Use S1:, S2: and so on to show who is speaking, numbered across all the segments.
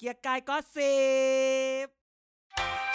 S1: กียร์กายก็สิบ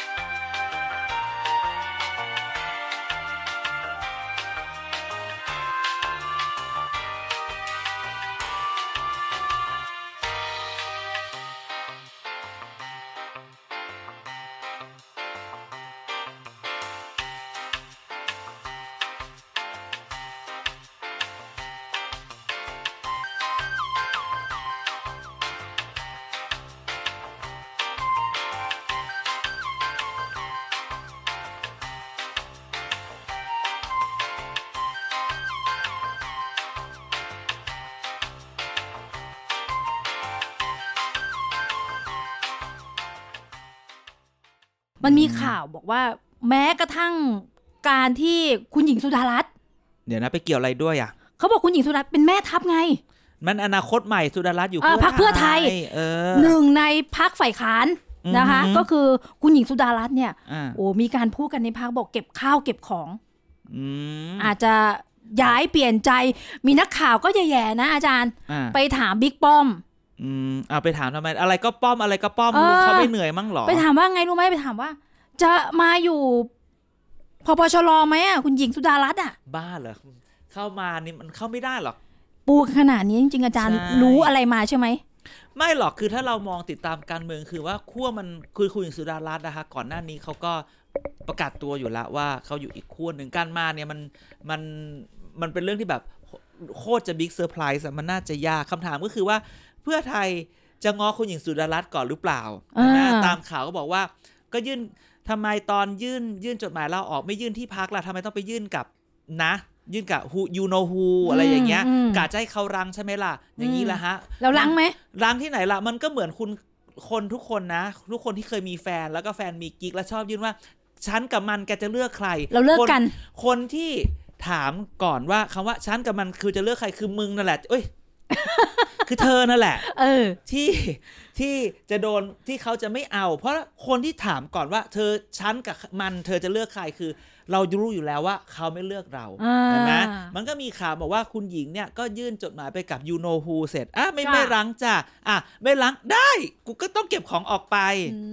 S2: มันมีข่าวบอกว่า แม้กระทั่งการที่คุณหญิงสุดารัตน์
S1: เดี๋ยวนะไปเกี่ยวอะไรด้วยอ่ะ
S2: เขาบอกคุณหญิงสุดารัตน์เป็นแม่ทัพไง
S1: มันอนาคตใหม่สุดารัตน์อยู่
S2: เออพรรคเพื่อไทย
S1: เออ
S2: หนึ่งในพักฝ่ายค้านนะคะ
S1: อือหือ
S2: ก็คือคุณหญิงสุดารัตน์เนี่ย
S1: อ่า
S2: โอ้มีการพูดกันในพักบอกเก็บข้าวเก็บของ
S1: อืม
S2: อาจจะย้ายเปลี่ยนใจ มีนักข่าวก็แย่ๆนะอาจารย์
S1: อ่า
S2: ไปถามบิ๊กป้อม
S1: อืมเอาไปถามทำไม อะไรก็ป้อมอะไรก็ป้อม
S2: เออ
S1: เขาไม่เหนื่อยมั้งหรอ
S2: ไปถามว่าไงรู้ไหมไปถามว่า จะมาอยู่พปชรไหมอ่ะคุณหญิงสุดารัตน์อ่ะ
S1: บ้าเหรอเข้ามานี่มันเข้าไม่ได้หรอก
S2: ปูขนาดนี้จริงๆอาจารย์
S1: ใช่
S2: รู้อะไรมาใช่ไหม
S1: ไม่หรอกคือถ้าเรามองติดตามการเมืองคือว่าขั้วมันคือคุณหญิงสุดารัตน์นะคะก่อนหน้านี้เขาก็ประกาศตัวอยู่ละว่าเขาอยู่อีกขั้วหนึ่งการมาเนี่ยมันมันมันเป็นเรื่องที่แบบโคโคตรจะบิ๊กเซอร์ไพรส์อะมันน่าจะยากคำถามก็คือว่าเพื่อไทยจะงอคุณหญิงสุดารัตน์ก่อนหรือเปล่า
S2: อ่า
S1: นะตามข่าวก็บอกว่า ก็ยื่นทำไมตอนยื่นยื่นจดหมายลาออกไม่ยื่นที่พักล่ะทำไมต้องไปยื่นกับนะ ยื่นกับ who you know who อะไรอย่างเงี้ย
S2: อืมอืม
S1: กะจะให้เขารังใช่ไหมล่ะ อย่างนี้ละฮะ
S2: เราลังไหม
S1: ร้างที่ไหนละมันก็เหมือนคุณคนทุกคนนะ ทุกคนที่เคยมีแฟนแล้วก็แฟนมีกิ๊กแล้วชอบยื่นว่า ฉันกับมันแกจะเลือกใคร
S2: เราเลิก
S1: ค
S2: กัน
S1: คนที่ถามก่อนว่าคำว่าฉันกับมันคือจะเลือกใครคือมึงนั่นแหละเอ้ย คือเธอนั่นแหละ
S2: เออ
S1: ที่ ที่จะโดนที่เขาจะไม่เอา เพราะคนที่ถามก่อนว่า เธอฉันกับมัน เธอจะเลือกใครคือ เรารู้อยู่แล้วว่าเขาไม่เลือกเรา
S2: อ่า
S1: เห็นไหมมันก็มีข่าวบอกว่าคุณหญิงเนี่ยก็ยื่นจดหมายไปกับยูโนฮูเสร็จอ่ะไม่
S2: จ้ะ
S1: ไม่รั้งจ้ะอ่ะไม่รั้งได้กูก็ต้องเก็บของออกไป
S2: อื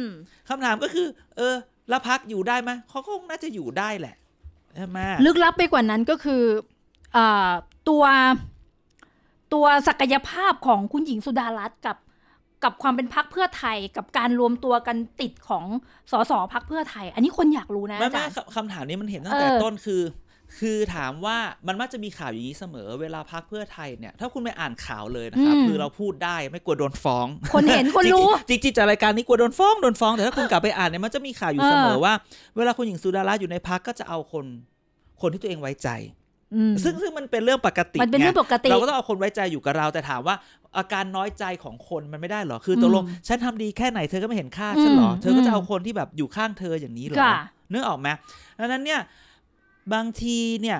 S2: ม
S1: คำถามก็คือ เออแล้วพักอยู่ได้ไหมเขาก็คงน่าจะอยู่ได้แหละใช่ไหม
S2: ลึกลับไปกว่านั้นก็คือเอ่อตัว ตัวศักยภาพของคุณหญิงสุดารัตน์กับ กับความเป็นพักเพื่อไทย กับการรวมตัวกันติดของสสพักเพื่อไทย อันนี้คนอยากรู้นะ
S1: ไม่
S2: อา
S1: ไม่
S2: จารย์
S1: คำคำถามนี้มันเห็นตั้งแต่
S2: เออ
S1: ต้นคือ คือถามว่ามันมักจะมีข่าวอย่างนี้เสมอ เวลาพักเพื่อไทยเนี่ย ถ้าคุณไปอ่านข่าวเลยนะครับ
S2: อืม
S1: คือเราพูดได้ไม่กลัวโดนฟ้อง
S2: คนเห็น คนรู้
S1: จริงๆจริงๆจากรายการนี้กลัวโดนฟ้องโดนฟ้องแต่ถ้าคุณกลับไปอ่านเนี่ยมันจะมีข่าวอยู่เสมอ
S2: เออ
S1: ว่า เวลาคุณหญิงสุดารัตน์อยู่ในพักก็จะเอาคนคนที่ตัวเองไว้ใจ
S2: อืม
S1: ซึ่งซึ่งมันเป็นเรื่องปกติ
S2: มันเป็นเรื่อง
S1: ไ
S2: ปกติ
S1: เราก็ต้องเอาคนไว้ใจอยู่กับเรา แต่ถามว่าอาการน้อยใจของคนมันไม่ได้เหรอคือตกลง
S2: อืม
S1: ฉันทำดีแค่ไหนเธอก็ไม่เห็นค่าฉันเหรอ
S2: อืม
S1: เธอก็จะเอาคนที่แบบอยู่ข้างเธออย่างนี้เหรอ
S2: ค่ะ
S1: นึกออกไหมดังนั้นเนี่ยบางทีเนี่ย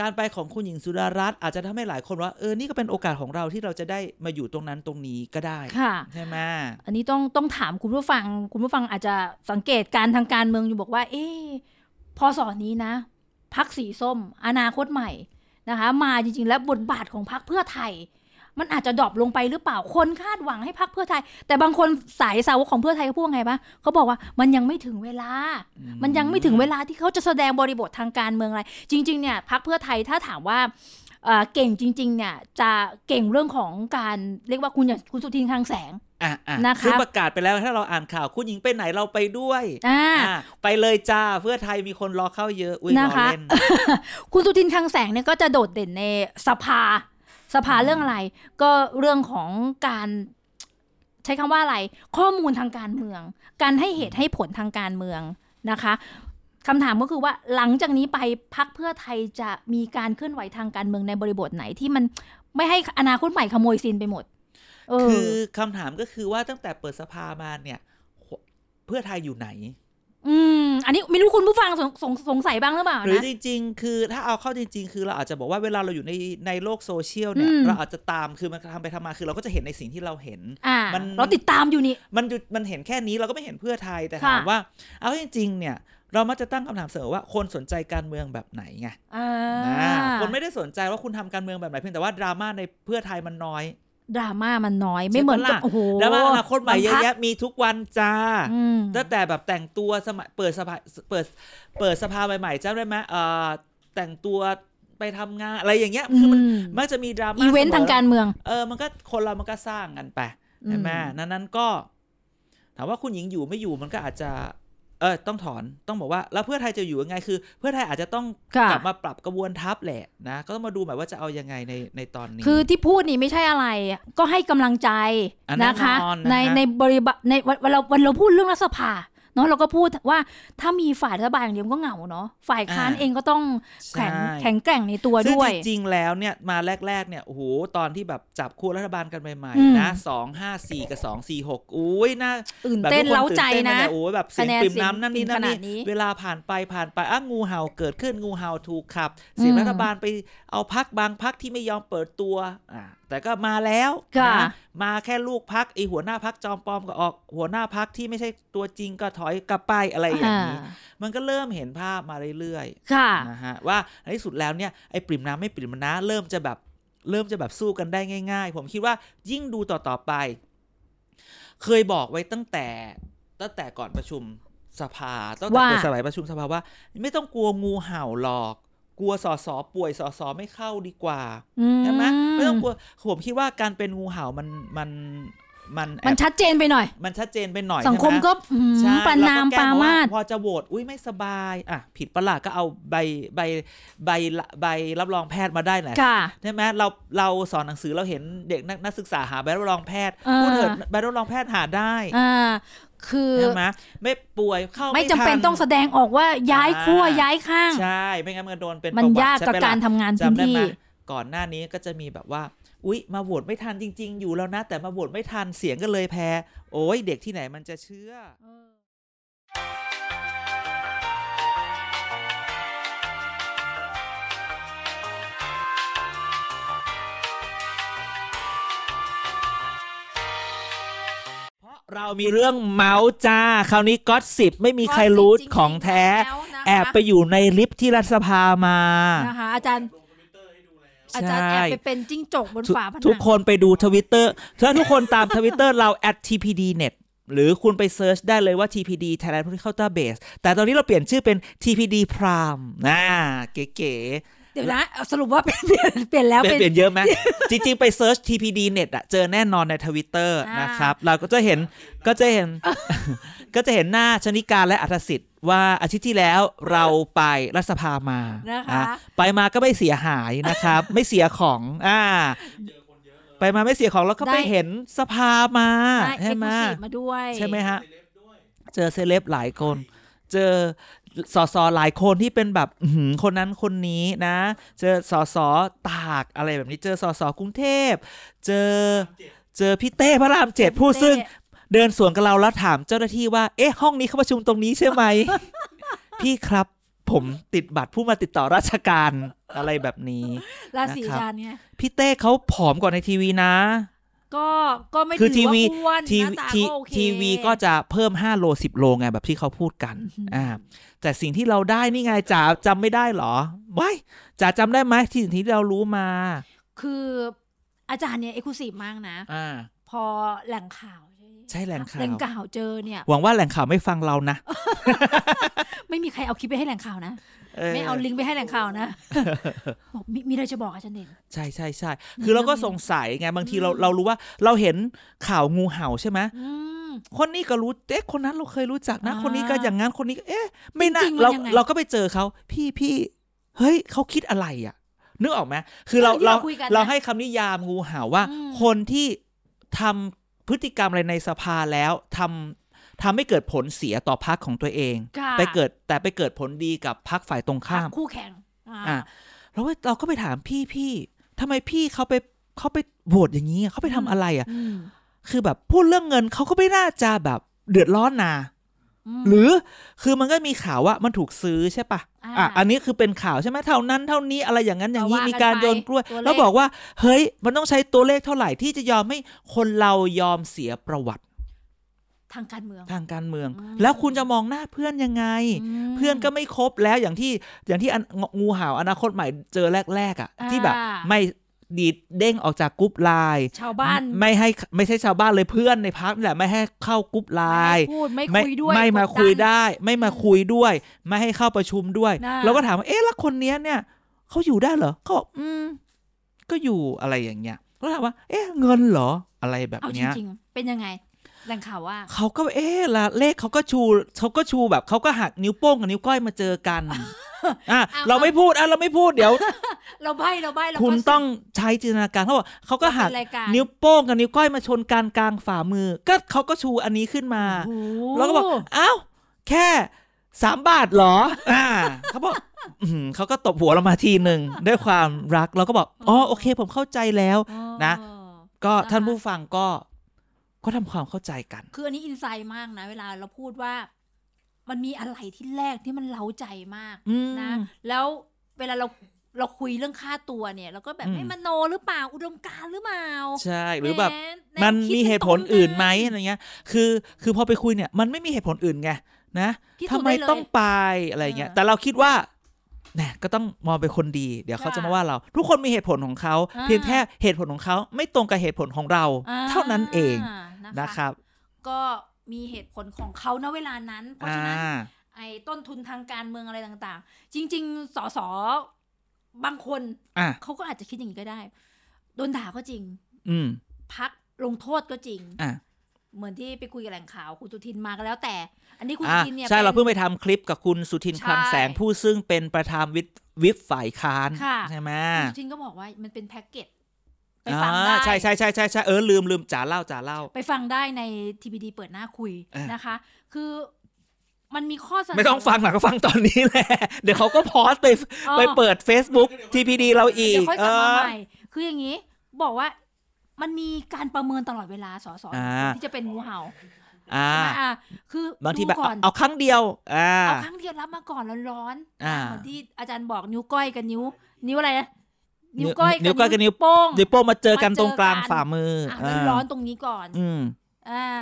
S1: การไปของคุณหญิงสุดารัตน์อาจจะทำให้หลายคนว่าเออนี่ก็เป็นโอกาสของเราที่เราจะได้มาอยู่ตรงนั้นตรงนี้ก็ได้
S2: ค่ะ
S1: ใช่ไหม
S2: อันนี้ต้องต้องถามคุณผู้ฟัง คุณผู้ฟังอาจจะสังเกตการทางการเมืองอยู่บอกว่า เอ๊ะพอสอนนี้นะพักสีส้ม อนาคตใหม่นะคะ มาจริงๆ แล้วบทบาทของพักเพื่อไทย มันอาจจะดรอปลงไปหรือเปล่าคนคาดหวังให้พักเพื่อไทย แต่บางคนสายสาวกของเพื่อไทยเขาพูดว่าไงปะเขาบอกว่ามันยังไม่ถึงเวลา
S1: อืม
S2: มันยังไม่ถึงเวลาที่เขาจะแสดงบริบททางการเมืองอะไร จริง ๆ เนี่ยพักเพื่อไทยถ้าถามว่าเอ่อเก่งจริง ๆ เนี่ย จะเก่งเรื่องของการเรียกว่าคุณอย่างคุณสุทินคลังแสง
S1: อ่ะอ่ะ
S2: นะคะ
S1: ซึ่งประกาศไปแล้วถ้าเราอ่านข่าวคุณหญิงไปไหนเราไปด้วย
S2: อ่า
S1: อ่ะไปเลยจ้าเพื่อไทยมีคนรอเข้าเยอะอุ้ยร
S2: นะ
S1: อ
S2: คะ
S1: เล่น
S2: คุณสุทินคลังแสงเนี่ยก็จะโดดเด่นในสภา สภาเรื่องอะไร ก็เรื่องของการใช้คำว่าอะไร ข้อมูลทางการเมือง การให้เหตุให้ผลทางการเมืองนะคะคำถามก็คือว่าหลังจากนี้ไปพักเพื่อไทยจะมีการเคลื่อนไหวทางการเมืองในบริบทไหนที่มันไม่ให้อนาคตใหม่ขโมยซีนไปหมด เออ
S1: คือคำถามก็คือว่าตั้งแต่เปิดสภามาเนี่ยเพื่อไทยอยู่ไหน
S2: อืม อันนี้ไม่รู้คุณผู้ฟังสงสงสงสัยบ้างหรือเปล่า
S1: หรือ
S2: นะ
S1: จริง ๆ คือถ้าเอาเข้าจริง ๆ คือเราอาจจะบอกว่าเวลาเราอยู่ในในโลกโซเชียลเนี่ย
S2: อืม
S1: เราอาจจะตามคือมันทำไปทำมาคือเราก็จะเห็นในสิ่งที่เราเห็น
S2: อ่าม
S1: นมัน
S2: เราติดตามอยู่นี่
S1: มันหยุดมันเห็นแค่นี้เราก็ไม่เห็นเพื่อไทยแต่
S2: ค่ะ
S1: ถามว่า เอาจริง ๆ เนี่ย เรามักจะตั้งคำถามเสมอว่าคนสนใจการเมืองแบบไหนไง
S2: อ่า
S1: อ่าคนไม่ได้สนใจว่าคุณทำการเมืองแบบไหนเพียงแต่ว่าดราม่าในเพื่อไทยมันน้อย
S2: ดราม่ามันน้อยไม่เหมือนกับ
S1: ใช่ปะล่ะ
S2: โอ้โห
S1: ดราม่าอนาคตใหม่เยอะ
S2: มันพัก
S1: แยะมีทุกวันจ้า
S2: อืม
S1: ตั้งแต่แบบแต่งตัวสมัยเปิดสภาเปิดเปิดสภาใหม่ๆจำได้ไหมเอ่อแต่งตัวไปทำงานอะไรอย่างเงี้ยคือมันมักจะมีดราม่า
S2: อีเวนต์
S1: สม
S2: ทางการเมือง
S1: เออมันก็คนเรามันก็สร้างกันไปใช่ไหม
S2: อืม
S1: นั้นนั้นก็ ถามว่าคุณหญิงอยู่ไม่อยู่มันก็อาจจะ เออต้องถอนต้องบอกว่า แล้วเพื่อไทยจะอยู่ยังไงคือ เพื่อไทยอาจจะต้อง
S2: ค่ะ
S1: กลับมาปรับกระบวนทัพแหละนะก็ต้องมาดูใหมายว่าจะเอายังไงในในตอนนี้
S2: คือที่พูดนี่ไม่ใช่อะไร ก็ให้กำลังใจ
S1: อ่ะ
S2: นะคะ
S1: แน่นอนนะ
S2: ใน
S1: ฮะ
S2: ในบริบทในวันวันเราวันเราพูดเรื่องรัฐสภาเนาะเราก็พูดว่าถ้ามีฝ่ายรัฐบาลอย่างเดียวก็เหงาเนาะฝ่ายค้านเองก็ต้องแข็ง
S1: ใช่
S2: แข็งแกร่งในตัวด้วย
S1: ซึ่งจริงๆ แล้วเนี่ยมาแรก ๆ เนี่ยโอ้โหตอนที่แบบจับคู่รัฐบาลกันใหม่
S2: อืม
S1: ๆนะสองห้าสี่กับสองสี่หกอุ้ยน่า
S2: อื่น
S1: แบบ
S2: เต้น
S1: ทุกค
S2: เล้าใจ
S1: ตื่เต้
S2: นะ
S1: กัเยโอ้ยแบบเสียง
S2: คะแนน
S1: ปริ่ม
S2: เสียง
S1: น้ำนั่นนี่
S2: ปริ่
S1: นั่น
S2: มขนา
S1: นี่
S2: ดนี้
S1: เวลาผ่านไปผ่านไปอ่ะงูเห่าเกิดขึ้นงูเห่าถูกขับ เสียง
S2: อืม
S1: รัฐบาลไปเอาพักบางพักที่ไม่ยอมเปิดตัวอ่ะแต่ก็มาแล้ว
S2: ค่ะ
S1: นะมาแค่ลูกพักไอหัวหน้าพักจอมปลอมก็ออก หัวหน้าพักที่ไม่ใช่ตัวจริงก็ถอยกลับไปอะไรอย่าง
S2: อ่า
S1: นี้มันก็เริ่มเห็นภาพมาเรื่อยๆ
S2: ค่ะ
S1: นะฮะว่าในที่สุดแล้วเนี่ยไอ้ปริ่มน้ำไม่ปริ่มน้ำเริ่มจะแบบเริ่มจะแบบสู้กันได้ง่าย ๆ ผมคิดว่ายิ่งดูต่อๆไป เคยบอกไว้ตั้งแต่ตั้งแต่ก่อนประชุมสภาตั้งแต่
S2: ว่า
S1: เปิดสมัยประชุมสภาว่า ไม่ต้องกลัวงูเห่าหรอก กลัวสอสอป่วยสอสอไม่เข้าดีกว่า
S2: อื
S1: ใช่ไหมไม่ต้องกลัวผมคิดว่าการเป็นงูเห่ามันมันมันแอบ
S2: มันชัดเจนไปหน่อย
S1: มันชัดเจนไปหน่อย
S2: สังคม
S1: ใช่ไห
S2: ก็อืม
S1: ใช่
S2: ประนาม
S1: แล้วก็แก้
S2: ปรา
S1: ว่
S2: มาส
S1: พอจะโหวตอุ้ยไม่สบายอ่ะผิดประหลาดก็เอาใบใบใบละใบรับรองแพทย์มาได้แหละ
S2: ค่ะ
S1: ใช่ไหมเราเราสอนหนังสือเราเห็นเด็กนักนักศึกษาหาใบรับรองแพทย์
S2: เออ
S1: พูดเถิดใบรับรองแพทย์หาได้
S2: อ่า คือ
S1: ใช่ไหมไม่ป่วยเข้า
S2: ไม่จำเป็น
S1: ทั
S2: ต้องแสดงออกว่าย้ายขั้ว
S1: อ่า
S2: ย้ายข้าง
S1: ใช่ไม่งั้นมันก็โดนเป็น
S2: มัน
S1: ประวัติ
S2: ยาก
S1: ใช่
S2: กับ
S1: ไหม
S2: การ
S1: ล่ะ
S2: ทำงานพื้น
S1: จำได้
S2: ที่
S1: ไหมก่อนหน้านี้ก็จะมีแบบว่า อุ๊ยมาโหวตไม่ทันจริง ๆ อยู่แล้วนะ แต่มาโหวตไม่ทันเสียงก็เลยแพ้โอ้ยเด็กที่ไหนมันจะเชื่อ เพราะเรามีเรื่องเมาส์จ้า คราวนี้ก็สิบไม่มีใครรู้ของแท้ แอบไปอยู่ในลิฟต์ที่รัฐสภามา
S2: นะคะอาจารย์อาจารย์แอบไปเป็นจิ้งจกบน
S1: ทุก
S2: ฝาผนัง
S1: ทุกคนไปดูทวิตเตอร์ถ้าทุกคนตามทวิตเตอร์เรา at tpdnet หรือคุณไปเซิร์ชได้เลยว่า TPD Thailand Political Database แต่ตอนนี้เราเปลี่ยนชื่อเป็น TPD Prime นะเก๋
S2: เดี๋ยวนะเอาสรุปว่าเปลี่ยนเปลี่ยนเปลี่ยน
S1: ๆ
S2: แล้ว
S1: เปลี่ยนเป
S2: เป็น
S1: ลี่ยนเยอะไหม จริงๆ ไปเซิร์ช TPD Net อะเจอแน่นอนในทวิตเตอร์
S2: อ่าน
S1: นะครับ เราก็จะเห็นก็จะเห็น ก็จะเห็นหน้าชนิการและอัธสิทธิ์ว่าอาทิตย์ที่แล้วเราไปรัฐสภามา
S2: นะ
S1: อ่
S2: คะ
S1: ไปมาก็ไม่เสียหายนะครับ ไม่เสียของอ่าไปมาไม่เสียของแล้วก็
S2: ได้
S1: ไปเห็นสภามา
S2: ได้เอ็
S1: ใช่
S2: กซ์ค
S1: ไหม
S2: ลูซีฟมาด้วย
S1: ใช่ไหมฮะเจอเซเลบหลายคน เจอสอสอหลายคนที่เป็นแบบอื้อหือคนนั้นคนนี้นะ เจอสอสอตากอะไรแบบนี้เจอสอสอกรุงเทพ เจอเจอพี่เต้พระรามเจ็ดผู้ซึ่ง เดินสวนกับเราแล้วถามเจ้าหน้าที่ว่า เอ๊ะ ห้องนี้เขาประชุมตรงนี้ใช่ไหม พี่ครับ ผมติดบัตรผู้มาติดต่อราชการอะไรแบบนี้
S2: ราศี
S1: นะครับ
S2: จานเนี่ย
S1: พี่เต้เขาผอมกว่าในทีวีนะ
S2: ก็ก็ไม่ถื
S1: คือ อทีวี
S2: ว่าอ้วนห
S1: ที
S2: น้า
S1: วี
S2: ตา
S1: ที
S2: ก็โอเค
S1: ทีวีก็จะเพิ่ม 5 โล 10 โลไงแบบที่เขาพูดกัน
S2: อือหืออ่
S1: อ่าแต่สิ่งที่เราได้นี่ไงจ๋าจำไม่ได้เหรอว้ายจ๋าจำได้ไหมที่สิ่งที่เรารู้มา
S2: คืออาจารย์เนี่ยเอ็กซ์คลูซีฟมากนะ
S1: อ่า
S2: พอแหล่งข่าวใช่ไหม
S1: ใช่แหล่งข่าว
S2: แหล่งข่าวเจอเนี่ย
S1: หวังว่าแหล่งข่าวไม่ฟังเรานะ
S2: ไม่มีใครเอาคลิปไปให้แหล่งข่าวนะ ไม่เอาลิงก์ไปให้แหล่งข่าวนะ บอกมีมีอะไรจะบอกอาจารย์เด่น
S1: ใช่ใช่ใช่คือเราก็สงสัยไงบางทีเราเรารู้ว่าเราเห็นข่าวงูเห่าใช่ไหม
S2: อืม
S1: คนนี้ก็รู้เอ๊ะคนนั้นเราเคยรู้จักนะ
S2: อ่า
S1: คนนี้ก็อย่างนั้นคนนี้ก็เอ๊ะ ไม่น่า
S2: จริงๆมัน
S1: เราย
S2: งไง
S1: เราก็ไปเจอเขาพี่พี่เฮ้ยเขาคิดอะไรอ่ะ นึกออกไหมคือเรา
S2: ที่
S1: เรา
S2: คุยกันนะ
S1: เราให้คำนิยามงูเห่าว่า
S2: อืม
S1: คนที่ทำพฤติกรรมอะไรในสภาแล้วทำทำให้เกิดผลเสียต่อพักของตัวเอง
S2: ค่ะ
S1: ไปเกิดแต่ไปเกิดผลดีกับพักฝ่ายตรงข้าม
S2: คู่แข่งอ่า
S1: อ่ะแล้วเราก็ไปถามพี่พี่ทำไมพี่เขาไปเขาไปโหวตอย่างนี้อะเขาไปทำอะไรอ่ะ
S2: อืม
S1: คือแบบพูดเรื่องเงินเขาก็ไม่น่าจะแบบเดือดร้อนนะ
S2: ม
S1: หรือคือมันก็มีข่าวว่ามันถูกซื้อใช่ปะ
S2: อ่า
S1: อ่ะอันนี้คือเป็นข่าวใช่ไหมเท่านั้นเท่านี้อะไรอย่างนั้นอย่างนี้
S2: ก็ว่ากัน
S1: มีการโยนกล้วย
S2: ไปตัวเลข
S1: แล้วบอกว่า เฮ้ย มันต้องใช้ตัวเลขเท่าไหร่ที่จะยอมให้คนเรายอมเสียประวัติ
S2: ทางการเมือง
S1: ทางการเมือง
S2: อืม
S1: แล้วคุณจะมองหน้าเพื่อนยังไง
S2: ม
S1: เพื่อนก็ไม่ครบแล้วอย่างที่อย่างที่อันงูเห่าอนาคตใหม่เจอแรกๆอ่ะ
S2: อ่า
S1: ที่แบบไม่ ดีดเด้งออกจากกรุ๊ปไลน์
S2: ชาวบ้าน
S1: ไม่ให้ไม่ใช่ชาวบ้านเลยเพื่อนในพักนี่แหละไม่ให้เข้ากรุ๊ปไลน์
S2: พูดไม่คุยด้วย
S1: ไม่มา
S2: ดดัน
S1: คุยได้ ไม่มาคุยด้วย ไม่ให้เข้าประชุมด้วย
S2: น่า
S1: เราก็ถามว่าเอ๊ะแล้วคนเนี้ยเนี่ยเขาอยู่ได้เหรอเขาบอกอืม ก็อยู่อะไรอย่างเงี้ยแล้วถามว่า เอ๊ะ เงินเหรออะไรแบบ
S2: เอาจ
S1: เนี้ย
S2: ริงๆ เป็นยังไงแหล่งข่าวว่า
S1: เขาก็เอ๊ะละเลขเขาก็ชูเขาก็ชูแบบเขาก็หักนิ้วโป้งกับนิ้วก้อยมาเจอกันอ่ะ
S2: เอา
S1: เราไม่พูดอ่ะเราไม่พูดเดี๋ยว
S2: เราใบเราใบเรา
S1: คุณ
S2: ก็
S1: ต้องใช้จินตนาการเขาบอกเขาก็หัก
S2: เป็นรายการ
S1: นิ้วโป้งกับนิ้วก้อยมาชนกันกลางฝ่ามือ ก็เขาก็ชูอันนี้ขึ้นมา
S2: โอ้โห
S1: แล้วก็บอกอ้าวแค่สามบาทเหรอ อ่าเขาบอกอื้อหือเขาก็ตบหัวเรามาทีหนึ่งด้วยความรักเราก็บอกอ๋อโอเค ผมเข้าใจแล้ว
S2: อ๋อ
S1: นะ ก็
S2: อ่าฮะ
S1: ท่านผู้ฟังก็ก็ทำความเข้าใจกัน
S2: คืออันนี้อินไซด์มากนะ เวลาเราพูดว่า มันมีอะไรที่แรกที่มันเล้าใจมาก
S1: อืม
S2: นะ แล้วเวลาเราเราคุยเรื่องค่าตัวเนี่ย เราก็แบบ
S1: อืม
S2: ให้มโนหรือเปล่าอุดมการณ์หรือเปล่า
S1: ใช่หรือแบบ
S2: หแ
S1: มัน
S2: คิด
S1: มีเหตุผล
S2: ตรงกั
S1: อื่นไหมอะไรเงี้ย คือ คือพอไปคุยเนี่ย มันไม่มีเหตุผลอื่นไงนะ
S2: พิ
S1: ทำ
S2: สูจน์
S1: ไม
S2: ด้เลย
S1: ต้องไปอะไรเงี้ย
S2: เออ
S1: แต่เราคิดว่าแหน่ก็ต้องมองเป็นคนดี เดี๋ยวเขาจะมาว่าเรา ทุกคนมีเหตุผลของเขา
S2: อ่า
S1: เพียงแค่เหตุผลของเขาไม่ตรงกับเหตุผลของเรา
S2: อ่
S1: เท่านั้นเอง
S2: นะ
S1: นะคะ ครับ
S2: ก็มีเหตุผลของเขาณเวลานั้น เพราะ
S1: อ่า
S2: ฉะนั้น ไอ้ต้นทุนทางการเมืองอะไรต่างๆ จริง ๆ สสบางคน
S1: อ่ะ
S2: เขาก็อาจจะคิดอย่างนี้ก็ได้ โดนด่าก็จริง
S1: อืม
S2: พักลงโทษก็จริง
S1: อ่ะ
S2: เหมือนที่ไปคุยกับแหล่งข่าวคุณสุทินมาก็แล้วแต่ อันนี้คุณสุ
S1: อ่ะ
S2: ทินเนี่ย
S1: ใช่เราเพิ่งไปทำคลิปกับคุณสุทิน
S2: ใช่
S1: คลังแสงผู้ซึ่งเป็นประธานวิปวิปฝ่ายค้าน
S2: ค่ะ
S1: ใช่ไหม
S2: คุณสุทินก็บอกว่ามันเป็นแพ็กเกจไป
S1: อ่
S2: ฟัง
S1: า
S2: ได้
S1: ใช่ใช่ใช่ใช่ใช่เออลืมลืมจ๋าเล่าจ๋าเล่า
S2: ไปฟังได้ในทีบีดีเปิดหน้าคุย
S1: อ่ะ
S2: นะคะ คือมันมีข้อเสนอ
S1: ไม่ต้องฟังหลังก็ฟังตอนนี้แหละ เดี๋ยวเขาก็พอสไป
S2: อ๋อ
S1: ไปเปิด Facebook TPD เราอี
S2: เดี๋ย
S1: ก
S2: วค่อย
S1: เอก
S2: ลับมา
S1: อ
S2: ใหม่ คืออย่างนี้บอกว่ามันมีการประเมินตลอดเวลาสอสอ
S1: อ่า
S2: ที่จะเป็นงูเห่า
S1: อ่า
S2: ใช่ไหมอ่ะคือบ
S1: างทีแบบ
S2: ดูก่อน
S1: เอาครั้งเดียว อ่า
S2: เอาครั้งเดียวรับมาก่อนร้อน
S1: อ่า
S2: ๆเหมือนที่อาจารย์บอกนิ้วก้อยกับนิ้ว นิ้วอะไรนะ
S1: นิ้
S2: นิ้
S1: ว
S2: วก้อย
S1: นิ้วก้อยกับนิ้ว
S2: โป้ง
S1: เดี๋ยวโป้มาเจอกันตรงกลาง
S2: มาเจอกัน
S1: ฝ่ามืออ
S2: อ่ะร้อนๆตรงนี้ก่อน
S1: อืม
S2: อ่า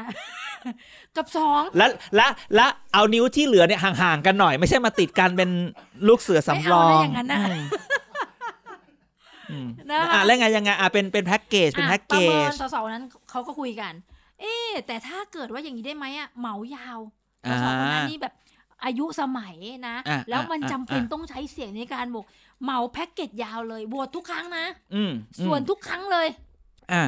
S2: กับสอง
S1: และและและเอานิ้วที่เหลือเนี่ยห่างๆกันหน่อย ไม่ใช่มาติดกันเป็นลูกเสือ
S2: ไม่
S1: สำรอ
S2: เอานะ
S1: ง
S2: อย่างนั้นนะ
S1: อืม
S2: นะคะ
S1: อ่าแล้วไงยังไงอ่าเป็นเป็นแพ็กเกจเป็น
S2: อ่ะ
S1: แพ็กเก
S2: ประเมิ
S1: จ
S2: นสอสอนั้นเขาก็คุยกัน เอ๊ะแต่ถ้าเกิดว่าอย่างนี้ได้ไหมอ่ะเหมายาว ส
S1: อ่า
S2: สคนนั้นนี่แบบอายุสมัยนะ
S1: อ่ะ
S2: แล้วมัน
S1: อ่ะ
S2: จำเป็น
S1: อ่ะ
S2: ต้องใช้เสียงในการบอกเหมาแพ็กเกจยาวเลยโหวตทุกครั้งนะ
S1: อืมอืม
S2: ส่วนทุกครั้งเลย
S1: อ่า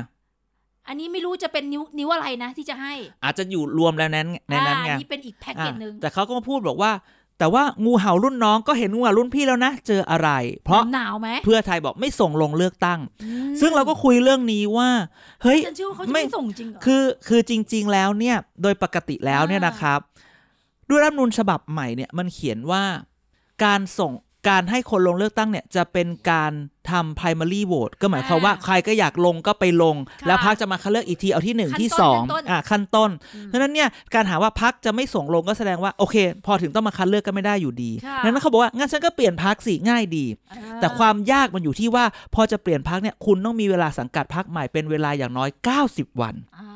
S2: อันนี้ไม่รู้จะเป็นนิ้วนิ้วอะไรนะ ที่จะให้
S1: อาจจะอยู่รวมแล้วนั้นในนั้น
S2: อ่า
S1: ไง
S2: อันี้เป็นอีกแพ็กเกจหนึ่ง
S1: อ่ะแต่เขาก็มาพูดบอกว่า แต่ว่างูเห่ารุ่นน้องก็เห็นงูเห่ารุ่นพี่แล้วนะ เจออะไร เพราะ
S2: หนาวไหม
S1: เพื่อไทยบอกไม่ส่งลงเลือกตั้ง
S2: อืม
S1: ซึ่งเราก็คุยเรื่องนี้ว่า เฮ้ย
S2: ฉันเชื่อว่าเขาจะ
S1: ไม่
S2: ไม่ส่งจริงเหรอ
S1: คือคือจริง ๆ แล้วเนี่ย โดยปกติแล้วเนี่ย
S2: อ่าน
S1: นะครับ ด้วยรัฐธรรมนูญฉบับใหม่เนี่ยมันเขียนว่า การส่งการให้คนลงเลือกตั้งเนี่ย จะเป็นการทำ primary vote ก็หมายความว่าใครก็อยากลงก็ไปลง แล้วพักจะมาคัดเลือกอีกทีเอาที่หนึ่งที่สองอ่ะขั้นต้น
S2: ม
S1: ดังนั้นเนี่ยการหาว่าพักจะไม่ส่งลงก็แสดงว่าโอเค พอถึงต้องมาคัดเลือกก็ไม่ได้อยู่ดี
S2: ค่ะ
S1: ดังนั้นเขาบอกว่างั้นฉันก็เปลี่ยนพักสิง่ายดี
S2: เออ
S1: แต่ความยากมันอยู่ที่ว่าพอจะเปลี่ยนพักเนี่ยคุณต้องมีเวลาสังกัดพักใหม่เป็นเวลาอย่างน้อย 90 วัน
S2: อ่า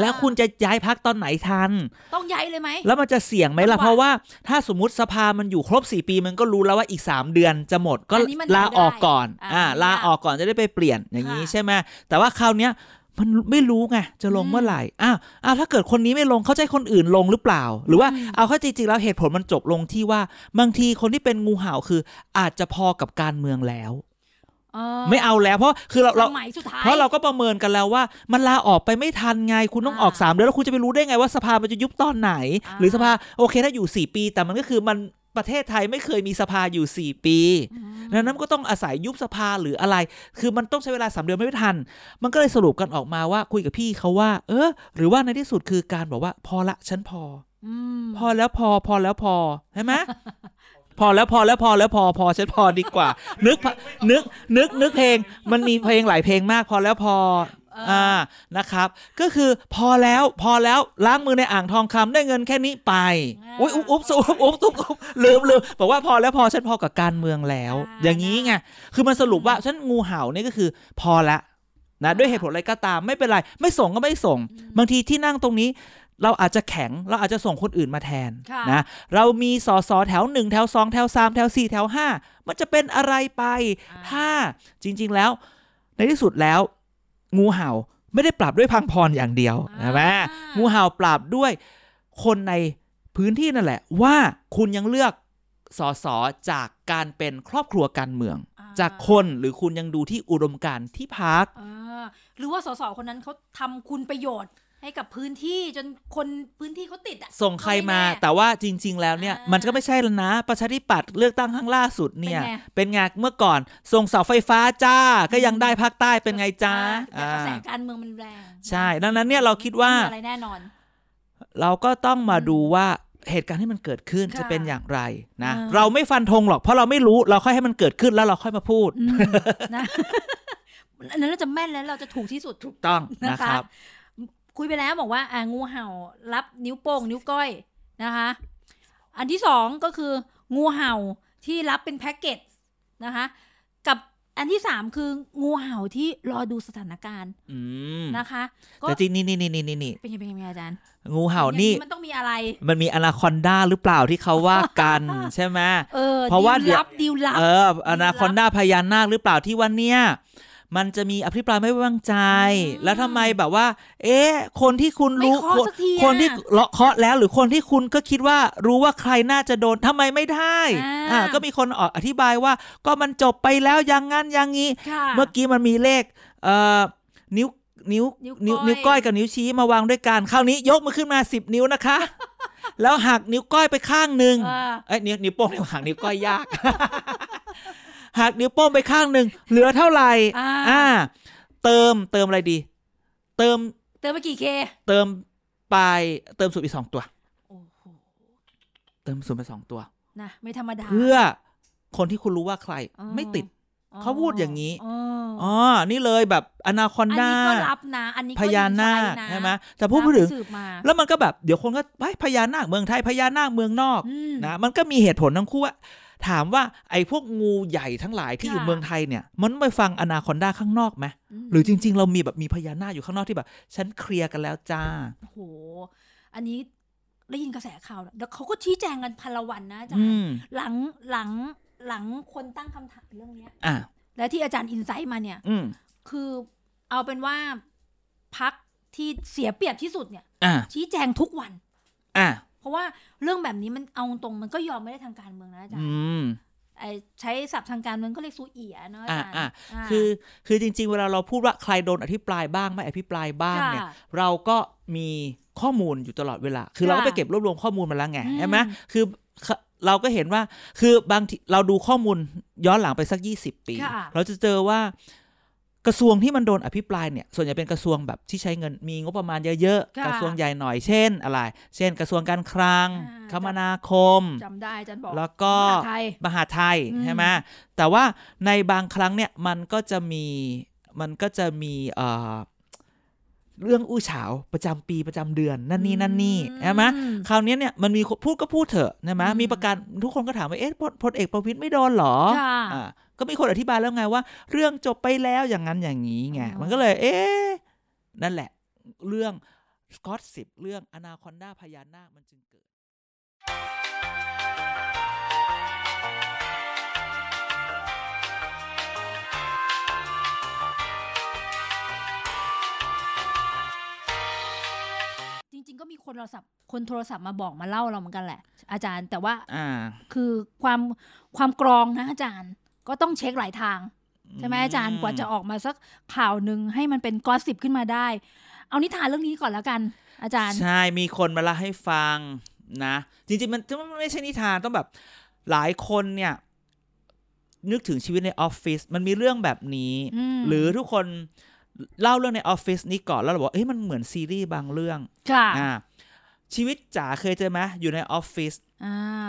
S1: แล้วคุณจะย้ายพักตอนไหนทัน
S2: ต้องย้ายเลยไหม
S1: แล้วมันจะเสี่ยงไหมล่ะ
S2: จังหวะ
S1: เพราะว่าถ้าสมมติสภามันอยู่ครบ 4 ปีมันก็รู้แล้วว่าอีก 3 เดือนจะหมดก็
S2: อันนี้มัน
S1: ลาออกก่อน
S2: ไม่ได้
S1: อ่า
S2: อ่า
S1: ลาออกก่อนจะได้ไปเปลี่ยนอย่างนี้
S2: ค่ะ
S1: ใช่ไหมแต่ว่าคราวเนี้ยมันไม่รู้ไงจะลง
S2: อืม
S1: เมื่อไหร่อ้าวอ้าวถ้าเกิดคนนี้ไม่ลงเขาใจะให้คนอื่นลงหรือเปล่า หรือว่า
S2: อืม
S1: เอาเข้าจริงๆแล้วเหตุผลมันจบลงที่ว่าบางทีคนที่เป็นงูเห่าคืออาจจะพอกับการเมืองแล้ว
S2: เ
S1: ไม่เอาแล้วเพราะคือเราเรา
S2: สมัยสุดท้าย
S1: เพราะเราก็ประเมินกันแล้วว่ามันลาออกไปไม่ทันไง คุณต้อง
S2: อ่า
S1: ออก 3 เดือนแล้วคุณจะไปรู้ได้ไงว่าสภามันจะยุบตอนไหน
S2: อ่า
S1: หรือสภาโอเคถ้าอยู่ 4 ปี แต่มันก็คือมันประเทศไทยไม่เคยมีสภาอยู่ 4 ปี
S2: อืม
S1: ดังนั้นมันก็ต้องอาศัยยุบสภาหรืออะไร คือมันต้องใช้เวลา 3 เดือนไม่ทัน มันก็เลยสรุปกันออกมาว่าคุยกับพี่เขาว่า เออ หรือว่าในที่สุดคือการบอกว่าพอละฉันพอ
S2: ม
S1: พอแล้วพอพอแล้วพอใช่ไหม พอแล้วพอแล้วพอแล้วพอพอฉันพอดีกว่า นึกนึกนึกนึกเพลง มันมีเพลงหลายเพลงมาก พอแล้วพอ
S2: เอออ
S1: อ่านะครับ ก็คือพอแล้วพอแล้วล้างมือในอ่างทองคำได้เงินแค่นี้ไป
S2: า
S1: อุ้ยอุ๊บอุ๊บอุ๊บอุ๊บอุ๊บอุ๊บลืมลืมบอกว่าพอแล้วพอฉันพอกับการเมืองแล้ว
S2: อ่า
S1: อย่างนี้ไงคือมันสรุปว่าฉันงูเห่านี่ก็คือ พอละนะด้วยเหตุผลอะไรก็ตามไม่เป็นไร ไม่ส่งก็ไม่ส่ง
S2: อืม
S1: บางทีที่นั่งตรงนี้ เราอาจจะแข็งเราอาจจะส่งคนอื่นมาแทน
S2: ค่ะ
S1: นะเรามีสอสอแถวหนึ่งแถวสองแถวสามแถวสี่แถวห้ามันจะเป็นอะไรไป
S2: อ่า
S1: ถ้าจริง ๆแล้ว ในที่สุดแล้ว งูเห่าไม่ได้ปราบด้วยพังพรอย่างเดียว
S2: อ่า
S1: ใช่ไหมงูเห่าปราบด้วยคนในพื้นที่นั่นแหละ ว่าคุณยังเลือกสสจากการเป็นครอบครัวการเมือง จากคนหรือคุณยังดูที่อุดมการณ์ที่พัก
S2: อ่าหรือว่าสสคนนั้นเขาทำคุณประโยชน์ให้กับพื้นที่จนคนพื้นที่เขาติดอ่ะ
S1: ส่งใครมา
S2: เอาไม่แน่
S1: แต่ว่าจริง ๆ แล้วเนี่ย
S2: อ่ามั
S1: มันก็ไม่ใช่แล้วนะ ประชาธิปัตย์เลือกตั้งครั้งล่าสุดเนี่ย
S2: เป็นไง
S1: เป็นไงเมื่อก่อนส่งเสาไฟฟ้าจ้า ก็ยังได้ภาคใต้เป็นไงจ้า
S2: แต่กระแส
S1: อ่า
S2: การเมืองมันแรง
S1: ใช่ดังนั้นเนี่ยเราคิดว่า
S2: ไม่มีอะไรแน่นอน
S1: เราก็ต้องมา
S2: อืม
S1: ดูว่าเหตุการณ์ที่มันเกิดขึ้น
S2: ค่ะ
S1: จะเป็นอย่างไรนะ
S2: อ่า
S1: เราไม่ฟันธงหรอกเพราะเราไม่รู้เราค่อยให้มันเกิดขึ้นแล้วเราค่อยมาพูด
S2: อืมนะ อันนั้นเราจะแม่นแล้วเราจะถูกที่สุด
S1: ถูกต้อง
S2: นะ
S1: นะคะ ครับ
S2: คุยไปแล้วบอกว่าอ่างูเห่ารับนิ้วโป้งนิ้วก้อยนะคะ อันที่สองก็คือ งูเห่าที่รับเป็นแพ็กเกจนะคะ กับอันที่สามคืองูเห่าที่รอดูสถานการณ์
S1: อืม
S2: นะคะก็
S1: แต่จริงนี่นี่นี่นี่นี่
S2: เป็นยังไงเป็นยังไงอาจารย์
S1: งูเห่านี่
S2: อย่งมันต้องมีอะไร
S1: มันมีอนาคอนดาหรือเปล่าที่เขาว่า กัน ใช่ไหม
S2: เออ
S1: เพราะว่าเดี๋ย
S2: ดีล
S1: ว
S2: ลับดีลลับ
S1: เอออนาคอนดาพญานาคหรือเปล่าที่วันเนี้ยมันจะมีอภิปรายไม่ไว้วางใจ
S2: อืม
S1: แล้วทำไมแบบว่า เอ๊ะ คนที่คุณ
S2: ไม่
S1: รู้
S2: เคอ
S1: คน
S2: สักทีอะ
S1: คนที่เลาะเคาะแล้วหรือคนที่คุณก็คิดว่ารู้ว่าใครน่าจะโดนทำไมไม่ได้
S2: อ่า
S1: อ่าก็มีคนออกอธิบายว่า ก็มันจบไปแล้วอย่างงั้นอย่างนี้
S2: ค่ะ
S1: เมื่อกี้มันมีเลขเอ่อนิ้วนิ้ว
S2: นิ้
S1: นิ้
S2: ว
S1: ว
S2: ก้
S1: นิ้วก้อ
S2: อย
S1: ยกับนิ้วชี้มาวางด้วยกันคราวนี้ยกมือขึ้นมาสิบนิ้วนะคะ แล้วหักนิ้วก้อยไปข้างหนึ่ง
S2: เออ
S1: เอ้ยนิ้วนิ้วโป้งเดี๋ยวหักนิ้วก้อยยาก หักนิ้วโป้งไปข้างหนึ่งเหลือเท่าไหร่
S2: อ่า
S1: เติมเติมอะไรดี เติม
S2: เติมไปกี่เค
S1: เติมไปเติมสูตรอีกสองตัว
S2: โอ้โห
S1: เติมสูตรไปสองตัว
S2: นะไม่ธรรมดา
S1: เพื่อคนที่คุณรู้ว่าใคร
S2: อ๋อ
S1: ไม่ติด เขาพูดอย่างนี้
S2: อ๋อ
S1: อ๋อนี่เลยแบบอนาคอน
S2: อัน
S1: ดา
S2: นี้ก็รับนะอันนี้ก็
S1: พญานาค
S2: ดีซน์นะ
S1: ใช่ไหมแต่พูดถึง
S2: สืบมา
S1: แล้วมันก็แบบเดี๋ยวคนก็เฮ้ยพญานาคเมืองไทยพญานาคเมืองนอก
S2: อืม
S1: นะมันก็มีเหตุผลทั้งคู่ว่าถามว่าไอ้พวกงูใหญ่ทั้งหลายที่อ
S2: ค่ะ
S1: ยู่เมืองไทยเนี่ย มันไปฟังอนาคอนดาข้างนอกไหมหรือจริง ๆ เรามีแบบมีพญานาคอยู่ข้างนอกที่แบบ ฉันเคลียร์กันแล้วจ้า
S2: โอ้โห อันนี้ได้ยินกระแสข่าวแล้วแล้วเขาก็ชี้แจงกันพนละวันนะอาจาร
S1: อื
S2: ย์
S1: ม
S2: หลังหลังหลังคนตั้งคำถามเรื่องเนี้ย
S1: อ่ะ
S2: และที่อาจารย์อินไซต์มาเนี่ย
S1: อืม
S2: คือเอาเป็นว่าพักที่เสียเปรียบที่สุดเนี่ย
S1: อ่ะ
S2: ชี้แจงทุกวัน
S1: อ่ะ
S2: เพราะว่าเรื่องแบบนี้มันเอาตรงๆมันก็ยอมไม่ได้ทางการเมืองนะอาจาร
S1: อื
S2: ย์
S1: ม
S2: ไอ้ใช้ศัพท์ทางการเมืองก็เรียกซูเอียเนาะอาจารย์
S1: อ่ะ
S2: า
S1: คือคือจริง ๆ เวลาเราพูดว่าใครโดนอภิปรายบ้างไม่อภิปรายบ้าง
S2: ค่ะ
S1: เนี่ย เราก็มีข้อมูลอยู่ตลอดเวลา คือ
S2: ค่ะ
S1: เราก็ไปเก็บรวบรวมข้อมูลมาแล้วไง
S2: อืม
S1: ใช่ไหมคือเราก็เห็นว่า คือบางทีเราดูข้อมูลย้อนหลังไปสักยี่สิบปี เราจะเจอว่ากระทรวงที่มันโดนอภิปรายเนี่ย ส่วนใหญ่เป็นกระทรวงแบบที่ใช้เงินมีงบประมาณเยอะ
S2: ค่ะ
S1: ๆ กระทรวงใหญ่หน่อย เช่น อะไร เช่น กระทรวงการคลัง
S2: อ่า
S1: คมนาคม
S2: จำได้อาจารย์บอก
S1: แล้วก็
S2: มหาไทย
S1: มหาไทย
S2: อืม
S1: ใช่ไหมแต่ว่าในบางครั้งเนี่ยมันก็จะมีมันก็จะมีเอ่อเรื่องอู้เฉาวประจำปีประจำเดือนนั่นนี่นั่นนี่ใช่ไหม
S2: อื
S1: คราวเนี้ยเนี่ยมันมีคนพูดก็พูดเถอะนะมะ
S2: อืม
S1: มีประการทุกคนก็ถามว่าเอ๊ะพลพลเอกประวิตยไม่โดนเหรอ
S2: ค่ะ
S1: อ่าก็มีคนอธิบายแล้วไงว่า เรื่องจบไปแล้วอย่างนั้นอย่างนี้ไง
S2: อ๋อ
S1: มันก็เลย เอ๊ะนั่นแหละ เรื่องสกอตสิบเรื่องอนาคอนดาพญานาคมันจึงเกิด
S2: จริง ๆ ก็มีคนโทรศัพท์คนโทรศัพท์มาบอกมาเล่าเราเหมือนกันแหละ อาจารย์แต่ว่า
S1: อ่า
S2: คือความความกรองนะอาจารย์ก็ต้องเช็คหลายทางใช่ไหมอาจารย์กว่าจะออกมาสักข่าวหนึ่งให้มันเป็นกอสซิบขึ้นมาได้ เอานิทานเรื่องนี้ก่อนแล้วกัน อาจารย์
S1: ใช่มีคนมาเล่าให้ฟังนะ จริงๆมันมันไม่ใช่นิทานต้องแบบหลายคนเนี่ย นึกถึงชีวิตในออฟฟิศมันมีเรื่องแบบนี้
S2: อืม
S1: หรือทุกคนเล่าเรื่องในออฟฟิศนี้ก่อนแล้วเราบอกเอ้ยมันเหมือนซีรีส์บางเรื่อง
S2: ค่ะ
S1: อ่าชีวิตจ๋าเคยเจอไหมอยู่ในออฟฟิศ
S2: อ่า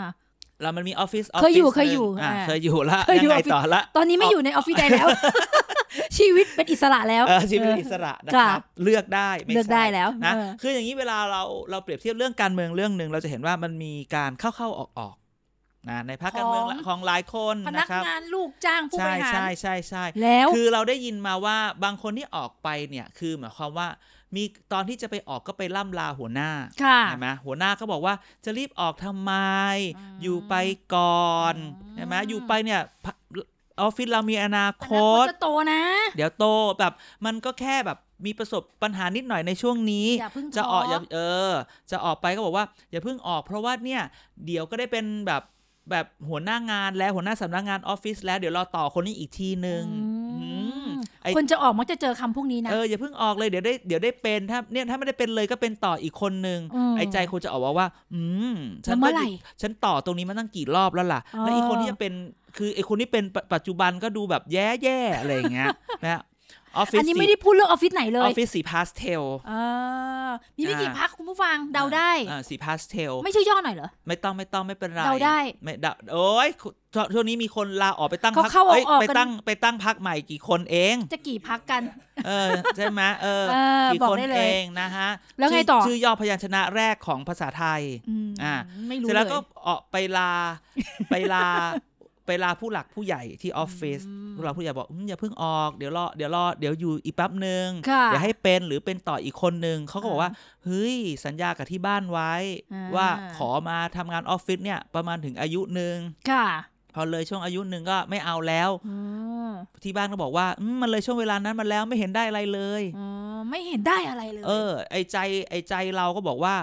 S1: แล้วมันมีออฟฟิศ
S2: เคยอยู่
S1: ฟฟิศ
S2: เคยอยู่
S1: หนึ่งอ่า
S2: อ่า
S1: เคยอยู่ละ
S2: เคย
S1: ยั
S2: อยู่
S1: งไง
S2: ออฟฟิศ
S1: ต่อละ
S2: ตอนนี้ไม่อยู่ในออฟฟิศใดแล้ว ชีวิตเป็นอิสระแล้ว
S1: เออชีวิตอิสระนะค
S2: ค่ะ
S1: รับเลือกได้ม่
S2: เลือกได้
S1: ใช่
S2: แล้ว
S1: นะ
S2: เออ
S1: คืออย่างนี้เวลาเราเราเปรียบเทียบเรื่องการเมืองเรื่องหนึ่งเราจะเห็นว่ามันมีการเข้าเข้าๆออกออกๆนะในพรรคการเมืองละของหลายคน
S2: พนัก
S1: นะครับ
S2: งานลูกจ้างผู้บ
S1: ใช่
S2: ริหาร
S1: ใช่ใช่ใช่
S2: แล้ว
S1: คือเราได้ยินมาว่าบางคนที่ออกไปเนี่ยคือหมายความว่ามีตอนที่จะไปออกก็ไปล่ำลาหัวหน้า
S2: ค่ะ
S1: ใช่ไหมหัวหน้าก็บอกว่าจะรีบออกทำไม
S2: อืม
S1: อยู่ไปก่อน
S2: อืม
S1: ใช่ไหมอยู่ไปเนี่ยพะ ออฟฟิศเรามีอนาค
S2: อ
S1: ต
S2: นาคตจะโตนะ
S1: เดี๋ยวโตแบบมันก็แค่แบบมีประสบปัญหานิดหน่อยในช่วงนี้
S2: อย่าเพิ่ง
S1: จะออก
S2: ท้ออ
S1: อย่าเออ จะออกไปก็บอกว่าอย่าเพิ่งออก เพราะว่าเนี่ย เดี๋ยวก็ได้เป็นแบบแบบหัวหน้างานแล้วหัวหน้าสำนักงานออฟฟิศแล้วเดี๋ยวเราต่อคนนี้อีกทีนึงอืมไอ
S2: คนจะออกมักจะเจอคำพวกนี้นะ
S1: เอออย่าเพิ่งออกเลยเดี๋ยวได้เดี๋ยวได้เป็นถ้าเนี่ยถ้าไม่ได้เป็นเลยก็เป็นต่ออีกคนนึง
S2: อืม
S1: ไอใจคงจะออกมาว่า อืมฉั
S2: แล้ว
S1: น
S2: เมื่
S1: ก็
S2: อไหร่
S1: อยู่ฉันต่อตรงนี้มาตั้งกี่รอบแล้วล่ะ
S2: อ๋อ
S1: แล้วอีกคนที่จะเป็นคือไอคนที่เป็นปปัจจุบันก็ดูแบบแย่แย่ๆอะไรอย่างเงี้ย นะฮะออฟฟิศ
S2: อันนี้
S1: สี
S2: ไม่ได้พูดเรื่องออฟฟิศไหนเล
S1: ออย ฟฟิศสีพาสเทล
S2: เออมีไม่กี่
S1: อ่า
S2: พักคุณผู้ฟังเดาได้
S1: อ่าสีพาสเทล
S2: ไม่ใช่ย่อหน่อยเหรอ
S1: ไม่ต้องไม่ต้องไม่เป็นไร
S2: เดาได้
S1: ไม่เดาโอ้ยช่วงช่วงนี้มีคนลาออกไปตั้ง
S2: เขา
S1: พั
S2: เข้าออก
S1: อ้ย
S2: ออก
S1: ไป
S2: กัน
S1: ตั้งไปตั้งพักใหม่กี่คนเอง
S2: จะกี่พักกัน
S1: เออ ใช่ไหมเออ
S2: เออ
S1: กี่
S2: บอก
S1: คน
S2: ได้เล
S1: เอย งนะฮะ
S2: แล้วไง
S1: ชื่
S2: ต่อ
S1: ชื่อย่อพยัญชนะแรกของภาษาไทย
S2: ม
S1: อ่า
S2: ไม่
S1: เส
S2: รู้
S1: ร็จ
S2: เล
S1: แล้
S2: ยว
S1: ก็ออกไป ลาไปลาไปลาผู้หลักผู้ใหญ่ที่ออฟฟิศ
S2: ม
S1: ผู้หลักผู้ใหญ่บอกอืมอย่าเพิ่งออกเดี๋ยวรอเดี๋ยวรอเดี๋ยวอยู่อีกแป๊บหนึ่ง
S2: ค่ะ
S1: เดี๋ยวให้เป็นหรือเป็นต่ออีกคนนึงเขาก็บอก
S2: อ่า
S1: ว่าเฮ้ยสัญญากับที่บ้านไว้
S2: อ่า
S1: ว่าขอมาทำงานออฟฟิศเนี่ยประมาณถึงอายุหนึ่ง
S2: ค่ะ
S1: พอเลยช่วงอายุหนึ่งก็ไม่เอาแล้ว
S2: อืม
S1: ที่บ้านก็บอกว่าอืมมันเลยช่วงเวลานั้นมาแล้วไม่เห็นได้อะไรเลย
S2: อ๋อไม่เห็นได้อะไรเลย
S1: เออ ไอใจไอใจเราก็บอกว่า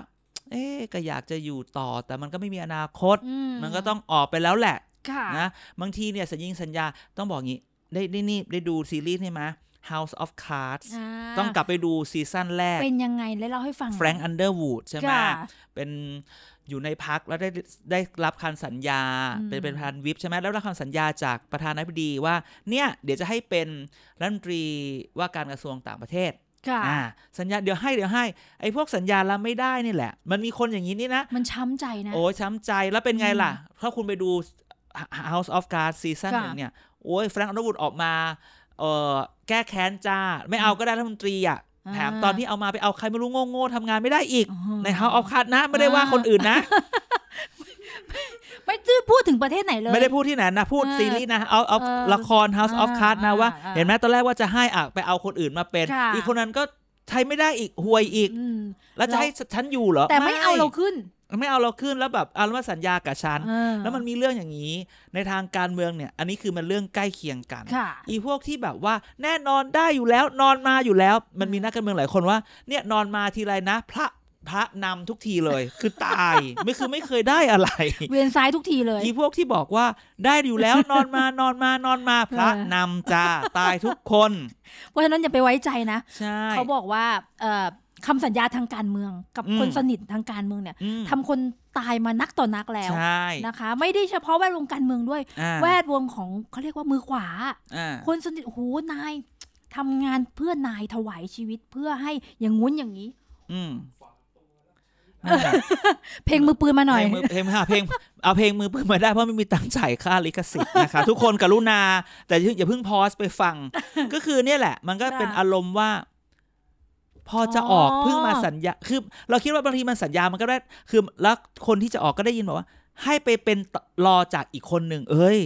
S1: เอ๊ะก็อยากจะอยู่ต่อแต่มันก็ไม่มีอนาคต
S2: อื
S1: มันก็ต้องออกไปแล้วแหละ
S2: ค่ะ
S1: นะบางทีเนี่ยสัญญิงสัญญาต้องบอกงี้ได้ได้นี่ได้ดูซีรีส์นี่ไหม House of Cards
S2: า
S1: ต้องกลับไปดูซีซั่นแรก
S2: เป็นยังไงเลยเล่าให้ฟัง
S1: Frank Underwood ใช่ไหม
S2: ค่ะ
S1: เป็นอยู่ในพักแล้วได้ได้รับคำสัญญา
S2: อืม
S1: เป็นเป็นประธานวิปใช่ไหมแล้วรับคำสัญญาจากประธานาธิบดีว่าเนี่ยเดี๋ยวจะให้เป็นรัฐมนตรีว่าการกระทรวงต่างประเทศ
S2: ค่ะ
S1: อ่าสัญญาเดี๋ยวให้เดี๋ยวให้ไอ้พวกสัญญาละไม่ได้นี่แหละ มันมีคนอย่างนี้นี่นะ
S2: มันช้ำใจนะ
S1: โอ้ยช้ำใจแล้วเป็นไงล่ะ ถ้าคุณไปดู House of Cards ซีซั่น
S2: ค่ะ
S1: หนึ่งเนี่ย โอ้ยแฟรงค์อัลวูดออกมาเออแก้แค้นจ้า ไม่เอาก็ได้รัฐมนตรีอ่ะ
S2: อ่า
S1: แถมตอนที่เอามาไปเอาใครไม่รู้โง่ๆทำงานไม่ได้อีก
S2: อ๋อ
S1: ใน House of Cards นะ ไม่ได้ว่าคนอื่น นะ
S2: ไม่ได้พูดถึงประเทศไหนเลย
S1: ไม่ได้พูดที่ไหนนะ พูด
S2: เออ
S1: ซีรีส์นะเอาเอา
S2: เออ
S1: ละคร House of
S2: อ่า
S1: Cards นะว่า
S2: อ่า
S1: เห็นไหมตอนแรกว่าจะให้อ่ะไปเอาคนอื่นมาเป็น
S2: ค่ะ
S1: อีกคนนั้นก็ใช้ไม่ได้อีกห่วยอีก
S2: อืม
S1: แล้วจะ
S2: เรา
S1: ให้ฉันอยู่เหรอ
S2: แต่ไม่เอาเราขึ้น
S1: ไม่เอาเราขึ้นแล้วแบบเอาแล้วมาสัญญากับฉัน
S2: เออ
S1: แล้วมันมีเรื่องอย่างนี้ ในทางการเมืองเนี่ย อันนี้คือมันเรื่องใกล้เคียงกัน
S2: ค่ะ
S1: อีพวกที่แบบว่าแน่นอนได้อยู่แล้วนอนมาอยู่แล้ว มันมีนักการเมืองหลายคนว่า เนี่ยนอนมาทีไรนะ พระพระนำทุกทีเลย คือตาย ไม่คือไม่เคยได้อะไร
S2: เวียนซ้ายทุกทีเลย
S1: อีพวกที่บอกว่าได้อยู่แล้ว นอนมานอนมานอนมาพระนำจ้าตายทุกคน
S2: เพราะฉะนั้นอย่าไปไว้ใจนะ
S1: ใช่
S2: เขาบอกว่าเอ่อคำสัญญาทางการเมือง กับ
S1: อืม
S2: คนสนิททางการเมืองเนี่ย
S1: อืม
S2: ทำคนตายมานักต่อนักแล้ว
S1: ใช่
S2: นะคะ ไม่ได้เฉพาะแวดวงการเมืองด้วย
S1: อ่า
S2: แวดวงของเขาเรียกว่ามือขวา
S1: อ่า
S2: คนสนิทโอ้โหนายทำงานเพื่อนายถวายชีวิตเพื่อให้อย่างงู้นอย่างนี้
S1: อืมนั่นน่ะ
S2: เพลงมือปืนมาหน่อย
S1: เพลงมือเพลงหาเพลงเอาเพลงมือปืนมาได้เพราะไม่มีตังค์จ่ายค่าลิขสิทธิ์นะคะ ทุกคนกรุณา แต่อย่าเพิ่งพอสไปฟัง ก็คือเนี่ยแหละ มันก็เป็น
S2: ค่ะ
S1: อารมณ์ว่า พอจะออก
S2: อ๋อ
S1: เพิ่งมาสัญญา คือ เราคิดว่าบางทีมันสัญญามันก็ได้ คือแล้วคนที่จะออกก็ได้ยินบอกว่า ให้ไปเป็นต่อรอจากอีกคนหนึ่งเอ้ย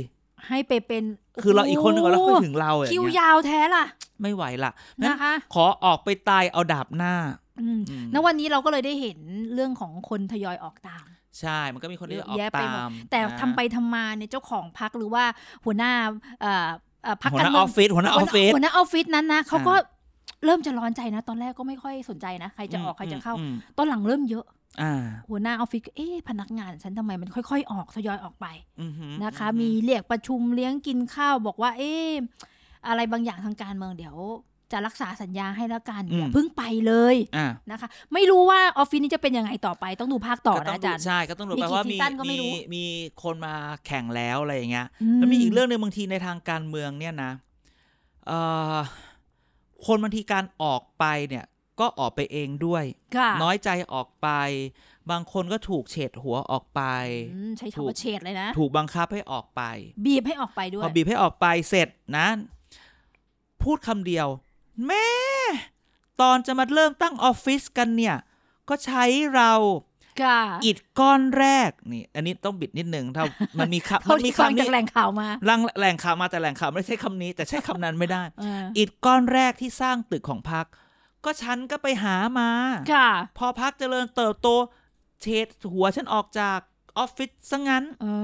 S2: ให้ไปเป็น
S1: คือเราอีกคนหนึ่งก่อนแล้วค่อยถึ
S2: โ
S1: งเรา
S2: อ้
S1: อย่าง
S2: โหคิว
S1: เงี้ย
S2: ยาวแท้ล่ะ
S1: ไม่ไหวละงั้น
S2: นะคะ
S1: ขอออกไปตายเอาดาบหน้า
S2: อืม
S1: อืม
S2: ณวันนี้เราก็เลยได้เห็นเรื่องของคนทยอยออกตาม
S1: ใช่ มันก็มีคนที่
S2: เยอะ
S1: ออก
S2: แยะไป
S1: ตา
S2: หมด
S1: ม
S2: แต่
S1: นะ
S2: ทำไปทำมาเนี่ยเจ้าของพักหรือว่าหัวหน้าเอ่อเอ่อพัก
S1: หัว
S2: กา
S1: ห
S2: ร
S1: น้า
S2: เมื
S1: อ
S2: อ
S1: อง ฟฟิศหัวหน้าออฟฟิศ
S2: หัวหน้าออฟฟิศนั้นนะเขาก็เริ่มจะร้อนใจนะ ตอนแรกก็ไม่ค่อยสนใจนะ ใครจะออกใครจะเข้า
S1: อืมอืม
S2: ตอนหลังเริ่มเยอะ
S1: อ่า
S2: หัวหน้าออฟฟิศก็เอ๊ะพนักงานฉันทำไมมันค่อย ๆ ออกทยอยออกไป
S1: อือหือ
S2: นะคะ
S1: อือหือ
S2: มีเรียกประชุมเลี้ยงกินข้าวบอกว่า เอ๊ะอะไรบางอย่างทางการเมืองเดี๋ยว จะรักษาสัญญาให้แล้วกัน
S1: อืม
S2: อย่าเพิ่งไปเลย
S1: อ่ะ
S2: นะคะ ไม่รู้ว่าออฟฟิศนี้จะเป็นยังไงต่อไปต้องดูภาคต่อ
S1: ก็ต้
S2: นะ
S1: ง
S2: อาจารย์
S1: ดูใช่ก็ต้องรู้
S2: มี
S1: แปล
S2: กี่
S1: ว่า
S2: ซี
S1: มี
S2: ซั่นก็ไม่รู้
S1: มีมีคนมาแข่งแล้วอะไรอย่างเงี้ยแล้วมีอีกเรื่องหนึ่งบางทีในทางการเมืองเนี่ยนะเอ่อคนบางทีการออกไปเนี่ย ก็ออกไปเองด้วย
S2: ค่ะ
S1: น้อยใจออกไป บางคนก็ถูกเฉดหัวออกไป
S2: อืมใช้คำว่าเฉดเลยนะ
S1: ถูกบังคับให้ออกไป
S2: บีบให้ออกไปด้ว
S1: พ
S2: ย
S1: อบีบให้ออกไปเสร็จนะพูดคำเดียว แม่ ตอนจะมาเริ่มตั้งออฟฟิศกันเนี่ย ก็ใช้เรา
S2: ค่ะ
S1: อิฐก้อนแรกนี่ อันนี้ต้องบิดนิดนึง ถ้ามันมีคำ
S2: เท่า
S1: มันมี
S2: ที่ฟัง
S1: คำ
S2: จา
S1: นี้
S2: กแหล่งข่าวมา
S1: รังแหล่งข่าวมาแต่แหล่งข่าวไม่ใช่คำนี้ แต่ใช้คำนั้นไม่ได้
S2: เออ
S1: อิฐก้อนแรกที่สร้างตึกของพัก ก็ฉันก็ไปหามา
S2: ค่ะ
S1: พอพักเจริญเติบโต เชดหัวฉันออกจากออฟฟิศซะงั้น
S2: อ๋อ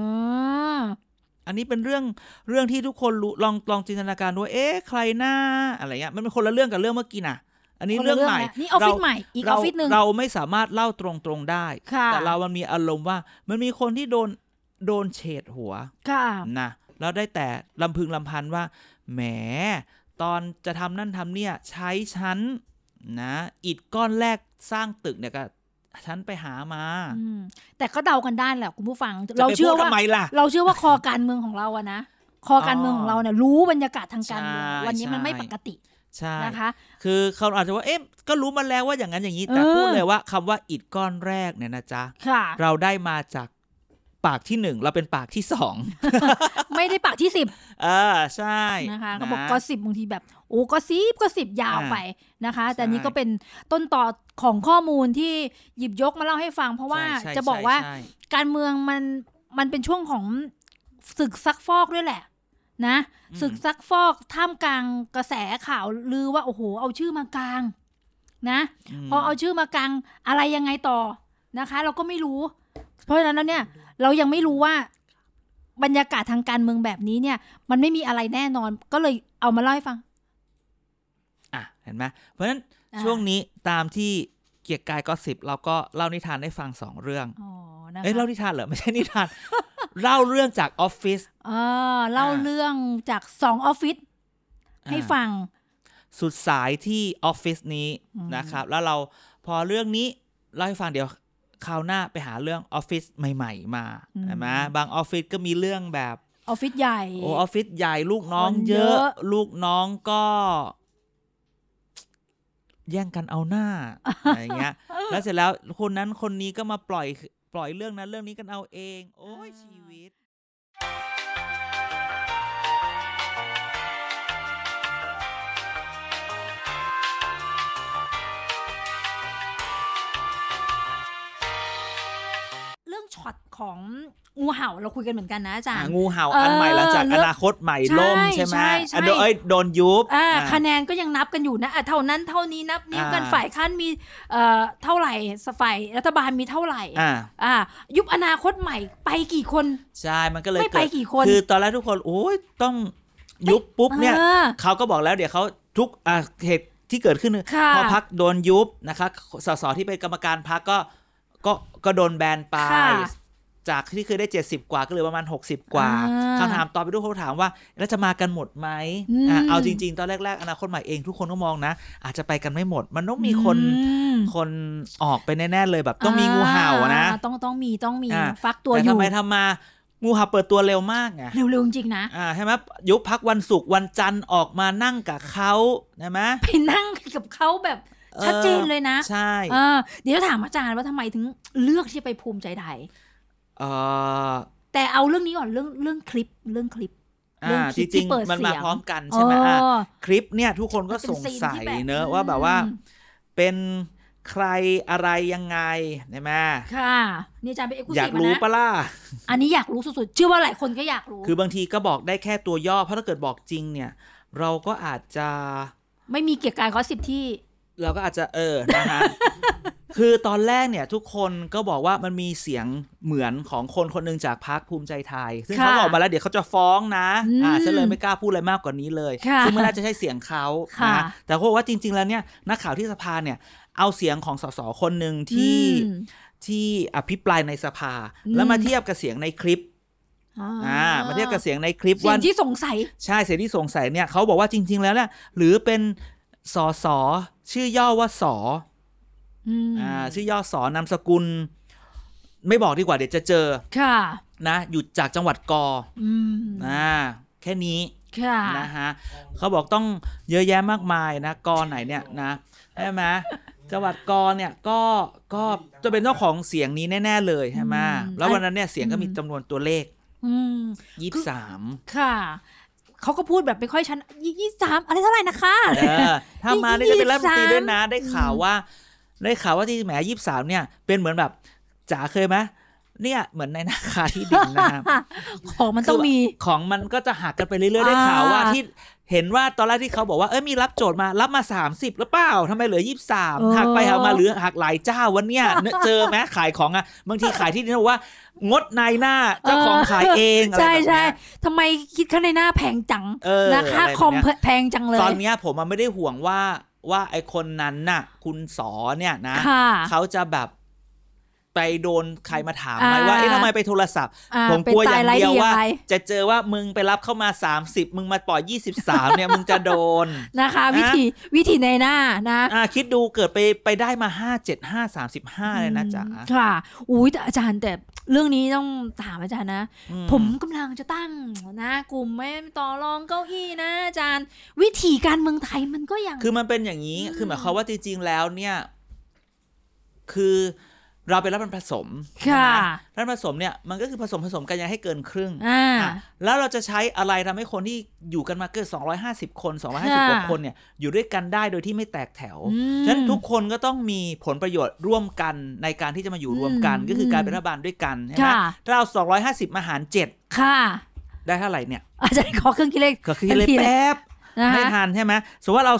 S1: อันนี้เป็นเรื่องเรื่องที่ทุกคนรู้ลองลองจินตนาการดูว่าเอ๊ะใครหน้าอะไรเงี้ยมันเป็นคนละเรื่องกับเรื่องเมื่อกี้นะอันนี้
S2: คนละ
S1: เรื่องใหม่
S2: ละนี่ออฟฟิศ
S1: เรา
S2: ใหม่อีกอ
S1: เรา
S2: อฟฟิศหนึ่ง
S1: เราไม่สามารถเล่าตรงๆได้
S2: ค่ะ
S1: แต่เรามันมีอารมณ์ว่ามันมีคนที่โดนโดนเฉดหัว
S2: ค่ะ
S1: นะแล้วได้แต่ลำพึงลำพันว่าแหมตอนจะทำนั่นทำเนี่ยใช้ชั้นนะอิฐก้อนแรกสร้างตึกเนี่ยก็ฉันไปหามา
S2: อืมแต่ก็เดากันได้แหละคุณผู้ฟัง
S1: จะ
S2: เรา
S1: ไป
S2: เชื่อ
S1: พูด
S2: ว่า
S1: ทำไมล่ะ
S2: เราเชื่อว่าคอการเมืองของเราอะนะ คอการเมืองของเราเนี่ยรู้บรรยากาศทางการเมือง
S1: ใช่
S2: วันนี้มัน
S1: ใช่
S2: ไม่ปกติ
S1: ใช่
S2: นะคะ
S1: คือเขาอาจจะว่าเอ๊ะก็รู้มาแล้วว่าอย่างนั้นอย่างนี้แต่
S2: เออ
S1: พูดเลยว่าคำว่าอิฐก้อนแรกเนี่ยนะจ๊ะ
S2: ค่ะ
S1: เราได้มาจากปากที่หนึ่งเราเป็นปากที่สอง
S2: ไม่ได้ปากที่สิบ
S1: เออใช่
S2: นะคะก็บอก
S1: นะ
S2: ก็สิบบางทีแบบโอ้ก็สิบก็สิบยาว
S1: อ่า
S2: ไปนะคะ แต่
S1: ใช่
S2: นี่ก็เป็นต้นต่อของข้อมูลที่หยิบยกมาเล่าให้ฟัง เพราะว่า
S1: ใช่
S2: จะบอกว่า
S1: ใช่ใช่
S2: การเมืองมันมันเป็นช่วงของศึกซักฟอกด้วยแหละ นะศึกซักฟอกท่ามกลางกระแสข่าวลือว่าโอ้โหเอาชื่อมากลางนะ
S1: ม
S2: พอเอาชื่อมากลางอะไรยังไงต่อนะคะ เราก็ไม่รู้ เพราะฉะนั้นแล้วเนี่ย เรายังไม่รู้ว่า บรรยากาศทางการเมืองแบบนี้เนี่ย มันไม่มีอะไรแน่นอน ก็เลยเอามาเล่าให้ฟัง
S1: อ่ะเห็นไหมเพราะฉะนั้น
S2: อ่า
S1: ช่วงนี้ตามที่เกียรติกายก็สิบเราก็เล่านิทานให้ฟังสองเรื่อง
S2: อ๋อนะคะ
S1: เอ้ยเล่านิทานเหรอไม่ใช่นิทาน เล่าเรื่องจากออฟฟิศ
S2: เออเล่า
S1: อ่า
S2: เรื่องจากสองออฟฟิศให้
S1: อ่า
S2: ฟัง
S1: สุดสายที่ออฟฟิศนี้
S2: อืม
S1: นะครับ แล้วเราพอเรื่องนี้เล่าให้ฟังเดี๋ยวคราวหน้าไปหาเรื่องออฟฟิศใหม่ ๆ มาใช่ไหมบางออฟฟิศก็มีเรื่องแบบ
S2: ออฟฟิศใหญ่
S1: โอ้ออฟฟิศใหญ่ลูกน้อง
S2: คน
S1: เย
S2: เย
S1: อะ
S2: อะ
S1: ลูกน้องก็ แย่งกันเอาห น้า อะไรอย่างเงี้ย แล้วเสร็จแล้วคนนั้นคนนี้ก็มาปล่อยปล่อยเรื่องนั้นเรื่องนี้กันเอาเอง โอ้ยชีวิต
S2: เรื่องช็อตของงูเห่าเราคุยกันเหมือนกันนะอาจารย์
S1: อ่ะงูเห่าอันใหม่หลังจาก
S2: เออ
S1: อ
S2: เลิก
S1: นาคตใหม่
S2: ใช่
S1: ล่มใช่ไหม
S2: ใช่ใช่
S1: อ่ะโดนเอ้ยโดนยุบ
S2: อ่า
S1: อ่ะ
S2: คะแนนก็ยังนับกันอยู่นะอ่ะเท่านั้นเท่านี้นับนิ้วกัน
S1: อ่า
S2: ฝ่ายค้านมีเอ่อเท่าไหร่ฝ่ายรัฐบาลมีเท่าไหร่
S1: อ่ะ
S2: อ่า ยุบอนาคตใหม่ไปกี่คน
S1: ใช่มันก็เลย
S2: ไม่ไป
S1: เกิด
S2: กี่คน
S1: คือตอนแรกทุกคนโอ้ยต้องยุบปุ๊บเนี่ย
S2: ออ
S1: เขาก็บอกแล้วเดี๋ยวเขาทุกอ่ะเหตุที่เกิดขึ้น
S2: ค่ะ
S1: พอพักโดนยุบนะคะสสที่เป็นกรรมการพักก็ก็ก็โดนแบนไป
S2: ค่ะ
S1: จากที่เคยได้ 70 กว่าก็เหลือประมาณ 60 กว่า
S2: อ่า
S1: คำถามต่อไปด้วยเขาถามว่า แล้วจะมากันหมดไหม
S2: อืม
S1: อ่ะเอาจริง ๆ ตอนแรก ๆ อนาคตใหม่เองทุกคนก็มองนะ อาจจะไปกันไม่หมด มันต้องมีคน
S2: อืม
S1: คนออกไปแน่ ๆ เลยแบบต้องมีงูเห่าอะนะ
S2: อ่ต้องต้องมีต้องมี
S1: อ่า
S2: ฟักตัว
S1: แต่
S2: อยู่
S1: ทำไมทำมางูเห่าเปิดตัวเร็วมากไง
S2: เร็วๆจริงๆนะ
S1: อ่าใช่ไหมยุบพักวันศุกร์วันจันทร์ออกมานั่งกับเขาใช่ไหม
S2: ไปนั่งกับเขาแบบชัดเจนเลยนะ
S1: ใช่
S2: เออเดี๋ยวถามอาจารย์ว่าทำไมถึงเลือกที่จะไปภูมิใจไทย
S1: เอ่อ
S2: แต่เอาเรื่องนี้ก่อนเรื่องเรื่องคลิปเรื่องคลิป เรื่
S1: อ่า
S2: อง
S1: จ
S2: คลิป
S1: ริง
S2: ที่เปิด
S1: ๆมันมา
S2: เสียง
S1: พร้อมกันใช่ไหมอ่ะ
S2: เออ
S1: คลิปเนี่ยทุกคนก็สงสัยเนอะว่าแบบว่าเป็นใครอะไรยังไงใช่ไหม
S2: ค่ะ นี่อาจารย์เป็นเอ็กซ์คลู
S1: อยา
S2: ซี
S1: ก
S2: ฟ
S1: รู้
S2: นะ
S1: ปะล่ะ
S2: อันนี้อยากรู้สุดๆเชื่อว่าหลายคนก็อยากรู้
S1: คือบางทีก็บอกได้แค่ตัวย่อ เพราะถ้าเกิดบอกจริงเนี่ย เราก็อาจจะ
S2: ไม่มีเกียรติกายขอสิบที่
S1: เราก็อาจจะเออนะ ฮะ คือตอนแรกเนี่ย ทุกคนก็บอกว่ามันมีเสียงเหมือนของคนคนหนึ่งจากพรรคภูมิใจไทย ซึ่ง
S2: ค่ะ
S1: เขาบอกมาแล้วเดี๋ยวเขาจะฟ้องนะ อ่า
S2: อืม
S1: ฉันเลยไม่กล้าพูดอะไรมากกว่านี้เลย
S2: ค่ะ
S1: ซึ่งไม่น่าจะใช่เสียงเขา
S2: ค่ะ
S1: นะแต่เขาบอกว่าจริง ๆ แล้วเนี่ยนักข่าวที่สภาเนี่ย เอาเสียงของสสคนหนึ่งที่ที่อภิปรายในสภา
S2: อืม
S1: แล้วมาเทียบกับเสียงในคลิปอ่ามาเทียบกับเสียงในคลิป
S2: สิ่
S1: ว่า
S2: งที่สงสัย
S1: ใช่เสรีสงสัยเนี่ยเขาบอกว่าจริง ๆ แล้วเนี่ยหรือเป็นสอสอชื่อย่อว่าสอ
S2: อืม
S1: อ่าชื่อย่อสอนามสกุล ไม่บอกดีกว่าเดี๋ยวจะเจอ
S2: ค่ะ
S1: นะอยู่จากจังหวัดกอ
S2: อืม
S1: อ่าแค่นี้
S2: ค่ะ
S1: นะฮะเขาบอกต้องเยอะแยะมากมายนะกอไหนเนี่ยนะใช่ไหมจังหวัดกอเนี่ยก็ก็จะเป็นเจ้าของเสียงนี้แน่ ๆ เลยใช่ไหมแล้ววันนั้นเนี่ยเสียงก็มีจำนวนตัวเลข
S2: อืม
S1: ยี่สิบสาม
S2: ค่ะเขาก็พูดแบบไม่ค่อยชันยี่สามอะไรเท่าไหร่นะคะ
S1: เออถ้ามาได้จะเป็นรัฐมนตรีด้วยนะ นะได้ข่าว
S2: อืม
S1: ว่าได้ข่าวว่าที่แหมยี่สามเนี่ย เป็นเหมือนแบบจ๋าเคยไหมเนี่ยเหมือนในนาคาที่ดินนะครับ
S2: ของมันต้องมี
S1: ของมันก็จะหักกันไปเรื่อยๆได้ข่าวว่า
S2: อ่า
S1: ที่ เห็นว่าตอนแรกที่เขาบอกว่าเอ้ยมีรับโจทย์มารับมา 30หรือเปล่าทำไมเหลือ
S2: เออ
S1: 23หักไปหักมาเหลือหักหลายเจ้าวันเนี้ย เนอะเจอไหมขายของอ่ะบางทีขายที่นี่บอกว่า งดนายหน้าเจ้าของขายเองอะไร
S2: ใช่
S1: แบบ
S2: ใช่
S1: เนี้ย
S2: ทำไมคิดค่าในหน้าแพงจัง
S1: เออ
S2: นะคะ
S1: อะไรแบบเนี้ย
S2: คอมแพงจังเลย
S1: ตอนเนี้ยผมมันไม่ได้ห่วงว่าว่าไอคนนั้นน่ะ คุณสอเนี่ยนะ
S2: ค่ะ
S1: เขาจะแบบไปโดนใครมาถามไหม
S2: อ่า
S1: ว่าเอ๊ะทำไมไปโทรศัพท์
S2: อ่า
S1: ผม
S2: เป็น
S1: กลัวอ
S2: ตา
S1: ย่าย ง
S2: ไร้
S1: เดียว
S2: ดี
S1: ว่า
S2: อะไร
S1: จะเจอว่ามึงไปรับเข้ามา 30 มึงมาปล่อย 23 เนี่ย มึงจะโดน
S2: นะคะ
S1: อ่ะ
S2: วิธีวิธีในหน้านะ
S1: อ่าคิดดูเกิดไปไปได้มา 5 7 5 35 เลยนะจ๊ะ
S2: อืมค่ะอุ้ยแต่อาจารย์แต่เรื่องนี้ต้องถามอาจารย์นะ
S1: อื
S2: ผมกำลังจะตั้งนะกลุ่มไม่ต่อรองเก้าอี้นะอาจารย์ วิธีการเมืองไทยมันก็ยัง
S1: คือมันเป็นอย่างนี้
S2: อืม
S1: คือหมายความว่าจริงๆแล้วเนี่ย คือเราไปรับมันผสม
S2: ค่ะ
S1: นรัฐผสมเนี่ยมันก็คือผสมผสมกันยังให้เกินครึ่ง
S2: อ่า
S1: อ่ะแล้วเราจะใช้อะไรทำให้คนที่อยู่กันมาเกิด 250 คน 250กว่าคนเนี่ยอยู่ด้วยกันได้โดยที่ไม่แตกแถว
S2: อืม
S1: ฉะนั้นทุกคนก็ต้องมีผลประโยชน์ร่วมกันในการที่จะมาอยู่รวมกัน
S2: อืม
S1: ก็คือการเป็นรัฐบาลด้วยกันใช่ไหม
S2: ค่ะ
S1: ถ้าเรา 250 มาหาร 7
S2: ค่ะ
S1: ได้เท่าไหร่เนี่ย
S2: อาจารย์ขอเครื่องคิดเลข
S1: ก็คือเลย
S2: ทันทีเลย
S1: แป๊บ
S2: นะ
S1: ไม่
S2: คะ
S1: ทันใช่ไหมสมมติว่าเรา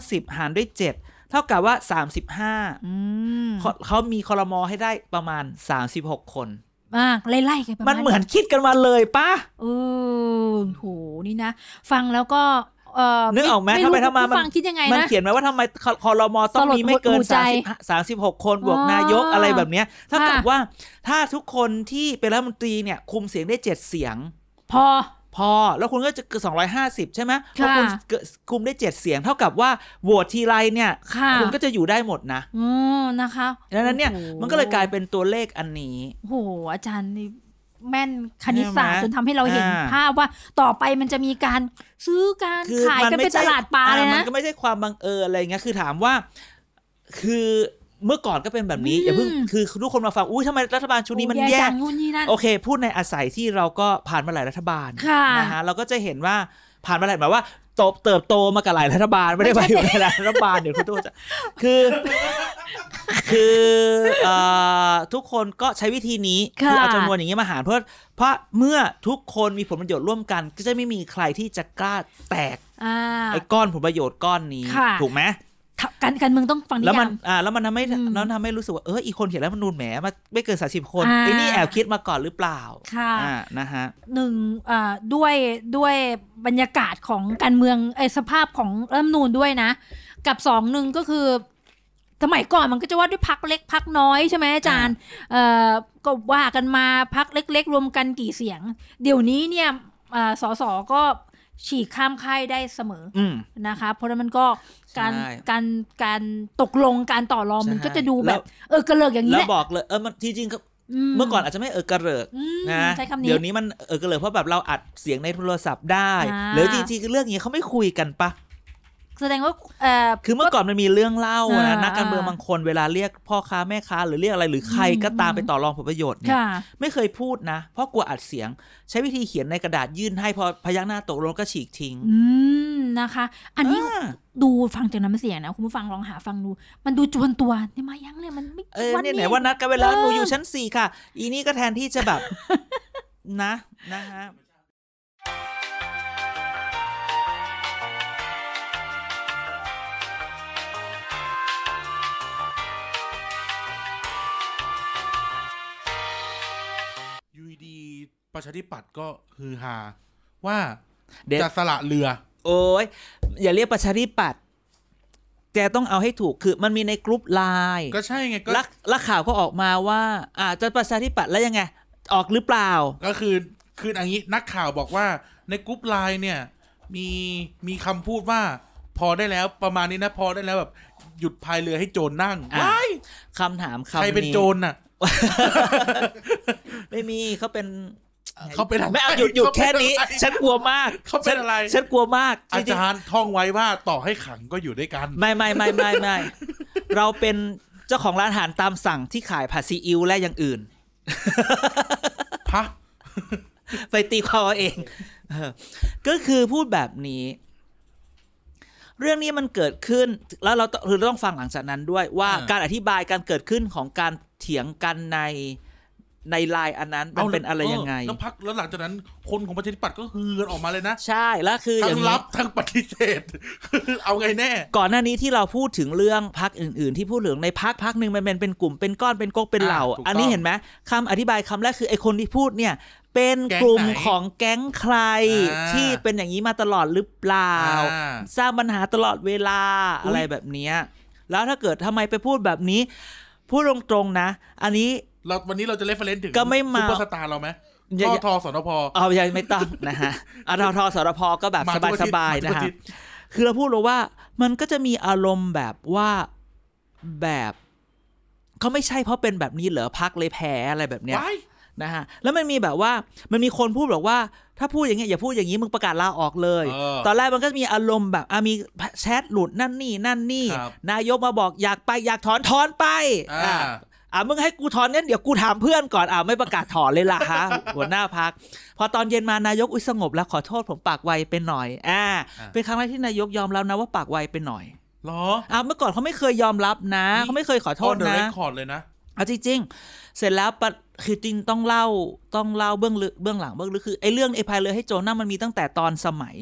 S1: 250 หารด้วย 7 เท่ากับว่า 35
S2: อืม
S1: เขาเขามีคอรมอให้ได้ประมาณ 36 คน
S2: อ่าไล่ๆกันประาณ
S1: มันเหมือนคิดกันมาเลยปะ
S2: เออโห นี่นะ ฟังแล้วก็เออ
S1: นึกออกไหม
S2: รู้
S1: ทำไมทำมามัน
S2: ผู้ฟังคิดยังไง
S1: มัน
S2: นะ
S1: เขียนไว้ว่าทำไมคคอรมอต้องมีไม่เกิ
S2: ส
S1: น
S2: ลดหดหูใจ
S1: 30 36 คนบวก
S2: อ๋อน
S1: ายกอะไรแบบเนี้ยเท่ากับ
S2: ค่ะ
S1: ว่าถ้าทุกคนที่เป็นรัฐมนตรีเนี่ยคุมเสียงได้ 7 เสียง
S2: พอ
S1: พอแล้วคุณก็จะเกือบ250 ใช่ไหม
S2: ค่ะ
S1: พอคุณเกิดคุมได้ 7 เสียง เท่ากับว่าโหวตทีไรเนี่ย
S2: ค่ะ
S1: คุณก็จะอยู่ได้หมดนะ
S2: อืมนะคะ
S1: ดังนั้นเนี่ย
S2: โอ้โห
S1: มันก็เลยกลายเป็นตัวเลขอันนี้
S2: โอ้โห อาจารย์นี่แม่นคณิตศาสตร์
S1: ใช่ไหม
S2: จนทำให้เราเห็น
S1: อ่า
S2: ภาพว่าต่อไปมันจะมีการซื้อการ
S1: คือ
S2: ขาย
S1: มั
S2: กันเป็น
S1: ใช่
S2: ตลาดปลา
S1: อ่
S2: เลย
S1: มั
S2: นะ
S1: ก็ไม่ใช่ความบังเอิญอะไรเงี้ย คือถามว่า คือเมื่อก่อนก็เป็นแบบนี้ อย่าเพิ่ง
S2: อืม
S1: คือทุกคนมาฟัง อุ้ยทำไมรัฐบาลชุดนี้มัน
S2: โอ้
S1: แย่
S2: จังนู่นนี่นั่น
S1: โอเค พูดในอาศัยที่เราก็ผ่านมาหลายรัฐบาล
S2: ค่ะ
S1: นะฮะเราก็จะเห็นว่าผ่านมาหลายแบบว่าโตเติบโตมากับหลายรัฐ บาลไม่ได้
S2: ไม่
S1: มาอ
S2: ใช่
S1: ยู่ในหลายรัฐบาลเดี๋ยวคุณตู้จะคือ คือเอ่อทุกคนก็ใช้วิธีนี้
S2: ค่ะ
S1: เอาจำนวนอย่างนี้มาหารเพื่อเพราะเมื่อทุกคนมีผลประโยชน์ร่วมกัน ก็จะไม่มีใครที่จะกล้าแตก
S2: อ่า
S1: ไอ้ก้อนผลประโยชน์ก้อนนี้
S2: ค่ะ
S1: ถูกไหม
S2: การการเมืองต้องฟังนิ
S1: แล้วมั
S2: ยาน ม
S1: อ่าแล้วมันทำให้
S2: อืม
S1: แล้วทำให้รู้สึกว่าเอออีคนเขียนรัฐธรรมนูญแหมมาไม่เกินสาสิบคน
S2: อ่า
S1: ไอ้นี่แอบคิดมาก่อนหรือเปล่า
S2: ค่ะ
S1: อ่านะฮะ
S2: หนึ่งอ่าด้วยด้วยบรรยากาศของการเมืองเอยสภาพของรัฐธรรมนูนด้วยนะ กับสองหนึ่งก็คือ สมัยก่อนมันก็จะว่าด้วยพักเล็กพักน้อยใช่ไหมอาจารย์เอ่อก็ว่ากันมาพักเล็ก ๆ รวมกันกี่เสียง เดี๋ยวนี้เนี่ยอ่าสสก็ฉีกข้ามค่ายได้เสมอ
S1: อืม
S2: นะคะ เพราะฉะนั้นมันก็การ
S1: ใช่
S2: การการตกลงการต่อรองมันก็จะดูแบบ
S1: ใช่
S2: เออกระเลิกอย่างนี้
S1: แล้ว
S2: แห
S1: แล้
S2: ละ
S1: วบอกเลยเออมันที่จริงก็เมื่อก่อนอาจจะไม่เออกระเริก
S2: อืม
S1: นะ
S2: ใช้คำนี้
S1: เดี๋ยวนี้มันเออกระเริกเพราะแบบเราอัดเสียงในโทรศัพท์ได้
S2: อ่า
S1: หรือจริงๆเรื่องนี้เขาไม่คุยกันปะ
S2: แสดงว่าเอ่อ
S1: คือเมื่อก่อนมันมีเรื่องเล่า
S2: อ่า
S1: นะนักการเมืองบางคนเวลาเรียกพ่อค้าแม่ค้าหรือเรียกอะไรหรือใครก็ตาม
S2: อืม
S1: ไปต่อรองผลประโยชน์เนี่ย
S2: ค่ะ
S1: ไม่เคยพูดนะ เพราะกลัวอัดเสียง ใช้วิธีเขียนในกระดาษยื่นให้พอพยักหน้าตกลงก็ฉีกทิ้ง
S2: อืมนะคะ อันนี้
S1: า
S2: ดูฟังจากน้ำเสียงนะ คุณผู้ฟังลองหาฟังดู มันดูจวนตัวเนี่ยมายังเนี่ยมันไม่
S1: เออ
S2: วั
S1: เนี่ยไหน
S2: นี้
S1: ว่านัดกันเวแลา
S2: เออ
S1: หนูอยู่ชั้นสี่ค่ะ อีนี่ก็แทนที่จะแบบ นะนะฮะ
S3: อยูดีๆประชาธิปัตย์ก็ฮือฮาว่า
S1: เด็ด
S3: จะสละเรือ
S1: โอ้ยอย่าเรียกประชาธิปัตย์แกต้องเอาให้ถูกคือมันมีในกรุ๊ปไลน์
S3: ก็ใช่ไงก็
S1: ลักลักข่าวก็ออกมาว่า อาจะประชาธิปัตย์แล้วยังไง ออกหรือเปล่า
S3: ก็คือคืออย่างนี้นักข่าวบอกว่าในกรุ๊ปไลน์เนี่ย มีมีคำพูดว่า พอได้แล้วประมาณนี้นะพอได้แล้วแบบ หยุดพายเรือให้โจรนั่ง
S1: อ่ะ
S3: ว้าย
S1: คำถามคำนี้
S3: ใครเป็นโจรน่ะ
S1: ไม่มีเขาเป็น
S3: เขาเป็นอะไร
S1: ไม่เอาหยุดหยุดแค่นี้
S3: เขาเป็นอะไร
S1: ฉันกลัวมาก
S3: เขาเป็นอะไร
S1: ฉันฉันกลัวมาก
S3: อา
S1: จริง
S3: จารย์ท่องไว้ว่าต่อให้ขังก็อยู่ด้วยกัน
S1: ๆไม่ไม่ไม่ไม่ไม่ เราเป็นเจ้าของร้านอาหารตามสั่งที่ขายผัดซีอิ๊วและอย่างอื่น
S3: พะ
S1: ไปตีความเอาเองเออก็คือพูดแบบนี้ เรื่องนี้มันเกิดขึ้น แล้วเราต้องคือเราต้องฟังหลังจากนั้นด้วยว่า
S3: อ่า
S1: การอธิบายการเกิดขึ้นของการเถียงกันใน ในไลน์อันนั้นมันเป็นอะไรยังไง
S3: แล้วพักแล้วหลังจากนั้นคนของประชาธิปัตย์ก็ฮือกันออกมาเลยนะ
S1: ใช่แล้วคืออ
S3: ทั้
S1: ย่าง ง
S3: รั
S1: นี้
S3: บทั้งปฏิเสธ เอาไงแน่
S1: ก่อนหน้านี้ที่เราพูดถึงเรื่องพักอื่น ๆ ที่พูดถึงในพักพักหนึ่งมันเป็นเป็นกลุ่มเป็นก้อนเป็นก๊กเป็นเหล่า
S3: อ่าถูกต้อง
S1: อันนี้เห็นไหมคำอธิบายคำแรกคือไอคนที่พูดเนี่ย เป็นกลุ่ม
S3: แก๊งไหน
S1: ของแก๊งใคร
S3: อ่า
S1: ที่เป็นอย่างนี้มาตลอดหรือเปล่า
S3: อ่า
S1: สร้างปัญหาตลอดเวลา
S3: อุ๊ย
S1: อะไรแบบเนี้ยแล้วถ้าเกิดทำไมไปพูดแบบนี้ พูดตรงๆนะ อันนี้
S3: เราวันนี้เราจะเลฟเฟรนถึง
S1: ก็ไม่มา
S3: ซุปเปอร์สตาร์เราไหม
S1: อย่า
S3: ทอ
S1: อย่า
S3: ทอสนพ
S1: เอาอย่างไม่ต้องนะ ฮะอาทอทอสรพก็แบบ
S3: มาทุกอาทิตย์
S1: สบายๆ
S3: มาทุก
S1: นะ
S3: อา
S1: ฮะ
S3: ทิตย์
S1: คือเราพูดเลยว่ามันก็จะมีอารมณ์แบบว่าแบบเขาไม่ใช่เพราะเป็นแบบนี้เหรอพักเลยแพ้อะไรแบบเนี้ย
S3: Why?
S1: นะฮะแล้วมันมีแบบว่ามันมีคนพูดบอกว่า ถ้าพูดอย่างเงี้ยอย่าพูดอย่างนี้มึงประกาศลาออกเลย
S3: เออ
S1: ตอนแรกมันก็มีอารมณ์แบบอ่ะมีแชทหลุดนั่นนี่นั่นนี่
S3: ครับ
S1: นายกมาบอกอยากไปอยากถอนถอนไป
S3: อ่า
S1: อ่ะ อ่ะมึงให้กูถอนงั้นเดี๋ยวกูถามเพื่อนก่อนอ่ะไม่ประกาศถอนเลยล่ะ ฮะ หัวหน้าพัก พอตอนเย็นมานายกอุ้ยสงบแล้วขอโทษผมปากไวไปหน่อยอ่า
S3: อ่ะ
S1: เป็นครั้งแรกที่นายกยอมรับนะว่าปากไวไปหน่อย
S3: เหรอ
S1: อ่ะเมื่อก่อนเขาไม่เคยยอมรับนะ
S3: นี่
S1: เขาไม่เคยขอโทษ
S3: เดอะ
S1: นะ
S3: เรคคอร์ดเลยนะ
S1: เอาจริงๆ เสร็จแล้วปะคือจริงต้องเล่าต้องเล่าเบื้องลึกเบื้องหลังเบื้องลึกคือไอ้เรื่องไอ้พายเรือให้โจรนั่นมันมีตั้งแต่ตอนสมัย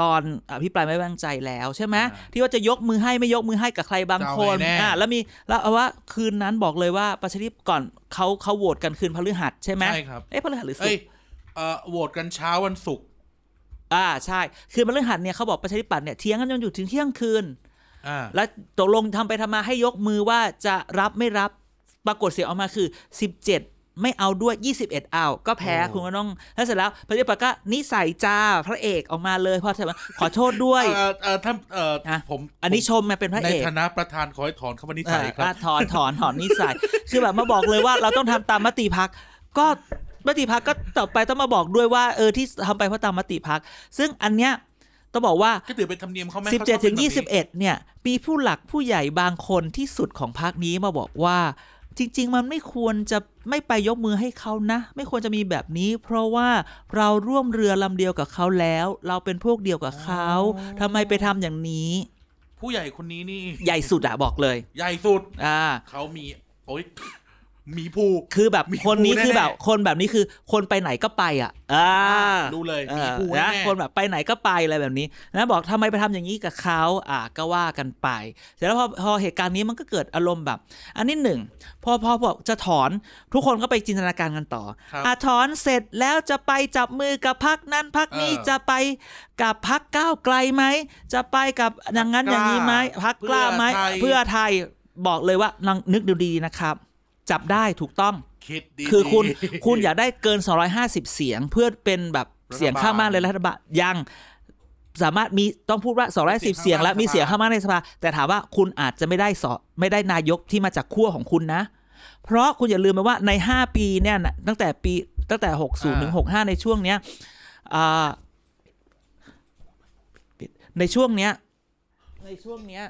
S1: ตอนอภิปรายไม่ไว้วางใจแล้วใช่ไหม
S3: อ่า
S1: ที่ว่าจะยกมือให้ไม่ยกมือให้กับใครบางคน
S3: จะเอาไงแน่
S1: อ่ะแล้วมีแล้วเอาว่าคืนนั้นบอกเลยว่าประชาธิปไตยก่อนเขาเขาโหวตกันคืนพฤหัสใช่ไหม
S3: ใช่ครับ
S1: เอ๊ะพฤหัสหรือศุ
S3: เอ้ย
S1: กร์
S3: เอ่อโหวตกันเช้าวันศุกร์
S1: อ่าใช่คืนพฤหัสเนี่ยเขาบอกประชาธิปัตย์เนี่ยเถียงกันจนอยู่ถึงเที่ยงคืน
S3: อ่า
S1: แล้วตกลงทำไปทำมาให้ยกมือว่าจะรับไม่รับปรากฏเสียงออกมาคือ 17 ไม่เอาด้วย 21 เอา ก็แพ้
S3: โอ้
S1: คุณก็ต้องแล้วเสร็จแล้วพระเจ้าปากก็นิสัยจ้าพระเอกออกมาเลยพอเสร็จมาขอโทษด้วย
S3: เอ่อเอ่อถ้าเอ่อ
S1: ฮะ
S3: ผม
S1: อันนี้ชมมาเป็นพระ
S3: ใน
S1: เอก
S3: ฐานะประธานขอให้ถอนคำว่านิสัยค
S1: อ่า
S3: รับ
S1: ถอนถอนถอนนิสัย คือแบบมาบอกเลยว่าเราต้องทำตามมติพัก ก็มติพักก็ต่อไปต้องมาบอกด้วยว่าเออที่ทำไปเพราะตามมติพัก ซึ่งอันเนี้ยต้องบอกว่า
S3: ก็ถือเป็นธรรมเนียมเขาไหม
S1: สิบเจ็ดถึงยี่สิบ
S3: เ
S1: เอ็ดเนี่ยปีผู้หลักผู้ใหญ่บางคนที่สุดของพักนี้มาบอกว่า จริง ๆ มันไม่ควรจะไม่ไปยกมือให้เขานะ ไม่ควรจะมีแบบนี้ เพราะว่าเราร่วมเรือลำเดียวกับเขาแล้ว เราเป็นพวกเดียวกับเขา
S3: อ๋อ
S1: ทำไมไปทำอย่างนี้
S3: ผู้ใหญ่คนนี้นี่
S1: ใหญ่สุดอะบอกเลย
S3: ใหญ่สุด
S1: อ่า
S3: เขามี โอ้ยหมีภู
S1: คือแบบ
S3: มี
S1: คนนี้
S3: ครูแน่ๆ
S1: คือแบบคนแบบนี้คือคนไปไหนก็ไปอะอ่า
S3: ดูเลย
S1: เอ
S3: หมี
S1: อ
S3: ภู
S1: นะ
S3: แน่ๆ
S1: คนแบบไปไหนก็ไปอะไรแบบนี้นะบอกทำไมไปทำอย่างนี้กับเขาอ่าก็ว่ากันไป เสร็จแล้วพอพอเหตุการณ์นี้มันก็เกิดอารมณ์แบบ อันนี้หนึ่งพอพอบอกจะถอนทุกคนก็ไปจินตนาการกันต่อ
S3: ครับ
S1: อ่ะถอนเสร็จแล้วจะไปจับมือกับพักนั้นพักนี้
S3: เออ
S1: จะไปกับพักก้าวไกลไหมจะไปกับอย่างนั้นอย่างนี้ไหมพักกล้าไหม
S3: เพื่อไทย
S1: เพื่อไทยบอกเลยว่านังนึกดูดีๆนะครับ จับได้ถูกต้อง
S3: คิดดีๆ
S1: คือคุณคุณอยากได้เกิน 250 เสียงเพื่อเป็นแบบเสียงข้างมากในรัฐบาลยังสามารถมีต้องพูดว่า210เสียงแล้วมีเสียงข้างมากในสภาแต่ถามว่าคุณอาจจะไม่ได้สอไม่ได้นายกที่มาจากขั้วของคุณนะ เพราะคุณอย่าลืมไปว่าใน 5 ปีเนี่ยนะตั้งแต่ปีตั้งแต่ 60ถึง65 ในช่วงเนี้ยอ่าปิดในช่วงเนี้ยในช่วงเนี้ย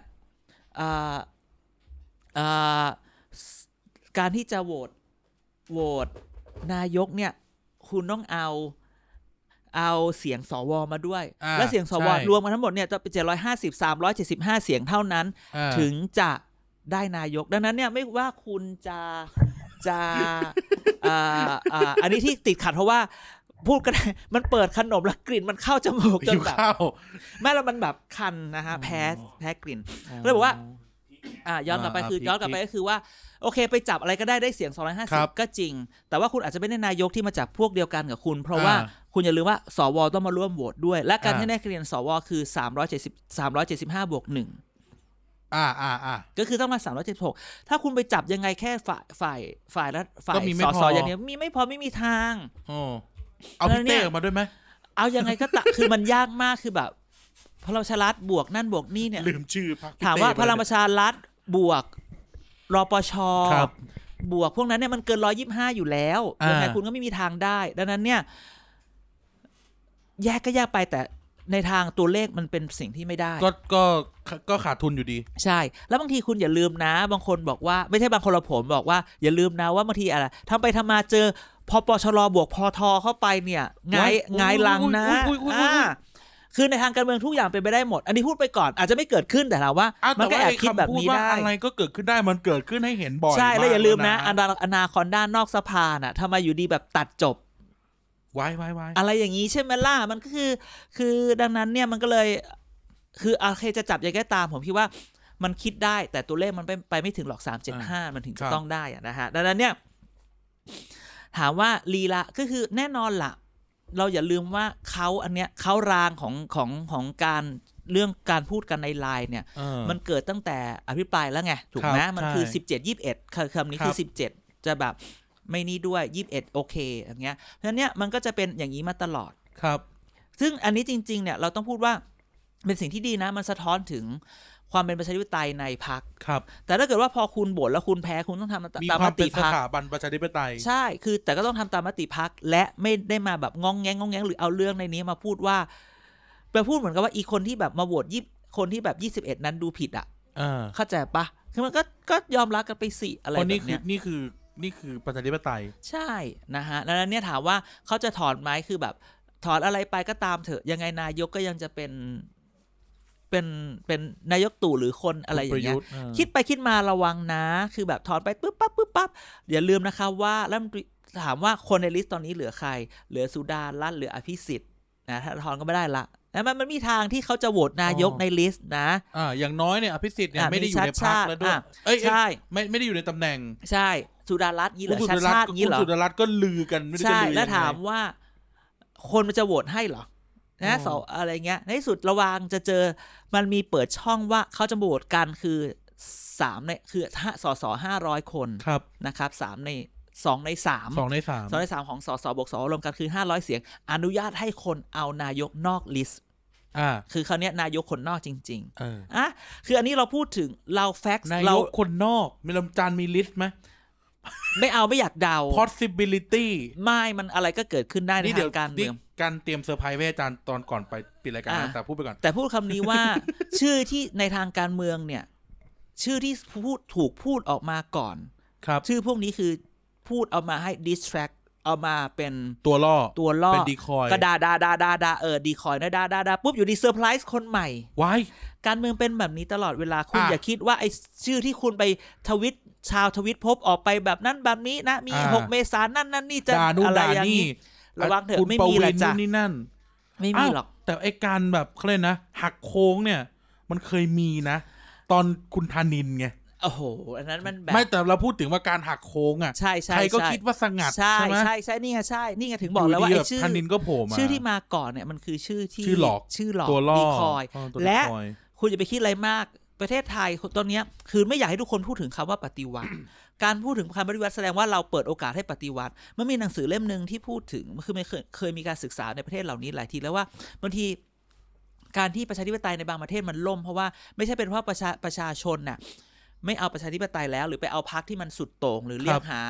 S1: อ่าอ่าสการที่จะโหวต โหวตนายกเนี่ย คุณต้องเอาเอาเสียงสวมาด้วย
S3: อ่า
S1: และเสียงสว
S3: ใช่
S1: รวมกันทั้งหมดเนี่ยจะเป็น750 375 เสียงเท่านั้น
S3: อ่า
S1: ถึงจะได้นายก ดังนั้นเนี่ยไม่ว่าคุณจะจะ อ่าอ่าอันนี้ที่ติดขัดเพราะว่าพูดกัน มันเปิดขนมแล้วกลิ่นมันเข้าจมูกจ
S3: อน ยู่
S1: แบบ
S3: ข้าว
S1: แม่แล้วมันแบบคันนะฮะแพ้
S3: อ๋อ
S1: แพ้กลิ่น ก็เลยบอกว่า อ่ะย้อนกลับไป
S3: อ่า
S1: คือ
S3: พลิก
S1: ย้อนกลับไปก็คือว่าโอเค ไปจับอะไรก็ได้ได้เสียง
S3: ครับ
S1: 250 ก็จริง แต่ว่าคุณอาจจะไม่ได้นายกที่มาจากพวกเดียวกันกับคุณ เพราะ
S3: อ่า
S1: ว่าคุณอย่าลืมว่าสวต้องมาร่วมโหวตด้วย และการ
S3: อ่า
S1: ที่ได้คะแนนสวคือ 370 375บวกหนึ่ง
S3: อ่าอ่าอ่า
S1: ก็คือต้องมา 376 ถ้าคุณไปจับยังไงแค่ฝ่ายฝ่ายฝ่ายรัฐฝ่าย
S3: ก็มีไม่
S1: ส
S3: พอ
S1: สอย่างเดียวมีไม่พอไม่มีทาง
S3: โอ้เอาพี่
S1: แล้วเนี่
S3: เต้
S1: ย
S3: ออกมาด้วยไหม
S1: เอายังไงก็ตะ คือมันยากมากคือแบบพลังประชารัฐบวกนั่นบวกนี่เนี่ย
S3: ลืมชื่อพรรคพี่
S1: ถาม
S3: เต้
S1: ว่า
S3: ไป
S1: พลังประชารัฐบวกรอปช
S3: ครับ
S1: บวกพวกนั้นเนี่ยมันเกินร้อยิบห้าอยู่แล้ว
S3: อ่ายั
S1: ยังไงคุณก็ไม่มีทางได้ ดังนั้นเนี่ย แยกก็แยกไปแต่ในทางตัวเลขมันเป็นสิ่งที่ไม่ได้
S3: ก็ก็ก็ขาดทุนอยู่ดี
S1: ใช่ แล้วบางทีคุณอย่าลืมนะ บางคนบอกว่าไม่ใช่บางคนละผมบอกว่า อย่าลืมนะว่าบางทีอะไรทำไปทำมาเจอพอปชรบวกพอทอเข้าไปเนี่ยไง
S3: ว้าย
S1: ไงายหลังนะ
S3: อุ๊ยอุ๊ยอุ๊ยอุ๊ยอุ๊ย
S1: อ่า คือในทางการเมืองทุกอย่างเป็นไปได้หมด อันนี้พูดไปก่อนอาจจะไม่เกิดขึ้นแต่ถามว่า
S3: อ่ะ
S1: มัน
S3: แต่
S1: ก็
S3: ว่า
S1: แอบ
S3: ไอ้
S1: คิดแบบ
S3: คำพูด
S1: นี้
S3: ว่า
S1: ได้
S3: อะไรก็เกิดขึ้นได้มันเกิดขึ้นให้เห็นบ่อย
S1: ใช่แล้วอย่าลืมนะ
S3: ก
S1: อนาอนาคอนด้านอกสภาน่ะทำไมอยู่ดีแบบตัดจบ
S3: ไว้ไว้ไว้
S1: อะไรอย่างนี้ใช่ไหมล่ะมันก็คือ คือดังนั้นเนี่ยมันก็เลย คือโอเคจะจับยังไงก็ตาม ผมคิดว่ามันคิดได้แต่ตัวเลขมันไปไปไม่ถึงหรอกสามเจ็ดห้ามันถึงจะต้องได้อะนะฮะดังนั้นเนี่ย ถามว่าลีละก็คือแน่นอนละเราอย่าลืมว่าเขาอันเนี้ยเขารางของของของการเรื่องการพูดกันในไลน์เนี่ย
S3: เออ
S1: มันเกิดตั้งแต่อภิปรายแล้วไง ถูกไหม
S3: ครับ
S1: มันคือ
S3: ใช่
S1: สิบเจ็ดยี่บเอ็ดคำนี้คือ
S3: ครับ
S1: สิบเจ็ดจะแบบไม่นี่ด้วยยี่บเอ็ดโอเคอย่างเงี้ยเพราะฉะนั้นเนี่ยมันก็จะเป็นอย่างนี้มาตลอด
S3: ครับ
S1: ซึ่งอันนี้จริง ๆ เนี่ยเราต้องพูดว่าเป็นสิ่งที่ดีนะ มันสะท้อนถึงความเป็นประชาธิปไตยในพัก
S3: ครับ
S1: แต่ถ้าเกิดว่าพอคุณโบวแล้วคุณแพ้คุณต้องทำ
S3: มี
S1: ตาม
S3: ความ มเป็
S1: ติ
S3: นส
S1: พัก
S3: ถาบันประชาธิปไตย
S1: ใช่คือแต่ก็ต้องทำตามมติพักและไม่ได้มาแบบงองแงงงองแงงหรือเอาเรื่องในนี้มาพูดว่าไปพูดเหมือนกับว่าอีคนที่แบบมาโหวตยี่คนที่แบบยี่สิบเอ็ดนั้นดูผิดอ่ะ
S3: เออ
S1: เข้าใจปะคือมันก็ก็ยอมรับกันไปสิอะไร
S3: ค
S1: แบ
S3: นนี้
S1: บ
S3: คื
S1: เนี้
S3: อย นี่คือนี่คือประชาธิปไตย
S1: ใช่นะฮะดังนั้นเนี่ยถามว่าเขาจะถอนไหมคือแบบ ถอนอะไรไปก็ตามเถอะ ยังไงนายกก็ยังจะเป็น เป็นเป็นนายกตู่หรือคนอะไรอย่างเงี้ย คิดไปคิดมาระวังนะ คือแบบถอนไปปุ๊บปั๊บปุ๊บปั๊บอย่าลืมนะคะว่ารัฐมนตรีถามว่าคนในลิสต์ตอนนี้เหลือใคร เหลือสุดารัตน์เหลืออภิสิทธิ์นะถ้าถอนก็ไม่ได้ละนะมันมันมีทางที่เขาจะโหวตนายก
S3: อ๋อ
S1: ในลิสต์นะ
S3: อ่าอย่างน้อยเนี่ยอภิสิทธิ์เนี่ย
S1: อ่ะ
S3: ไม่ได้อยู่ใน
S1: มี
S3: พรร
S1: ชาติชา
S3: ค
S1: ติ
S3: แล้วด้วย
S1: อ่ะ
S3: เอ้ยเอ้ย
S1: ใช่
S3: ไม่ไม่ได้อยู่ในตำแหน่ง
S1: ใช่ สุดารัตน์นี่เหรอ
S3: คุณ
S1: ชา
S3: สุ
S1: ติ
S3: ดารั
S1: ชา
S3: ต
S1: ติ
S3: น์
S1: นี่เหรอ
S3: คุณสุดารัตน์ก็ลือกันไม่รู้จะ
S1: ใช่
S3: ลือยังไง
S1: แล้วถามว่าคนมันจะโหวตให้เหรอนะ
S3: อืม
S1: สออะไรเงี้ย ในที่สุดระวังจะเจอมันมีเปิดช่องว่าเขาจะโหวตกันคือสามในคือห้าสอสอห้าร้อยคน
S3: ครับ
S1: นะครับสามในสองในสาม
S3: สองในสาม
S1: สองในสามของสอสอบวกสอรวมกันคือห้าร้อยเสียง อนุญาตให้คนเอานายกนอกลิสต์
S3: อ่า
S1: คือเขาวเนี้ยนายกคนนอกจริง
S3: เออ
S1: ๆอ่ะคืออันนี้เราพูดถึงเราแฟกซ์
S3: นา
S1: เรา
S3: ยกคนนอกมีลำจานมีลิสต์ไหม
S1: ไม่เอาไม่อยากเดา
S3: possibility
S1: ไม่มันอะไรก็เกิดขึ้นได้ในทางการเมื
S3: นี่
S1: อง
S3: การเตรียมเซอร์ไพรส์ไว้อาจารย์ตอนก่อนไปปิดรายการนะ
S1: อ่ะ
S3: แต่พูดไปก่อน
S1: แต่พูดคำนี้ว่า ชื่อที่ในทางการเมืองเนี่ย ชื่อที่พูดถูกพูดออกมาก่อน
S3: ครับ
S1: ชื่อพวกนี้คือพูดเอามาให้ distract เอามาเป็น
S3: ตัวล่อ
S1: ตัวล่อ
S3: เป็น decoy
S1: ก็ดาดาดาดาดาเออดีคอยนะดาดาดาปุ๊บอยู่ดีเซอร์ไพรส์คนใหม่
S3: ไว้
S1: การเมืองเป็นแบบนี้ตลอดเวลาคุณ
S3: อ่ะ
S1: อย่าคิดว่าไอ้ชื่อที่คุณไปทวิตชาวทวิตพบออกไปแบบนั้นแบบนี้นะ มี
S3: อ่า
S1: หกเมษายนนั่นนั่นนี่จะ
S3: ด่านู่น
S1: อะไร
S3: ด่า
S1: อย่าง
S3: นี่
S1: นี้ระวังเถอะ
S3: คุณ
S1: ไม่
S3: ป
S1: มี
S3: วิ
S1: หร
S3: น
S1: อกจ้ะ
S3: นู่นนี่นั่น
S1: ไม่มีหรอก
S3: าวแต่ไอการแบบเขาเรียกนะ หักโค้งเนี่ย มันเคยมีนะ ตอนคุณธานินไง
S1: โอ้โห อันนั้นมันแบบ
S3: ไม่แต่เราพูดถึงว่าการหักโค้งอ่ะ
S1: ใช่ใช่
S3: ใครก็
S1: ใช่
S3: คิดว่าสงัด
S1: ใช่
S3: ใช่ไหม
S1: ใช่ใช่นี่ไงใช่ นี่ไงถึงบอกแล้วว่า
S3: ยู่
S1: ไอ้
S3: ดีๆ
S1: ชื่อ
S3: ธานินก็โผล่มา
S1: ชื่อที่มาก่อนเนี่ยมันคือชื่อที่
S3: ชื่อหลอก
S1: ชื่อหลอก
S3: ตัวล่อ
S1: ดีคอย
S3: เออตัว
S1: และ
S3: decoy
S1: คุณจะไปคิดอะไรมาก ประเทศไทยตอนเนี้ยคือไม่อยากให้ทุกคนพูดถึงคำว่าปฏิวัติ การพูดถึงคำปฏิวัติแสดงว่าเราเปิดโอกาสให้ปฏิวัติมันมีหนังสือเล่มหนึ่งที่พูดถึงคือมันเคยเคยมีการศึกษาในประเทศเหล่านี้หลายทีแล้วว่าบางที การที่ประชาธิปไตยในบางประเทศมันล่มเพราะว่าไม่ใช่เป็นเพราะประชาประชาชนน่ะไม่เอาประชาธิปไตยแล้ว หรือไปเอาพรรคที่มันสุดโต่งหรือเรีย
S3: ครั
S1: ก
S3: บ
S1: หา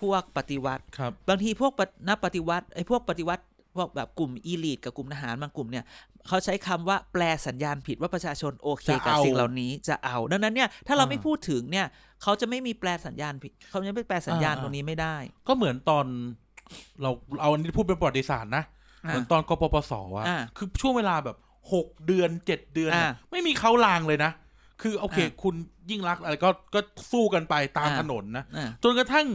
S1: พวกปฏิวัติ
S3: ครับ
S1: บางทีพวกปะนักปฏิวัติไอ้พวกปฏิวัติพวกแบบกลุ่มอีลีทกับกลุ่มทหารบางกลุ่มเนี่ยเขาใช้คำว่าแปลสัญญาณผิดว่าประชาชนโอเค
S3: จะ
S1: กับ
S3: เอา
S1: สิ่งเหล่านี้จะเอา ดังนั้นเนี่ยถ้าเรา
S3: อ่า
S1: ไม่พูดถึงเนี่ยเขาจะไม่มีแปลสัญญาณผิดเขาจะไม่แปลสัญญาณ
S3: อ่า
S1: ตรงนี้ไม่ได้
S3: ก็เหมือนตอนเราเอาอันนี้พูดเป็นประวัติศาสตร์นะ เหมือน
S1: อ่ะ
S3: ตอนกปปสอะ
S1: อ่า
S3: คือช่วงเวลาแบบหกเดือนเจ็ดเดือนอะ
S1: อ่า
S3: ไม่มีเขาลางเลยนะ คือโอเค
S1: อ่า
S3: คุณยิ่งรักษณ์อะไรก็ก็สู้กันไปตาม
S1: อ่า
S3: ถนนนะ
S1: อ่ะ
S3: จนกระทั่ง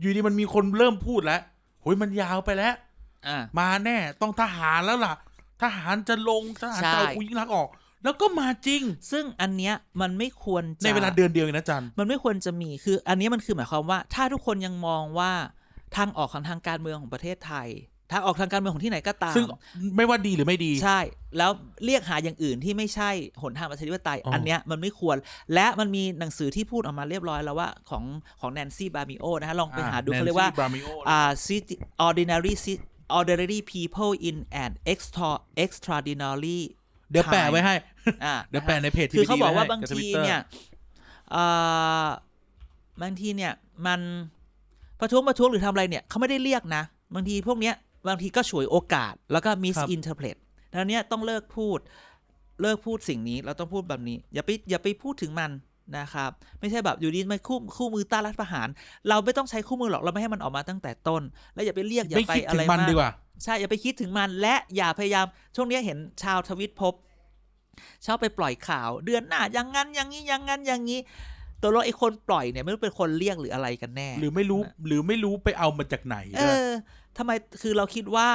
S3: อยู่ดีมันมีคนเริ่มพูดแล้วโหยมันยาวไปแล้ว
S1: อ่ะ
S3: มาแน่ต้องทหารแล้วล่ะ ทหารจะลงทหารจะเอา
S1: ใช่
S3: คุณยิ่งรักษณ์ออก แล้วก็มาจริง
S1: ซึ่งอันเนี้ยมันไม่ควรจะ
S3: ในเวลาเดือนเดียวเองนะจัน
S1: มันไม่ควรจะมีคือ อันเนี้ยมันคือหมายความว่า ถ้าทุกคนยังมองว่าทางออกของทางการเมืองของประเทศไทยทางออกทางการเมืองของที่ไหนก็ตาม
S3: ซึ่งไม่ว่าดีหรือไม่ดี
S1: ใช่ แล้วเรียกหาอย่างอื่นที่ไม่ใช่หนทางประชาธิปไตย
S3: อ๋ออั
S1: อันเนี้ยมันไม่ควร และมันมีหนังสือที่พูดออกมาเรียบร้อยแล้วว่าของของแนนซี่บามิโอนะฮะ ลองไป
S3: ะ
S1: หาดู
S3: Nancy
S1: เขาเรียกว่า
S3: Bramio
S1: อ่า City- ordinary City- ordinary people in an extra- extraordinary
S3: เดี๋ยวแปะไว้ให้
S1: อ่า
S3: เดี๋ยวแปะในเพจ
S1: คือเขา
S3: TBD
S1: บอกว่า
S3: ไให้
S1: บาง
S3: กั
S1: ที
S3: Twitter
S1: เนี่ยอ่าบางทีเนี่ยมันประท้วงประท้วงหรือทำอะไรเนี่ยเขาไม่ได้เรียกนะ บางทีพวกเนี้ยบางทีก็ฉวยโอกาส แล้วก็ misinterpret ดังนั้นเนี่ยต้องเลิกพูด เลิกพูดสิ่งนี้เราต้องพูดแบบนี้ อย่าไปอย่าไปพูดถึงมัน นะครับ ไม่ใช่แบบอยู่ดีมาคู่คู่มือต้านรัฐประหาร เราไม่ต้องใช้คู่มือหรอกเราไม่ให้มันออกมาตั้งแต่ต้น และอย่าไปเรียกอย่า
S3: ไม่
S1: ไป
S3: คิด
S1: อะ
S3: ถึ
S1: ไรง
S3: มัน
S1: มา
S3: ดี
S1: ก
S3: กว่า
S1: ใช่ อย่าไปคิดถึงมันและอย่าพยายาม ช่วงนี้เห็นชาวทวิตพบ ชอบไปปล่อยข่าว เดือนหน้าอย่างนั้นอย่างนี้อย่างนั้นอย่างนี้ ตัวเราไอ้คนปล่อยเนี่ย ไม่รู้เป็นคนเรียกหรืออะไรกันแน่
S3: หรือไม่รู้หรือไม่รู้ไปเอามาจากไหน
S1: เอ
S3: ด้วย
S1: อทำไมคือเราคิดว่า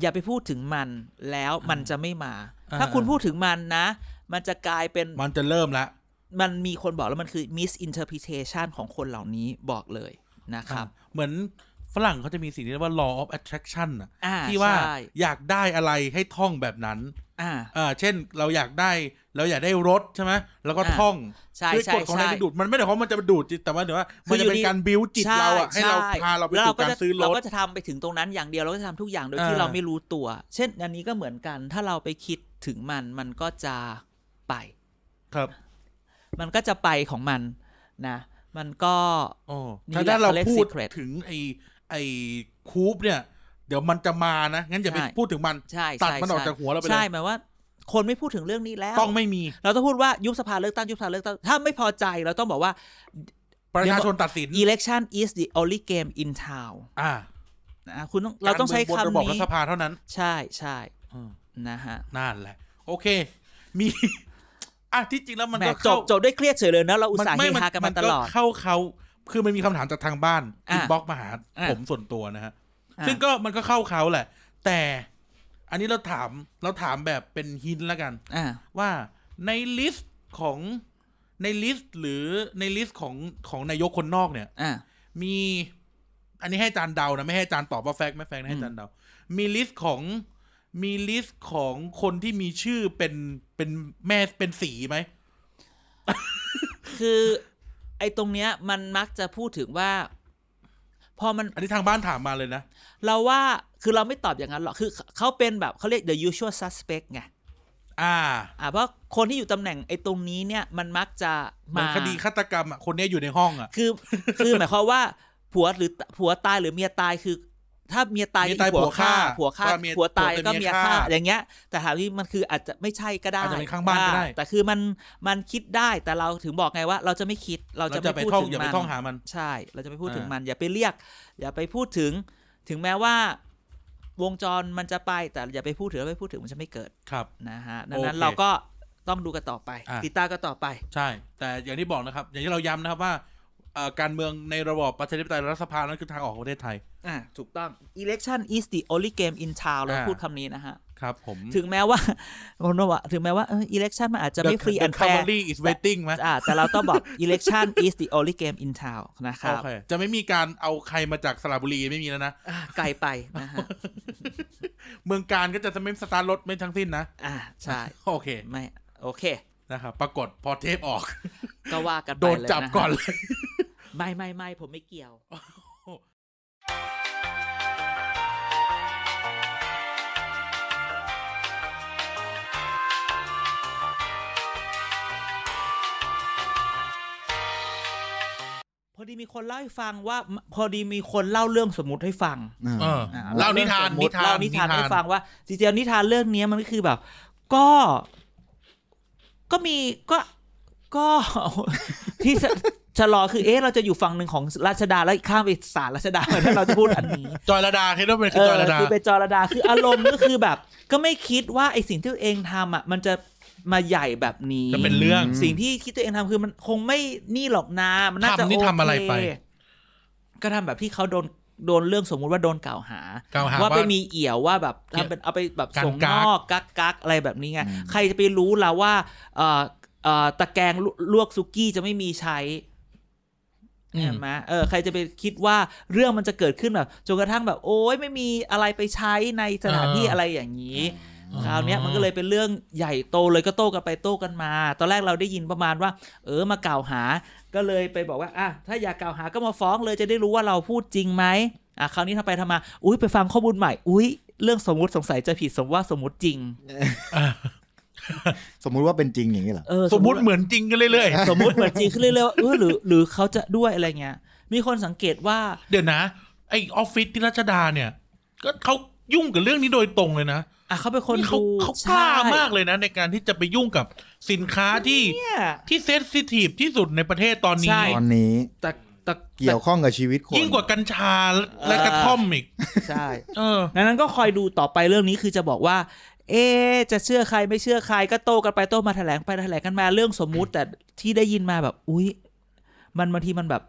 S1: อย่าไปพูดถึงมันแล้วมันจะไม่มา
S3: อ่า
S1: ถ้าคุณพูดถึงมันนะ มันจะกลายเป็น
S3: มันจะเริ่มละ
S1: มันมีคนบอกแล้วมันคือ misinterpretation ของคนเหล่านี้บอกเลยนะครับ
S3: เหมือนฝรั่งเขาจะมีสิ่งที่เรียกว่า law of attraction น่ะ
S1: อ่า
S3: ที่ว่า
S1: ใช่
S3: อยากได้อะไรให้ท่องแบบนั้น
S1: อ่า
S3: อ่าเช่นเราอยากได้เราอยากได้รถใช่ไหมแล้วก็
S1: อ่า
S3: ท่อง
S1: ใช่
S3: คืก
S1: ใช่
S3: ฎของแร
S1: ใช่
S3: งดึงดูดมันไม่ได้เพราะมันจะมาดูดจิตแต่ว่าเดี๋ยวว่า
S1: คื
S3: มัน
S1: อ
S3: จะ
S1: อยู่
S3: เป็น
S1: ดี
S3: การบิวจิตเราอะให้เรา
S1: ช่
S3: พาเราไป
S1: แล้ว
S3: สู่การ
S1: จะ
S3: ซื้อร
S1: เรา
S3: ถ
S1: ก็จะทำไปถึงตรงนั้นอย่างเดียวเราก็จะทำทุกอย่างโดยที่
S3: เออ
S1: เราไม่รู้ตัว เช่นอันนี้ก็เหมือนกัน ถ้าเราไปคิดถึงมันมันก็จะไป
S3: ครับ
S1: มันก็จะไปของมันนะ มันก็
S3: โอ้
S1: นี่
S3: ถ้า
S1: แหละ
S3: ได้เรา
S1: เขาเรียก
S3: พูด
S1: secret
S3: ถึงไอ้ไอ้คูปเนี่ย เดี๋ยวมันจะมานะงั้นอย่าไป
S1: ใช่
S3: พูดถึงมัน
S1: ใช่
S3: ตัด
S1: ใช่
S3: มันออก
S1: ใช่
S3: จากหัวเราไปเล
S1: ใช่
S3: ย
S1: หมายว่า คนไม่พูดถึงเรื่องนี้แล้ว
S3: ต้องไม่มี
S1: เราต้องพูดว่ายุบสภาเลือกตั้งยุบสภาเลือกตั้งถ้าไม่พอใจเราต้องบอกว่า
S3: ประชาชนตัดสิน
S1: election is the only game in town
S3: อ่า
S1: นะคุณต้องเราต้องใช้
S3: กรเมือบน
S1: คำ
S3: ระบอบรั
S1: นี้
S3: ฐสภาเท่านั้น
S1: ใช่ใช่นะฮะ
S3: นั่นแหละ โอเค มี อ่ะที่จริงแล้วมัน
S1: แหมจ
S3: ก็เข้า
S1: บจบด้วยเครียดเฉยเลยนะเราอุต
S3: มัน
S1: ส่าห์เฮ
S3: ไม่มั
S1: ฮากัน
S3: มั
S1: มานต
S3: ก็
S1: ลอด
S3: เข้าเขาคือมันมีคำถามจากทางบ้าน
S1: อ่ะ
S3: อินบ็อกซ์มาหา
S1: อ่ะ
S3: ผมส่วนตัวนะฮะ
S1: อ่ะ
S3: ซึ่งก็มันก็เข้าเขาแหละ แต่ อันนี้เราถามเราถามแบบเป็นฮินแล้วกัน
S1: อ่า
S3: ว่าในลิสต์ของในลิสต์หรือในลิสต์ของของนายกคนนอกเนี่ย
S1: อ่า
S3: มี อันนี้ให้อาจารย์เดานะ ไม่ให้อาจารย์ตอบว่าแฟกต์ไม่แฟกต์นะให้อาจารย์เดา มีลิสต์ของมีลิสต์ของคนที่มีชื่อเป็นเป็นแม่เป็นสีไหม
S1: คือ ไอ้ตรงเนี้ยมันมักจะพูดถึงว่า พอมัน
S3: อันนี้ทางบ้านถามมาเลยนะ
S1: เราว่าคือเราไม่ตอบอย่างนั้นหรอกคือเขาเป็นแบบเขาเรียก the usual suspect ไง
S3: อ่า
S1: อ่าเพราะคนที่อยู่ตำแหน่งไอ้ตรงนี้เนี่ยมันมักจะ
S3: เหมือ
S1: มาน
S3: คดีฆาตกรรมอ่ะคนเนี้ยอยู่ในห้องอ่ะ
S1: คือ คือหมายความว่าผัวหรือผัวตายหรือเมียตายคือ ถ้าเมียตาย
S3: เมียตายผัวฆ่า
S1: ผัวฆ่า
S3: ถ้าเมีย
S1: ผัวตาย
S3: ผัวเป็น
S1: ก็เมียฆ่า
S3: เมียฆ่า
S1: อย่างเงี้ย แต่ถามที่มันคืออาจจะไม่ใช่ก็ได้
S3: อาจจะเป็นข้างบ้านก็ได้
S1: แต่คือมันมันคิดได้แต่เราถึงบอกไงว่า เราจะไม่คิดเรา
S3: เรา
S1: จะ
S3: จะ
S1: ไม่
S3: ไป
S1: พูด
S3: ท่อง
S1: ถึง
S3: อย่า
S1: มั
S3: ไป
S1: น
S3: ท่องหามัน
S1: ใช่ เราจะไปพูดถึง
S3: อ่ามั
S1: มัน อย่าไปเรียก อย่าไปพูดถึง ถึงแม้ว่า วงจรมันจะไป แต่อย่าไปพูดถึงแล้วไปพูดถึงมันจะไม่เกิด
S3: ครับ
S1: นะฮะ ดังนั้น
S3: โอเค
S1: เราก็ต้องดูกันต่อไป
S3: อ่ะ
S1: ติดตามกันต่อไป
S3: ใช่ แต่อย่างที่บอกนะครับ อย่างที่เราย้ำนะครับว่าเอ่อการเมืองในระบอบประชาธิปไตยรัฐสภานั้นคือทางออกของประเทศไทย
S1: อ่ะถูกต้อง election is the only game in town เรา
S3: อ่า
S1: พูดคำนี้นะฮะ
S3: ครับผม
S1: ถึงแม้ว่าผมบอกว่าถึงแม้ว่าเออ election มันอาจจะ
S3: The-
S1: ไม่ free
S3: The
S1: and fair
S3: cavalry is waiting ไหม
S1: อ่ะแต่เราต้องบอก election is the only game in town นะครับ
S3: โอเคจะไม่มีการเอาใครมาจากสระบุรีไม่มีแล้วนะ
S1: อ่ะไกลไปนะฮะ
S3: เมืองการก็จะไม่สตาร์ทรถไม่ทั้งสิ้นนะ
S1: อ่ะใช่
S3: โอเค
S1: ไม่โอเค
S3: นะครับปรากฏพอเทปออก
S1: ก็ว่ากันไป
S3: โดน
S1: เล
S3: จับ
S1: ยะฮะ
S3: ก่อนเลย
S1: ไม่ไม่ไม่ผมไม่เกี่ยวพอดีมีคนเล่าให้ฟังว่า พอดีมีคนเล่าเรื่องสมมติให้ฟัง
S3: เออ
S1: อ่
S3: เล่านิทาน
S1: รื่องสมมุติ
S3: นิทาน
S1: เล่านิทาน
S3: นิทาน
S1: ให้ฟังว่าจริงๆแล้วนิทานเรื่องเนี้ยมันก็คือแบบ ก็ ก็มีก็ก็ ที่จะชะลอคือเอ๊ะเราจะอยู่ฝั่งหนึ่งของราชดาแล้วอีกข้ามไปศาลราชดาถ้าเราจะพูดอันนี้
S3: จอยระดาคิดว่าเป็น
S1: เอ
S3: คือ
S1: อ
S3: จอยระดา
S1: คือเป็นจอระดาคืออารมณ์ก็คือแบบ ก็ไม่คิดว่าไอสิ่งที่ตัวเองทำอ่ะ มันจะมาใหญ่แบบนี้
S3: จะเป็นเรื่อง
S1: สิ่งที่คิดตัวเองทำคือมันคงไม่นี่หรอกนะมันน่าจะ
S3: ทำนี่ทำอะไรไป
S1: โเคก็ทำแบบที่เขาโดนโดนเรื่องสมมุติว่าโดนกล่าวหา
S3: กล่าวหา
S1: ว่า
S3: ว่า
S1: ไปมีเอี่ยวว่าแบบทำเป็นเอาไปแบบ
S3: การ
S1: ส่ง
S3: กัก
S1: นอกกักกักอะไรแบบนี้ไงใครจะไปรู้ล่ะว่าเอ่อเอ่อตะแกรงลวกซุกี้จะไม่มีใช้
S3: อืม
S1: ใช่ไหมเออใครจะไปคิดว่าเรื่องมันจะเกิดขึ้นแบบจนกระทั่งแบบ โอ้ยไม่มีอะไรไปใช้ในสถานที่
S3: อ่า
S1: อะไรอย่างนี้
S3: อ๋อ
S1: คราวเนี้ยมันก็เลยเป็นเรื่องใหญ่โตเลยก็โต้กันไปโต้กันมา ตอนแรกเราได้ยินประมาณว่า เออมากล่าวหา ก็เลยไปบอกว่าอ่ะถ้าอยากกล่าวหาก็มาฟ้องเลยจะได้รู้ว่าเราพูดจริงไหมอ่ะคราวนี้ทำไปทำมา อุ้ยไปฟังข้อมูลใหม่ อุ้ยเรื่องสมมติสงสัยจะผิดสมว่าสมมติจริง
S4: สมมุติว่าเป็นจริงอย่างนี้เหรอ
S1: เออ
S3: สมมติเหมือนจริงกันเรื่อย
S1: สมมติเหมือนจริงขึ้นเรื่อยๆว่าเออหรือหรือเขาจะด้วยอะไรเงี้ยมีคนสังเกตว่า
S3: ๆ เดี๋ยวนะ ไอออฟฟิศที่รัชดาเนี่ย ก็เขา ยุ่งกับเรื่องนี้โดยตรงเลยนะ
S1: อ่ะเขาเป็นคน
S3: นี่เขา
S1: ดู
S3: เขากล้า
S1: ใช่
S3: มากเลยนะ ในการที่จะไปยุ่งกับสินค้าที่
S1: เนี่ย
S3: ที่เซนซิทีฟที่สุดในประเทศตอนนี้
S1: ใช่
S4: ตอนนี้
S1: แต่แต่
S4: เกี่ยวข้องกับชีวิตคน
S3: ยิ่งกว่ากัญชาและกระท่อมอีก
S1: ใช่
S3: เออ
S1: ดังนั้นก็คอยดูต่อไปเรื่องนี้คือจะบอกว่า เอะจะเชื่อใครไม่เชื่อใครก็โต้กันไปโต้มาแถลงไปแถลงกันมาเรื่องสมมุติ แต่ที่ได้ยินมาแบบ อุ๊ย มันบางทีมันแบบ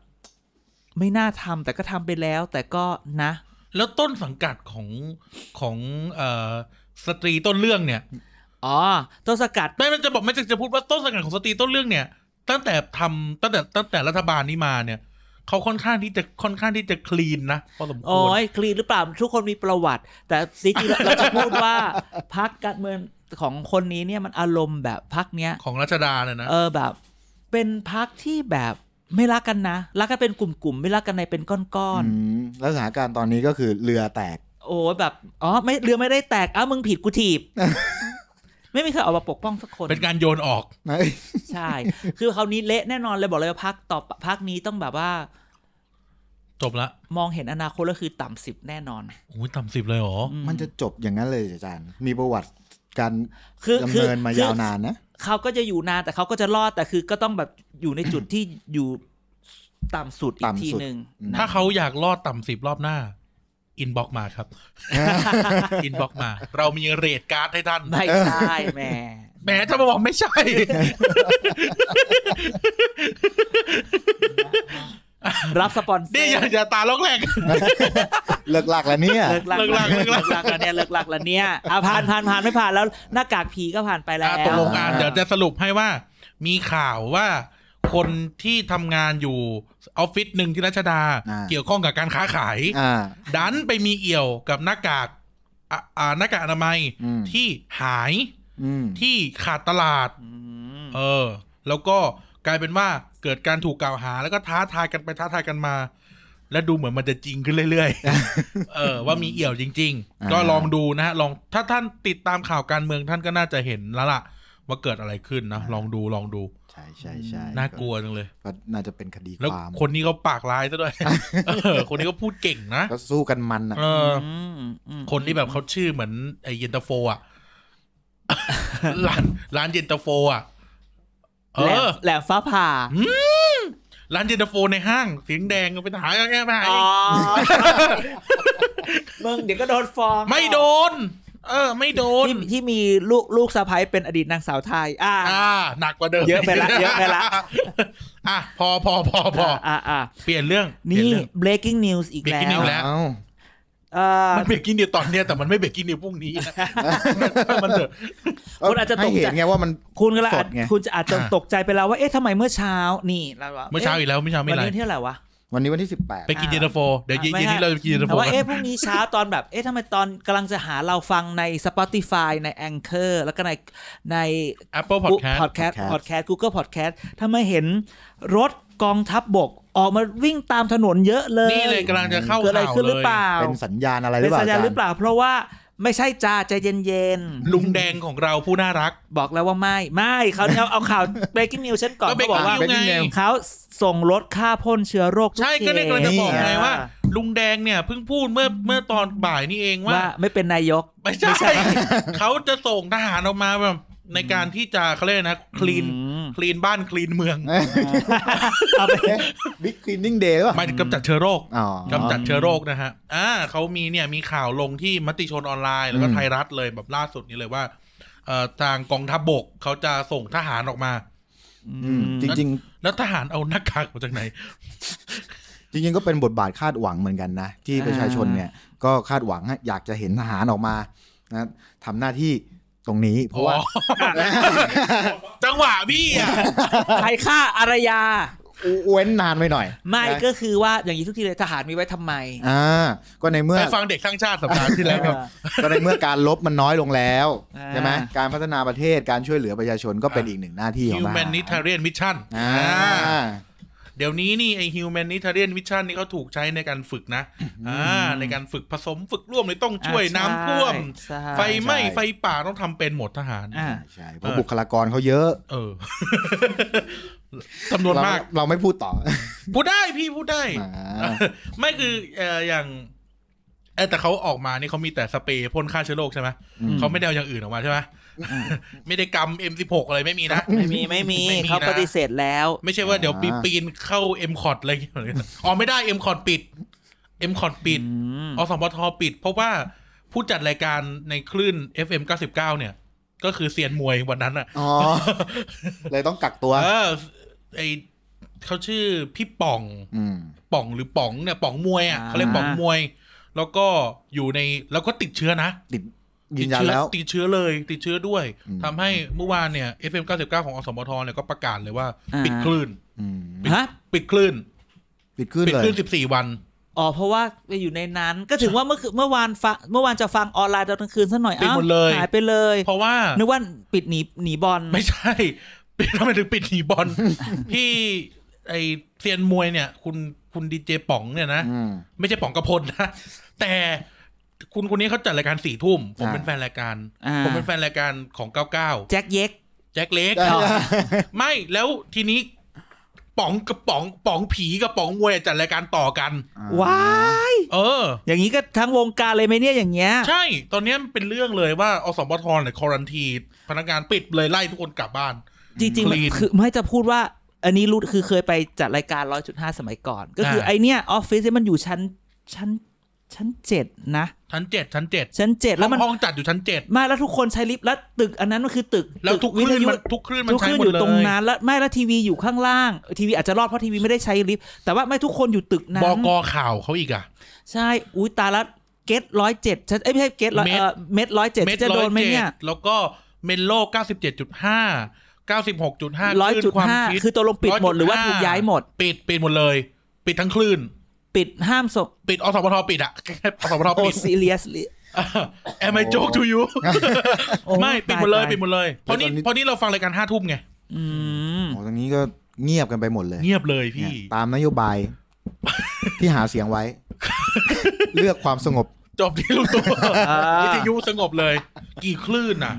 S1: ไม่น่าทำแต่ก็ทำไปแล้ว แต่ก็นะ
S3: แล้วต้นสังกัดของของเอ่อสตรีต้นเรื่องเนี่ย
S1: อ๋อต้นสกัด
S3: ไม่มันจะบอกไม่จะจะพูดว่าต้นสังกัดของสตรีต้นเรื่องเนี่ย ตั้งแต่ทำตั้งแต่ตั้งแต่รัฐบาลนี้มาเนี่ยเขาค่อนข้างที่จะค่อนข้างที่จะคลีนนะพอสมคว
S1: โอ้
S3: ร
S1: ยคลีนหรือเปล่า ทุกคนมีประวัติ แต่จริงๆเราเราจะพูดว่าพักการเมืองของคนนี้เนี่ยมันอารมณ์แบบพักเนี้ย
S3: ของรัชดาเนี่ยนะ
S1: เออแบบ เป็นพักที่แบบไม่รักกันนะรักกันเป็นกลุ่มๆไม่รักกันในเป็นก้อนๆ
S4: มแล้วสถานการณ์ตอนนี้ก็คือเรือแตก
S1: โอ้แบบอ๋อไม่เรือไม่ได้แตกอ้าวมึงผิดกูถีบ ไม่มีใครออกมาปกป้องสักคน
S3: เป็นการโยนออก
S1: ใช่ คือคราวนี้เละแน่นอนเลยบอกเลยว่าพักต่อพักนี้ต้องแบบว่า
S3: จบละ
S1: มองเห็นอนาคตแล้วคือต่ำสิบแน่นอน
S3: โอ้ยต่ำสิบเลยเหรอ
S1: อื
S4: มันจะจบอย่างนั้นเลยเหรออาจารย์ มีประวัติการ
S1: คือ
S4: ดำ
S1: คือ
S4: เนิน
S1: คือย
S4: มาาวนานนะ
S1: เขาก็จะอยู่นานแต่เขาก็จะรอดแต่คือก็ต้องแบบอยู่ในจุดที่อยู่ต่ำสุดอีก
S4: ต่ำสุด
S1: ทีหนึ่ง
S3: ถ้าเขาอยากรอดต่ำสิบรอบหน้า อินบ็อกมาครับ อินบ็อกมา เรามีเรทการ์ดให้ท่าน
S1: ไม่ใช่แหม่
S3: แหมถ้ามาบอกไม่ใช่
S1: รับสปอนเซอ
S3: นี่
S1: ร์
S3: อย่าอย่าตาลอกแรก
S4: เลิกลากแล้วเนี่ย
S1: เลิกลัก
S3: เลิก
S1: เลิก
S3: ลักเลิกลั
S1: ลั
S3: ก
S1: กแล้วเนี่ยเลิกลักแล้วเนี่ยอ่ะผ่านผ่านผ่านไม่ผ่านแล้วหน้ากากผีก็ผ่านไปแล้ว
S3: อ่ะตกลงอ่ะ
S4: อ่า
S3: เดี๋ยวจะสรุปให้ว่า มีข่าวว่า คนที่ทำงานอยู่ออฟฟิศหนึ่งที่รัชดา
S4: อ่า
S3: เกี่ยวข้องกับการค้าขาย
S4: อ่า
S3: ดันไปมีเอี่ยวกับหน้ากากอ่ะอ่าหน้ากากอนามัย
S4: อืม
S3: ที่หาย
S4: อืม
S3: ที่ขาดตลาด
S1: อืม
S3: เออ แล้วก็กลายเป็นว่าเกิดการถูกกล่าวหา แล้วก็ท้าทายกันไปท้าทายกันมา และดูเหมือนมันจะจริงขึ้นเรื่อย ๆ เออ ว่ามีเอี่ยวจริง ๆ ก็
S4: อ่า
S3: ลองดูนะฮะลองถ้าท่านติดตามข่าวการเมืองท่านก็น่าจะเห็นแล้วล่ะ ว่าเกิดอะไรขึ้นนะลองดูลองดู
S4: ใช่ใช่ใช่
S3: น่ากลัวจังเลย
S4: ก็น่าจะเป็นคดี
S3: แล้ว
S4: ความ
S3: คนนี้เขาปากร้ายซะ ด้วย เออ คนนี้ก็พูดเก่งนะ
S4: ก็สู้กันมันอ่ะ
S3: เออ
S1: มอืม
S3: คนที่แบบเขาชื่อเหมือนไอเย็นตาโฟ อ่ะ ร้านร้านเย็นตาโฟอ่ะเอ
S1: แหลม
S3: อ
S1: แหลมฟ้าผ่า
S3: ร้านเย็นตาโฟในห้างเสียงแดงไปหาแง่ไปหา
S1: อ๋อมึงเดี๋ยวก็โดนฟ้อง
S3: ไม่โดน เออ ไม่โดน
S1: ที่ที่มีลูกลูกสะพ้ายเป็นอดีตนางสาวไทย อ่า
S3: อ่า หนักกว่าเดิม
S1: เยอะไปละเยอะไปละ
S3: อ่ะพอพอพอพอ
S1: อ่าอ่า
S3: เปลี่ยนเรื่องเป
S1: นี่
S3: ลี่ยเรื่อง
S1: breaking news อีกแล้ว
S3: breaking news แล้ว
S4: เอ้า
S1: เอ่อ
S3: มันเบรกกินเดียวตอนเนี้ยแต่มันไม่เบรกกินเดียวพรุ่งนี้ นะมันเถอะ
S1: คุณอาจจะต
S4: ให้
S1: ก
S4: เห็
S1: ใจ
S4: นไงว่ามัน
S1: คุณก็ละ
S4: สดไง
S1: คุณจะอาจจะ
S3: อ่า
S1: ตกใจไปแล้วว่าเอ๊ะทำไมเมื่อเช้านี่แล้วว่ะ
S3: เมื่อเช้าอีกแล้วเมื่อเช้า
S1: ะ
S3: ไม่
S1: วัน
S3: ไร
S1: นี้เที่ยวอะไหรวะ
S4: วันนี้วันที่สิบแปด
S3: ไปกินเย็นตาโฟ เดี๋ยวเย็นเย็นนี้เราจะกินเย็นตาโฟ
S1: แต่ว่า
S3: กัน
S1: เอ๊ะพรุ่งนี้เช้าตอนแบบ เอ๊ะทำไมตอนกำลังจะหาเราฟังใน Spotify ใน Anchor แล้วก็ในใน
S3: แอปเปิลพอดแคสต์
S1: พอดแคสต์พอดแคสต์ Google Podcast ทำไมเห็นรถกองทัพบบกออกมาวิ่งตามถนนเยอะเลย
S3: นี่เลยกำลังจะเข้า
S1: เกิดอะไร
S3: ข่าว
S1: ขึ้นห
S3: เล
S1: รือย เปล่า
S4: เป็นสัญญาณอะไรหรื
S1: เป็
S4: อน เปล่า
S1: สัญญาณห
S4: อาจาร
S1: รือ
S4: ย์
S1: เปล่า เพราะว่าไม่ใช่จ้าใจเย็น
S3: ลุงแดงของเราผู้น่ารัก
S1: ๆ บอกแล้วว่าไม่ ไม่เขาเอาเอาข่าว breaking news ฉันก่อน
S3: ก็
S1: เขาบอกว่า
S3: breaking news ไง
S1: เขาส่งรถฆ่าพ่นเชื้อโรคทุก
S3: ใช่ก็เนี่ยกำลังจะบอกไง
S1: เขต
S3: ว่า ลุงแดงเนี่ยเพิ่งพูดเมื่อเมื่อตอนบ่ายนี่เองว่า
S1: ว่าไม่เป็นนายก
S3: ไม่ใช่ เขาจะส่งทหารออกมาแบบในการที่จะเขาเรียกนะคลีน
S1: อืม
S3: คลีนบ้านคลีนเมือง
S1: เอาไป
S4: บิ๊กคลีนนิ่งเดย์ป่ะ
S3: หมันกำจัดเชื้อโรค
S4: อ๋อ
S3: กำจัดเชื้อโรคนะฮะอ่าเขามีเนี่ยมีข่าวลงที่มติชนออนไลน์แล้วก็
S4: อืม
S3: ไทยรัฐเลยแบบล่าสุดนี้เลยว่าเอ่อทางกองทัพบกเขาจะส่งทหารออกมา
S4: อืมจริง ๆ
S3: แล้วทหารเอาหน้ากากมาจากไหน
S4: จริงๆ ก็เป็นบทบาทคาดหวังเหมือนกันนะ ที่ประชาชนเนี่ยก็คาดหวังให้อยากจะเห็นทหารออกมานะทำหน้าที่ตรงนี้เพราะว่า
S3: อ๋ จังหวะพี่อ่ะ
S1: ใครฆ่าอารยา
S4: เว้นนานไปหน่อย
S1: ไม่
S4: นะ
S1: ก็คือว่าอย่างนี้ทุกทีเลยทหารมีไว้ทำไม
S4: อ่าก็ในเมื่อ
S3: ไปฟังเด็กสร้างชาติสัปดาห์ที่แล้วครับ
S4: ก็ในเมื่อการลบมันน้อยลงแล้ว
S1: อ่า
S4: ใช่ไหมการพัฒนาประเทศการช่วยเหลือประชาชนก็เป็นอีกหนึ่งหน้าที่ของทหาร
S3: humanitarian mission
S4: อ่า
S3: อ่า เดี๋ยวนี้นี่ไอ humanitarian mission นี่เขาถูกใช้ในการฝึกนะ อ่า ในการฝึกผสมฝึกร่วมเลยต้องช่วย
S1: อ่า
S3: น้ำท่วม
S1: ใช่
S3: ไฟไหม้ไฟป่าต้องทำเป็นหมดทหาร
S1: อ่า
S4: ใช่เพราะบุคลากรเขาเยอะ
S3: เออ จำนวน
S4: เรา
S3: มาก
S4: เราไม่พูดต่อ
S3: พูดได้พี่พูดได้
S4: อ่า
S3: ไม่คือเอ่ออย่าง เออแต่เขาออกมานี่เขามีแต่สเปรย์พ่นฆ่าเชื้อโรคใช่ไหม
S4: อืม
S3: เขาไม่ได้เอาอย่างอื่นออกมาใช่ไหมไม่ได้กำ M16 อะไรไม่มีนะ
S1: ไม่มีไม่มี
S3: ไม่มีนะ
S1: เขาปฏิเสธแล้ว
S3: ไม่ใช่ว่าเดี๋ยวปี
S4: อ่า
S3: ปีนเข้า M คอร์ดอะไรอย่างเงี้ยอ๋อไม่ได้ M คอร์ดปิด M คอร์ดปิด
S1: อืม
S3: อสมทปิด เพราะว่าผู้จัดรายการในคลื่น FM 99เนี่ย ก็คือเซียนมวยวันนั้นอ่ะ
S4: อ๋อ เลยต้องกักตัว
S3: เออไอเขาชื่อพี่ป่อง
S4: อืม
S3: ป่องหรือป๋องเนี่ยป๋องมวยอ่ะ
S1: อ่า
S3: เขาเรียกป๋องมวย แล้วก็อยู่ในแล้วก็ติดเชื้อนะ
S4: ติดยืนยันแล้ว
S3: ติดเชื้อติดเชื้อเลยติดเชื้อด้วย
S4: อืม
S3: ทำให้เมื่อวานเนี่ย FM 99 ของอสมทเนี่ยก็ประกาศเลยว่า
S1: อ่า
S3: ปิดคลื่น
S4: อืม
S1: ฮะ
S3: ปิดคลื่น
S4: ปิดขึ้น
S3: ปิด
S4: เลย
S3: คลื่น 14 วัน
S1: อ๋อเพราะว่าไปอยู่ในนั้น ก็ถึงว่าเมื่อคืนเมื่อวานฟังเมื่อวานจะฟังออนไลน์ตอนกลางคืนซะหน่อย
S3: ปิดหมดเลย
S1: หายไปเลย
S3: เพราะว่า
S1: นึกว่าปิดหนีหนีบอล
S3: ไม่ใช่ ปิดทำไมถึงปิดหนีบอล พี่ไอเซียนมวยเนี่ย คุณคุณดีเจป๋องเนี่ยนะ
S4: อืม
S3: ไม่ใช่ป๋องกระพลนะ แต่คุณคนนี้เขาจัดรายการสี่ทุ่มผม
S4: อ่า
S3: เป็นแฟนรายการ
S1: อ่า
S3: ผมเป็นแฟนรายการของเก้าเก้า
S1: แจ็คเย็ก
S3: แจ็คเล็ก
S1: ได้ ต่อ
S3: ไม่แล้วทีนี้ป๋องกับป๋องป๋องผีกับป๋องมวยจัดรายการต่อกัน
S1: ว้าย
S3: เออ
S1: อย่างนี้ก็ทั้งวงการเลยไหมเนี่ยอย่างเงี้ย
S3: ใช่ ตอนเนี้ยมันเป็นเรื่องเลยว่าอสมทเนี่ยควอรันทีพนักงานปิดเลยไล่ทุกคนกลับบ้าน
S1: จริงๆมัน
S3: Clean
S1: คือไม่จะพูดว่า อันนี้รู้คือเคยไปจัดรายการร้อยจุดห้าสมัยก่อน ก็คือ
S3: อ่า
S1: ไอเนี้ยออฟฟิศเนี่ยมันอยู่ชั้นชั้นชั้นเจ็ดนะ
S3: ชั้นเจ็ดชั้นเจ็ด
S1: ชั้นเจ็ดแล้วมัน
S3: ห้องจัดอยู่ชั้นเจ็ด
S1: ไมาแล้วทุกคนใช้ลิฟต์แล้วตึกอันนั้นมันคือตึก
S3: แล้วทุกคลื่น
S1: วิทยุ
S3: มันทุกคลื่นมัน
S1: ทุก
S3: ใช้
S1: คลื่น
S3: หม
S1: อ
S3: ด
S1: ยู่
S3: เลย
S1: ตรงนั้นแล้วไม่แล้วทีวีอยู่ข้างล่างทีวีอาจจะรอดเพราะทีวีไม่ได้ใช้ลิฟต์แต่ว่าไม่ทุกคนอยู่ตึกนั้น
S3: บกข่าวเขาอีกอะ
S1: ใช่อุ้ยตายละเกตร้อยเจ็ดฉันเอ้ยไม่ใช่เกตร้อย
S3: เมตร
S1: เม็ดร้อยเจ็ด
S3: เม็ด
S1: จะโดนไหมเนี่ย
S3: 107แล้วก็เมนโล97.5 96.5
S1: ร้อย
S3: ค
S1: จุ
S3: ลื่น
S1: ด
S3: ความ
S1: ห้า
S3: คิด
S1: คือตกลงปิดหมดหรือว่าถูกย้ายหมด
S3: ปิดปิดหมดเลย ปิดทั้งคลื่น
S1: ปิดห้ามส่ง
S3: ปิดอสมทปิดอะ อสมท
S1: โอ
S3: ปิด
S1: ซีเรียส
S3: แอมไอโจ๊กทู ยูไม่ปิดหมดเลยปิดหมดเลยเพราะนี่
S4: ตอนนี้
S3: เพราะนี่เราฟังรายการห้าทุ่มไง
S1: อืม
S4: โอ้ตรงนี้ก็เงียบกันไปหมดเลย
S3: เงียบเลยพี่
S4: เนี่ยตามนโย บาย ที่หาเสียงไว้ เลือกความสงบ
S3: จบที่ลุงตู่
S1: อ่า
S3: วิทยุสงบเลย กี่คลื่นน่ะ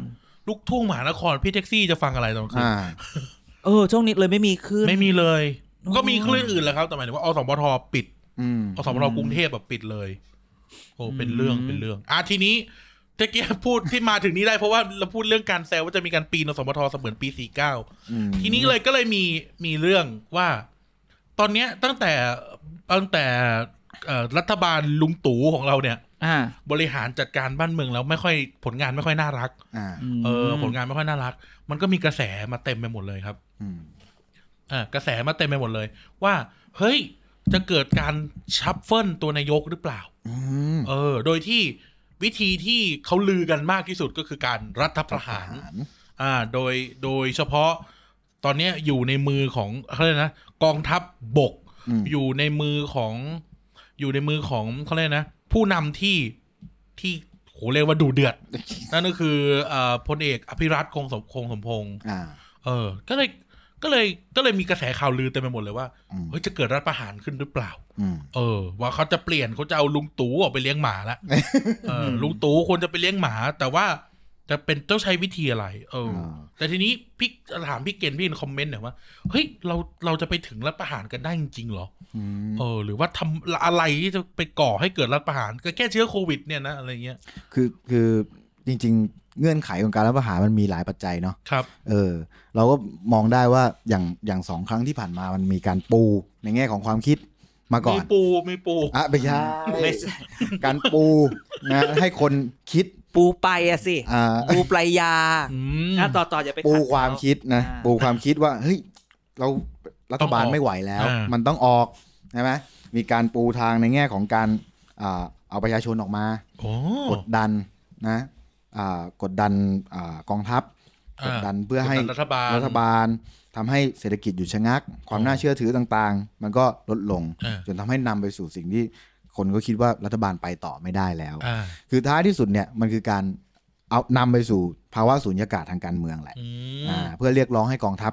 S3: ลูกทุ่งมหานครพี่แท็กซี่จะฟังอะไรตอนกลางคืน
S4: อ่า
S1: เออ ช่วงนี้เลยไม่มีขึ้น
S3: ไม่มีเลย
S1: อืม
S3: ก็มีคลื่นอื่นแหละครับ แต่หมายถึงว่าอสมทปิด
S4: อืม
S3: อสมทกรุงเทพแบบปิดเลย โอ้ เป็นเรื่อง เป็นเรื่อง อ่ะทีนี้ตะเกียบพูดที่มาถึงนี้ได้เพราะว่าเราพูดเรื่องการแซวว่าจะมีการปีนอสมทเสมือนปีสี่เก้า
S4: อืม
S3: ทีนี้เลยก็เลยมีมีเรื่องว่า ตอนเนี้ยตั้งแต่ตั้งแต่เอ่อรัฐบาลลุงตู่ของเราเนี่ย
S1: อ่า
S3: บริหารจัดการบ้านเมืองแล้วไม่ค่อยผลงานไม่ค่อยน่ารัก
S4: อ่า
S1: ม
S3: เออผลงานไม่ค่อยน่ารัก มันก็มีกระแสมาเต็มไปหมดเลยครับ
S4: อืม
S3: อ่ากระแสมาเต็มไปหมดเลย ว่า เฮ้ย จะเกิดการชัฟเฟิลตัวนายกหรือเปล่า
S4: อืม
S3: เออ โดยที่วิธีที่เขาลือกันมากที่สุดก็คือการรัฐประหาร อ่า โดยโดยเฉพาะตอนเนี้ยอยู่ในมือของเขาเรียกนะกองทัพบบก
S4: อืม
S3: อยู่ในมือของ อยู่ในมือของเขาเรียกนะ ผู้นำที่ที่โหเรียกว่าดูเดือด นั่นก็คืออ่าพลเอกอภิรัตคงสมคงสมพงษ์
S4: อ่า
S3: เออ ก็เลย ก็เลย ก็เลยมีกระแสข่าวลือเต็มไปหมดเลยว่า
S4: อืม
S3: เฮ้ย จะเกิดรัฐประหารขึ้นหรือเปล่า
S4: อืม
S3: เออ ว่าเขาจะเปลี่ยนเขาจะเอาลุงตู่ออกไปเลี้ยงหมา ละเออ ลุงตู่ควรจะไปเลี้ยงหมา แต่ว่าจะเป็นต้องใช้วิธีอะไร เออ
S4: อ่า
S3: แต่ทีนี้พี่ถามพี่เกณฑ์พี่ในคอมเมนต์หน่อยว่า เฮ้ย เรา เราจะไปถึงรัฐประหารกันได้จริงๆเหรอ
S4: อืม
S3: เออ หรือว่าทำอะไรที่จะไปก่อให้เกิดรัฐประหาร ก็แค่เชื้อโควิดเนี่ยนะอะไรเงี้ย
S4: คือคือจริง ๆ เงื่อนไขของการรัฐประหารมันมีหลายปัจจัยเนาะ
S3: ครับ
S4: เออ เราก็มองได้ว่าอย่างอย่างสองครั้งที่ผ่านมามันมีการปูในแง่ของความคิดมาก่อ
S3: มี
S4: น
S3: ปูมีปู
S4: อ่ะไม่ใช่
S1: ไม่ใช่
S4: การปูนะให้คนคิด
S1: ปูไปอะสิ
S4: อ่า
S1: ปูปลายา
S3: อืม
S1: อ่ะต่อต่ออย่าไปขัด
S4: ปู
S1: เข
S4: ความคิดนะ
S1: อ่า
S4: ปูความคิดว่าเฮ้ยเรารัฐบาล
S3: ต้องออก
S4: ไม่ไหวแล้ว
S3: อ่ามั
S4: มันต้องออกใช่ไหมมีการปูทางในแง่ของการอ่าเอาประชาชนออกมา
S3: โอ้
S4: กดดันนะอ่ากดดันอ่ากองทัพ กดดันเพื่อให้
S3: กดดันรัฐบาล
S4: รัฐบาลทำให้เศรษฐกิจหยุดชะงัก ความน่าเชื่อถือต่างๆ มันก็ลดลง
S3: อ่า
S4: จนทำให้นำไปสู่สิ่งที่คนก็คิดว่ารัฐบาลไปต่อไม่ได้แล้ว
S3: อ่า
S4: คือท้ายที่สุดเนี่ยมันคือการเอานำไปสู่ภาวะสุญญากาศทางการเมืองแหละ
S3: อืม
S4: อ่าเพื่อเรียกร้องให้กองทัพ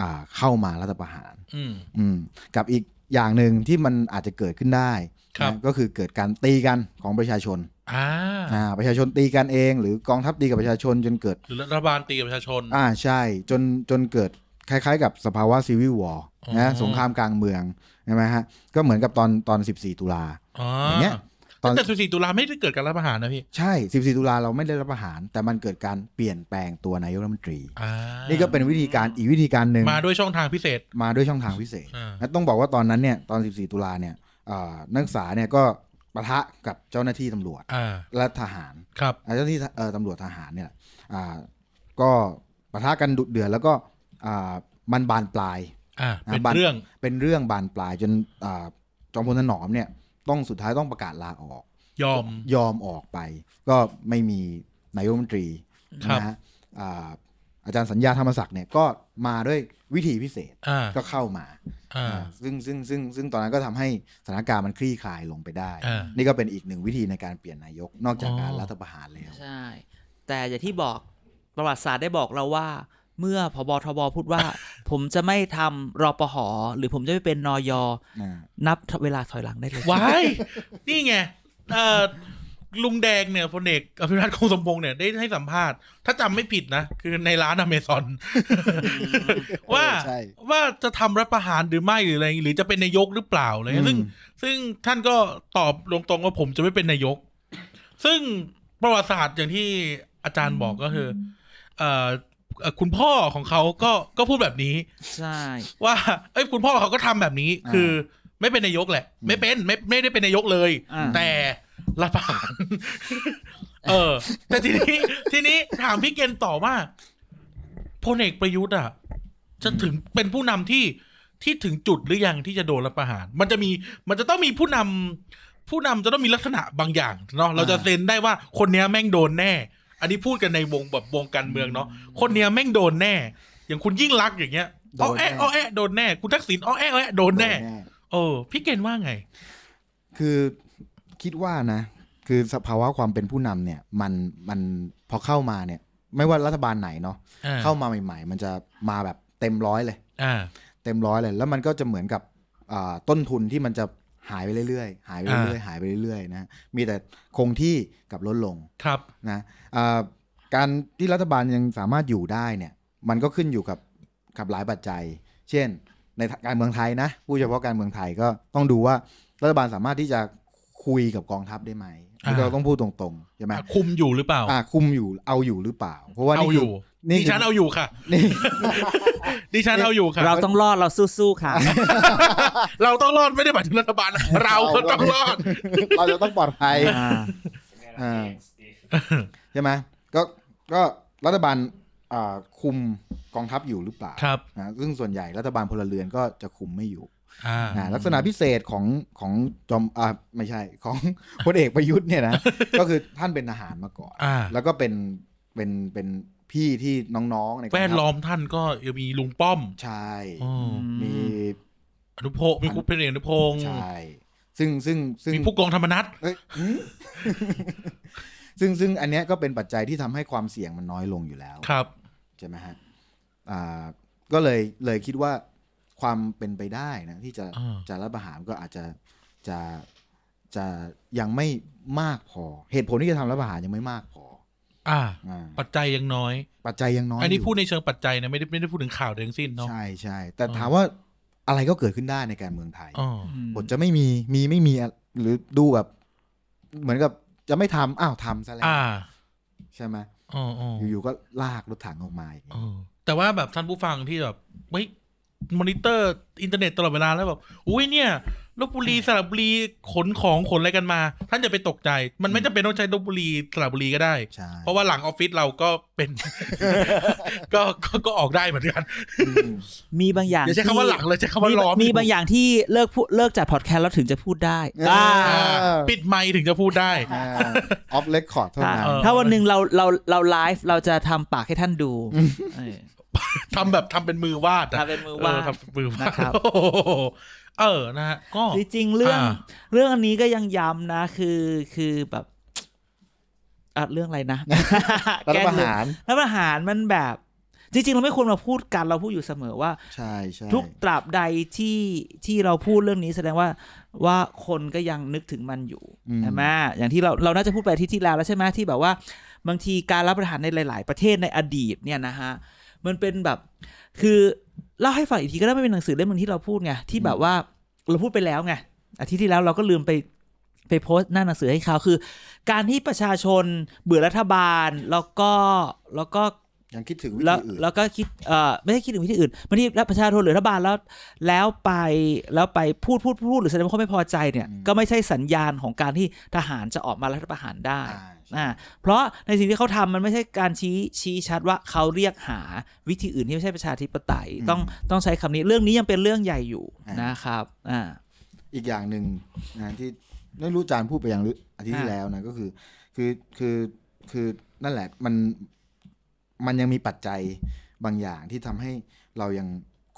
S4: อ่าเข้ามารัฐประหาร
S3: อืม
S4: อืมกับอีกอย่างหนึ่งที่มันอาจจะเกิดขึ้นได้
S3: ครับ
S4: นะก็คือเกิดการตีกันของประชาชน
S3: อ่า
S4: อ่าประชาชนตีกันเอง หรือกองทัพตีกับประชาชนจนเกิด
S3: หรือรัฐบาลตีกับประชาชน
S4: อ่าใช่จนจนเกิดคล้ายๆกับสภาวะซีวิววอร์
S3: อ๋อ
S4: นะสงครามกลางเมืองใช่ไหมฮะ ก็เหมือนกับตอนตอน 14 ตุลา
S3: อ๋ออย่าง
S4: เงี้ย ตอน
S3: แต่สิบสี่ตุลาไม่ได้เกิดการรัฐประหารนะพี่
S4: ใช่ 14 ตุลาเราไม่ได้รับประหาร แต่มันเกิดการเปลี่ยนแปลงตัวนายกรัฐมนตรี
S3: อ่า
S4: นี่ก็เป็นวิธีการอีกวิธีการหนึ่ง
S3: มาด้วยช่องทางพิเศษ
S4: มาด้วยช่องทางพิเศษ
S3: อ่า
S4: และต้องบอกว่าตอนนั้นเนี่ยตอน 14 ตุลาเนี่ยอ่านักศึกษาเนี่ยก็ปะทะกับเจ้าหน้าที่ตำรวจ
S3: อ่า
S4: และทหาร
S3: ครับ
S4: อ่าเจ้าหน้าที่เอ่อตำรวจทหารเนี่ยอ่าก็ปะทะกันดุเดือดแล้วก็อ่ามันบานปลาย
S3: อ่า
S4: อ่า
S3: เป็น
S4: บัตร
S3: เรื่อง
S4: เป็นเรื่องบานปลายจนอ่าจอมพลถนอมเนี่ยต้องสุดท้ายต้องประกาศลาออก
S3: ยอม
S4: ยอมออกไป ก็ไม่มีนายกรัฐมนตรี
S3: ครับ
S4: นะฮะอ่าอาจารย์สัญญาธรรมศักดิ์เนี่ยก็มาด้วยวิธีพิเศษ
S3: อ่า
S4: ก็เข้ามา
S3: อ่า
S4: อ่าซึ่งซึ่งซึ่งซึ่งตอนนั้นก็ทำให้สถานการณ์มันคลี่คลายลงไปได้
S3: อ่า
S4: นี่ก็เป็นอีกหนึ่งวิธีในการเปลี่ยนนายกนอกจากการ
S3: อ๋อ
S4: รัฐประหารแล้ว
S1: ใช่ แต่อย่างที่บอกประวัติศาสตร์ได้บอกเราว่า เมื่อพบทบพู ดว่า ผมจะไม่ทำรอปหหรือผมจะไม่เป็นนอย
S4: อ่า
S1: นับเวลาถอยหลังได้เลย
S3: ว้าย นี่ไงเอ่อลุงแดงเนี่ยพลเอกอภิรัตคงสมพงษ์เนี่ยได้ให้สัมภาษณ์ ถ้าจำไม่ผิดนะ คือในร้านอเมซอน ว่า
S4: ใช่
S3: ว่าจะทำรัฐประหารหรือไม่หรืออะไรอย่างงี้หรือจะเป็นนายกหรือเปล่าอะไรอย่างเงี้ยซึ่ง
S4: อืม
S3: ซึ่งท่านก็ตอบตรงๆว่าผมจะไม่เป็นนายก ซึ่งประวัติศาสตร์อย่างที่อาจารย์บอกก็คือเอ่อเอ่อคุณพ่อของเขาก็ก็พูดแบบนี้
S1: ใช่
S3: ว่าเอ้ยคุณพ่อเขาก็ทำแบบนี้
S4: อ่า
S3: คือไม่เป็นนายกแหละ ไม่เป็นไม่ไม่ได้เป็นนายกเลย
S1: อ่า
S3: แต่รัฐประห าร เออ แต่ทีนี้ ทีนี้ถามพี่เกณฑ์ต่อว่าพลเอกประยุทธ์อ่ะ จะถึงเป็นผู้นำที่ที่ถึงจุดหรือยังที่จะโดนรัฐประหาร มันจะมี มันจะต้องมีผู้นำผู้นำจะต้องมีลักษณะบางอย่างเนาะเราจะเซ็นได้ว่าคนเนี้ยแม่งโดนแน่ อันนี้พูดกันในวงแบบวงการเมืองเนาะคนเนี้ยแม่งโดนแน่ อย่างคุณยิ่งรักษณ์อย่างเงี้ย
S4: โด
S3: อ้อน
S4: แน่
S3: แอะอ้อแอะโดนแน่คุณทักษิณอ้อแอะอ้อแอะโดนแน่ เออ พี่เกณฑ์ว่าไง
S4: คือคิดว่านะ คือสภาวะความเป็นผู้นำเนี่ย มันมันพอเข้ามาเนี่ย ไม่ว่ารัฐบาลไหนเนาะ
S3: อ่
S4: เข้ามาใหม่ ๆ มันจะมาแบบเต็มร้อยเลย
S3: อ่า
S4: เต็มร้อยเลย แล้วมันก็จะเหมือนกับอ่าต้นทุนที่มันจะหายไปเรื่อยๆ หายไปเรื่อยๆหายไปเรื่อยๆนะมีแต่คงที่กับลดลง
S3: ครับ
S4: นะอ่าการที่รัฐบาลยังสามารถอยู่ได้เนี่ย มันก็ขึ้นอยู่กับกับหลายปัจจัย เช่น ในการเมืองไทยนะพูดเฉพาะการเมืองไทยก็ต้องดูว่ารัฐบาลสามารถที่จะคุยกับกองทัพได้ไหม
S3: อ่า
S4: เราต้องพูดตรงๆใช่ไหม
S3: คุมอยู่หรือเปล่า
S4: อ่าคุมอยู่เอาอยู่หรือเปล่า เพราะว่า
S3: เอาอ
S4: นี่คื
S3: ยู่
S4: นี่
S3: ดิ
S4: คื
S3: ฉันเอาอยู่ค่ะ
S4: นี่
S3: ดิฉันเอาอยู่ค่ะ
S1: เราต้องรอดเราสู้ๆค่ะ
S3: เราต้องรอดไม่ได้หมายถึงรัฐบาล นะเราก็ต้องรอด
S4: เราจะต้องปลอดภัย
S1: อ่า
S4: อ่า ใช่ไหมก็ก็รัฐบาลอ่าคุมกองทัพอยู่หรือเปล่า
S3: ครับ
S4: นะซึ่งส่วนใหญ่รัฐบาลพลเรือนก็จะคุมไม่อยู่
S3: อ่า
S4: นะลักษณะพิเศษของของจอมอ่าไม่ใช่ ของพลเอกประยุทธ์เนี่ยนะ ก็คือท่านเป็นทหารมาก่อน
S3: อ่า
S4: แล้วก็เป็นเป็นเป็นพี่ที่น้องๆในกงทัพ
S3: แวดล้อมท่านก็ยังมีลุงป้อม
S4: ใช่
S3: อ๋อ
S4: มี
S3: อนุพงศ์มีคุณเป็นอนุพงศ์
S4: ใช่ซึ่งซึ่งซึ่ง
S3: มีผู้กองธรรมนัฐ
S4: เอ้ยหืม ซึ่งซึ่งอันเนี้ยก็เป็นปัจจัยที่ทำให้ความเสี่ยงมันน้อยลงอยู่แล้ว
S3: ครับ
S4: ใช่ไหมฮะอ่าก็เลยเลยคิดว่าความเป็นไปได้นะที่จะ
S3: อ่า
S4: จะรัฐประหารก็อาจจะจะจะยังไม่มากพอ เหตุผลที่จะทำรัฐประหารยังไม่มากพอ
S3: อ่า
S4: อ่า
S3: ปัจจัยยังน้อย
S4: ปัจจัยยังน้อย
S3: อันนี้
S4: ยู่
S3: พูดในเชิงปัจจัยนะไม่ได้ไม่ได้พูดถึงข่าวใดทั้งสิ้นเนาะ
S4: ใช่ใช่แต่
S3: อ่า
S4: ถามว่าอะไรก็เกิดขึ้นได้ในการเมืองไทย
S3: อ๋อ
S4: บทจะไม่มีมีไม่มีอะหรือดูแบบ เหมือนกับจะไม่ทำอ้าวทำซะแล้ว
S3: อ่า
S4: ใช่ไหม
S3: อ๋ออ๋อ
S4: อยู่ๆก็ลากรถถังออกมาอย่าง
S3: เอ
S4: เงี้ย
S3: อแต่ว่าแบบท่านผู้ฟังที่แบบเฮ้ยมอนิเตอร์อินเทอร์เน็ตตลอดเวลาแล้วแบบอุ้ยเนี่ยลบบุรีสระบุรีขนของขนอะไรกันมา ท่านอย่าไปตกใจ มันไม่จำเป็นต้องใช้ลบบุรีสระบุรีก็ได้
S4: ใช่
S3: เพราะว่าหลังออฟฟิศเราก็เป็น ก็ก็ก็ออกได้เหมือนกัน
S4: อืม
S1: มีบางอย่าง
S3: อย่าใช้คำว่าหลังเลยใช้คำว่าล้อม
S1: มีบางอย่างที่เลิกพูดเลิกจัดพอดแคสต์แล้วถึงจะพูดได้อ่า
S3: อ่าปิดไมค์ถึงจะพูดได้
S4: ออฟเลคคอร์ดเท่านั้น
S3: เออ
S1: ถ้าวันหนึ่งเราเราเราไลฟ์เราจะทำปากให้ท่านดูเออ
S3: ทำแบบทำเป็นมือวาดอะ
S1: ทำเป็นมือว่า
S3: เออ
S1: ด
S3: ทำเป็นมือวาด
S1: นะครับ
S3: โอ้โหเออนะฮะก็
S1: จริงๆเรื่อง
S3: อ่า
S1: เรื่องอันนี้ก็ยังย้ำนะ คือคือแบบอ่ะเรื่องอะไรนะ
S4: รัฐ
S1: แกล้ง
S4: ประ
S1: ลืม
S4: หาร
S1: รัฐประหารมันแบบ จริง ๆ เราไม่ควรมาพูดกันเราพูดอยู่เสมอว่า
S4: ใช่ใช่
S1: ทุกตราบใดที่ที่เราพูดเรื่องนี้แสดงว่าว่าคนก็ยังนึกถึงมันอยู่
S4: อื
S1: ใช่ไหมอย่างที่เราเราน่าจะพูดไปอาที่ที่แล้วแล้วใช่ไหมที่แบบว่า บางทีการรับประทานในหลาย ๆ ประเทศในอดีตเนี่ยนะฮะมันเป็นแบบ คือเล่าให้ฟังอีกทีก็ได้ไม่เป็นหนังสือเล่มหนึงที่เราพูดไงที่แบบว่าเราพูดไปแล้วไงอาทิตย์ที่แล้วเราก็ลืมไป ไปโพสต์หน้าหนังสือให้เขาคือ การที่ประชาชนเบื่อรัฐบาลแล้วก็แล้วก็
S4: ยังคิดถึงวิ
S1: แล้ว
S4: ธีอื่น
S1: แล้วก็คิดเอ่อไม่ใช่คิดถึงวิธีอื่นบางทีแล้วประชาชนหรือรัฐบาลแล้ว แล้วไปแล้วไปพูดพูดพูดหรือแสดงความไม่พอใจเนี่ย
S4: อืม
S1: ก็ไม่ใช่สัญญาณของการที่ทหารจะออกมารัฐประหารได้
S4: อ่า
S1: อ่าเพราะในสิ่งที่เขาทำมันไม่ใช่การชี้ชี้ชัดว่าเขาเรียกหาวิธีอื่นที่ไม่ใช่ประชาธิปไตย ต้องต้องใช้คำนี้เรื่องนี้ยังเป็นเรื่องใหญ่อยู่นะครับอ่า
S4: อีกอย่างหนึ่งนะที่ไม่รู้อาจารย์พูดไปอย่างหรืออาทิตย์ที่
S1: อ่า
S4: แล้วนะก็คือ คือคือคือนั่นแหละมันมันยังมีปัจจัยบางอย่างที่ทำให้เรายัง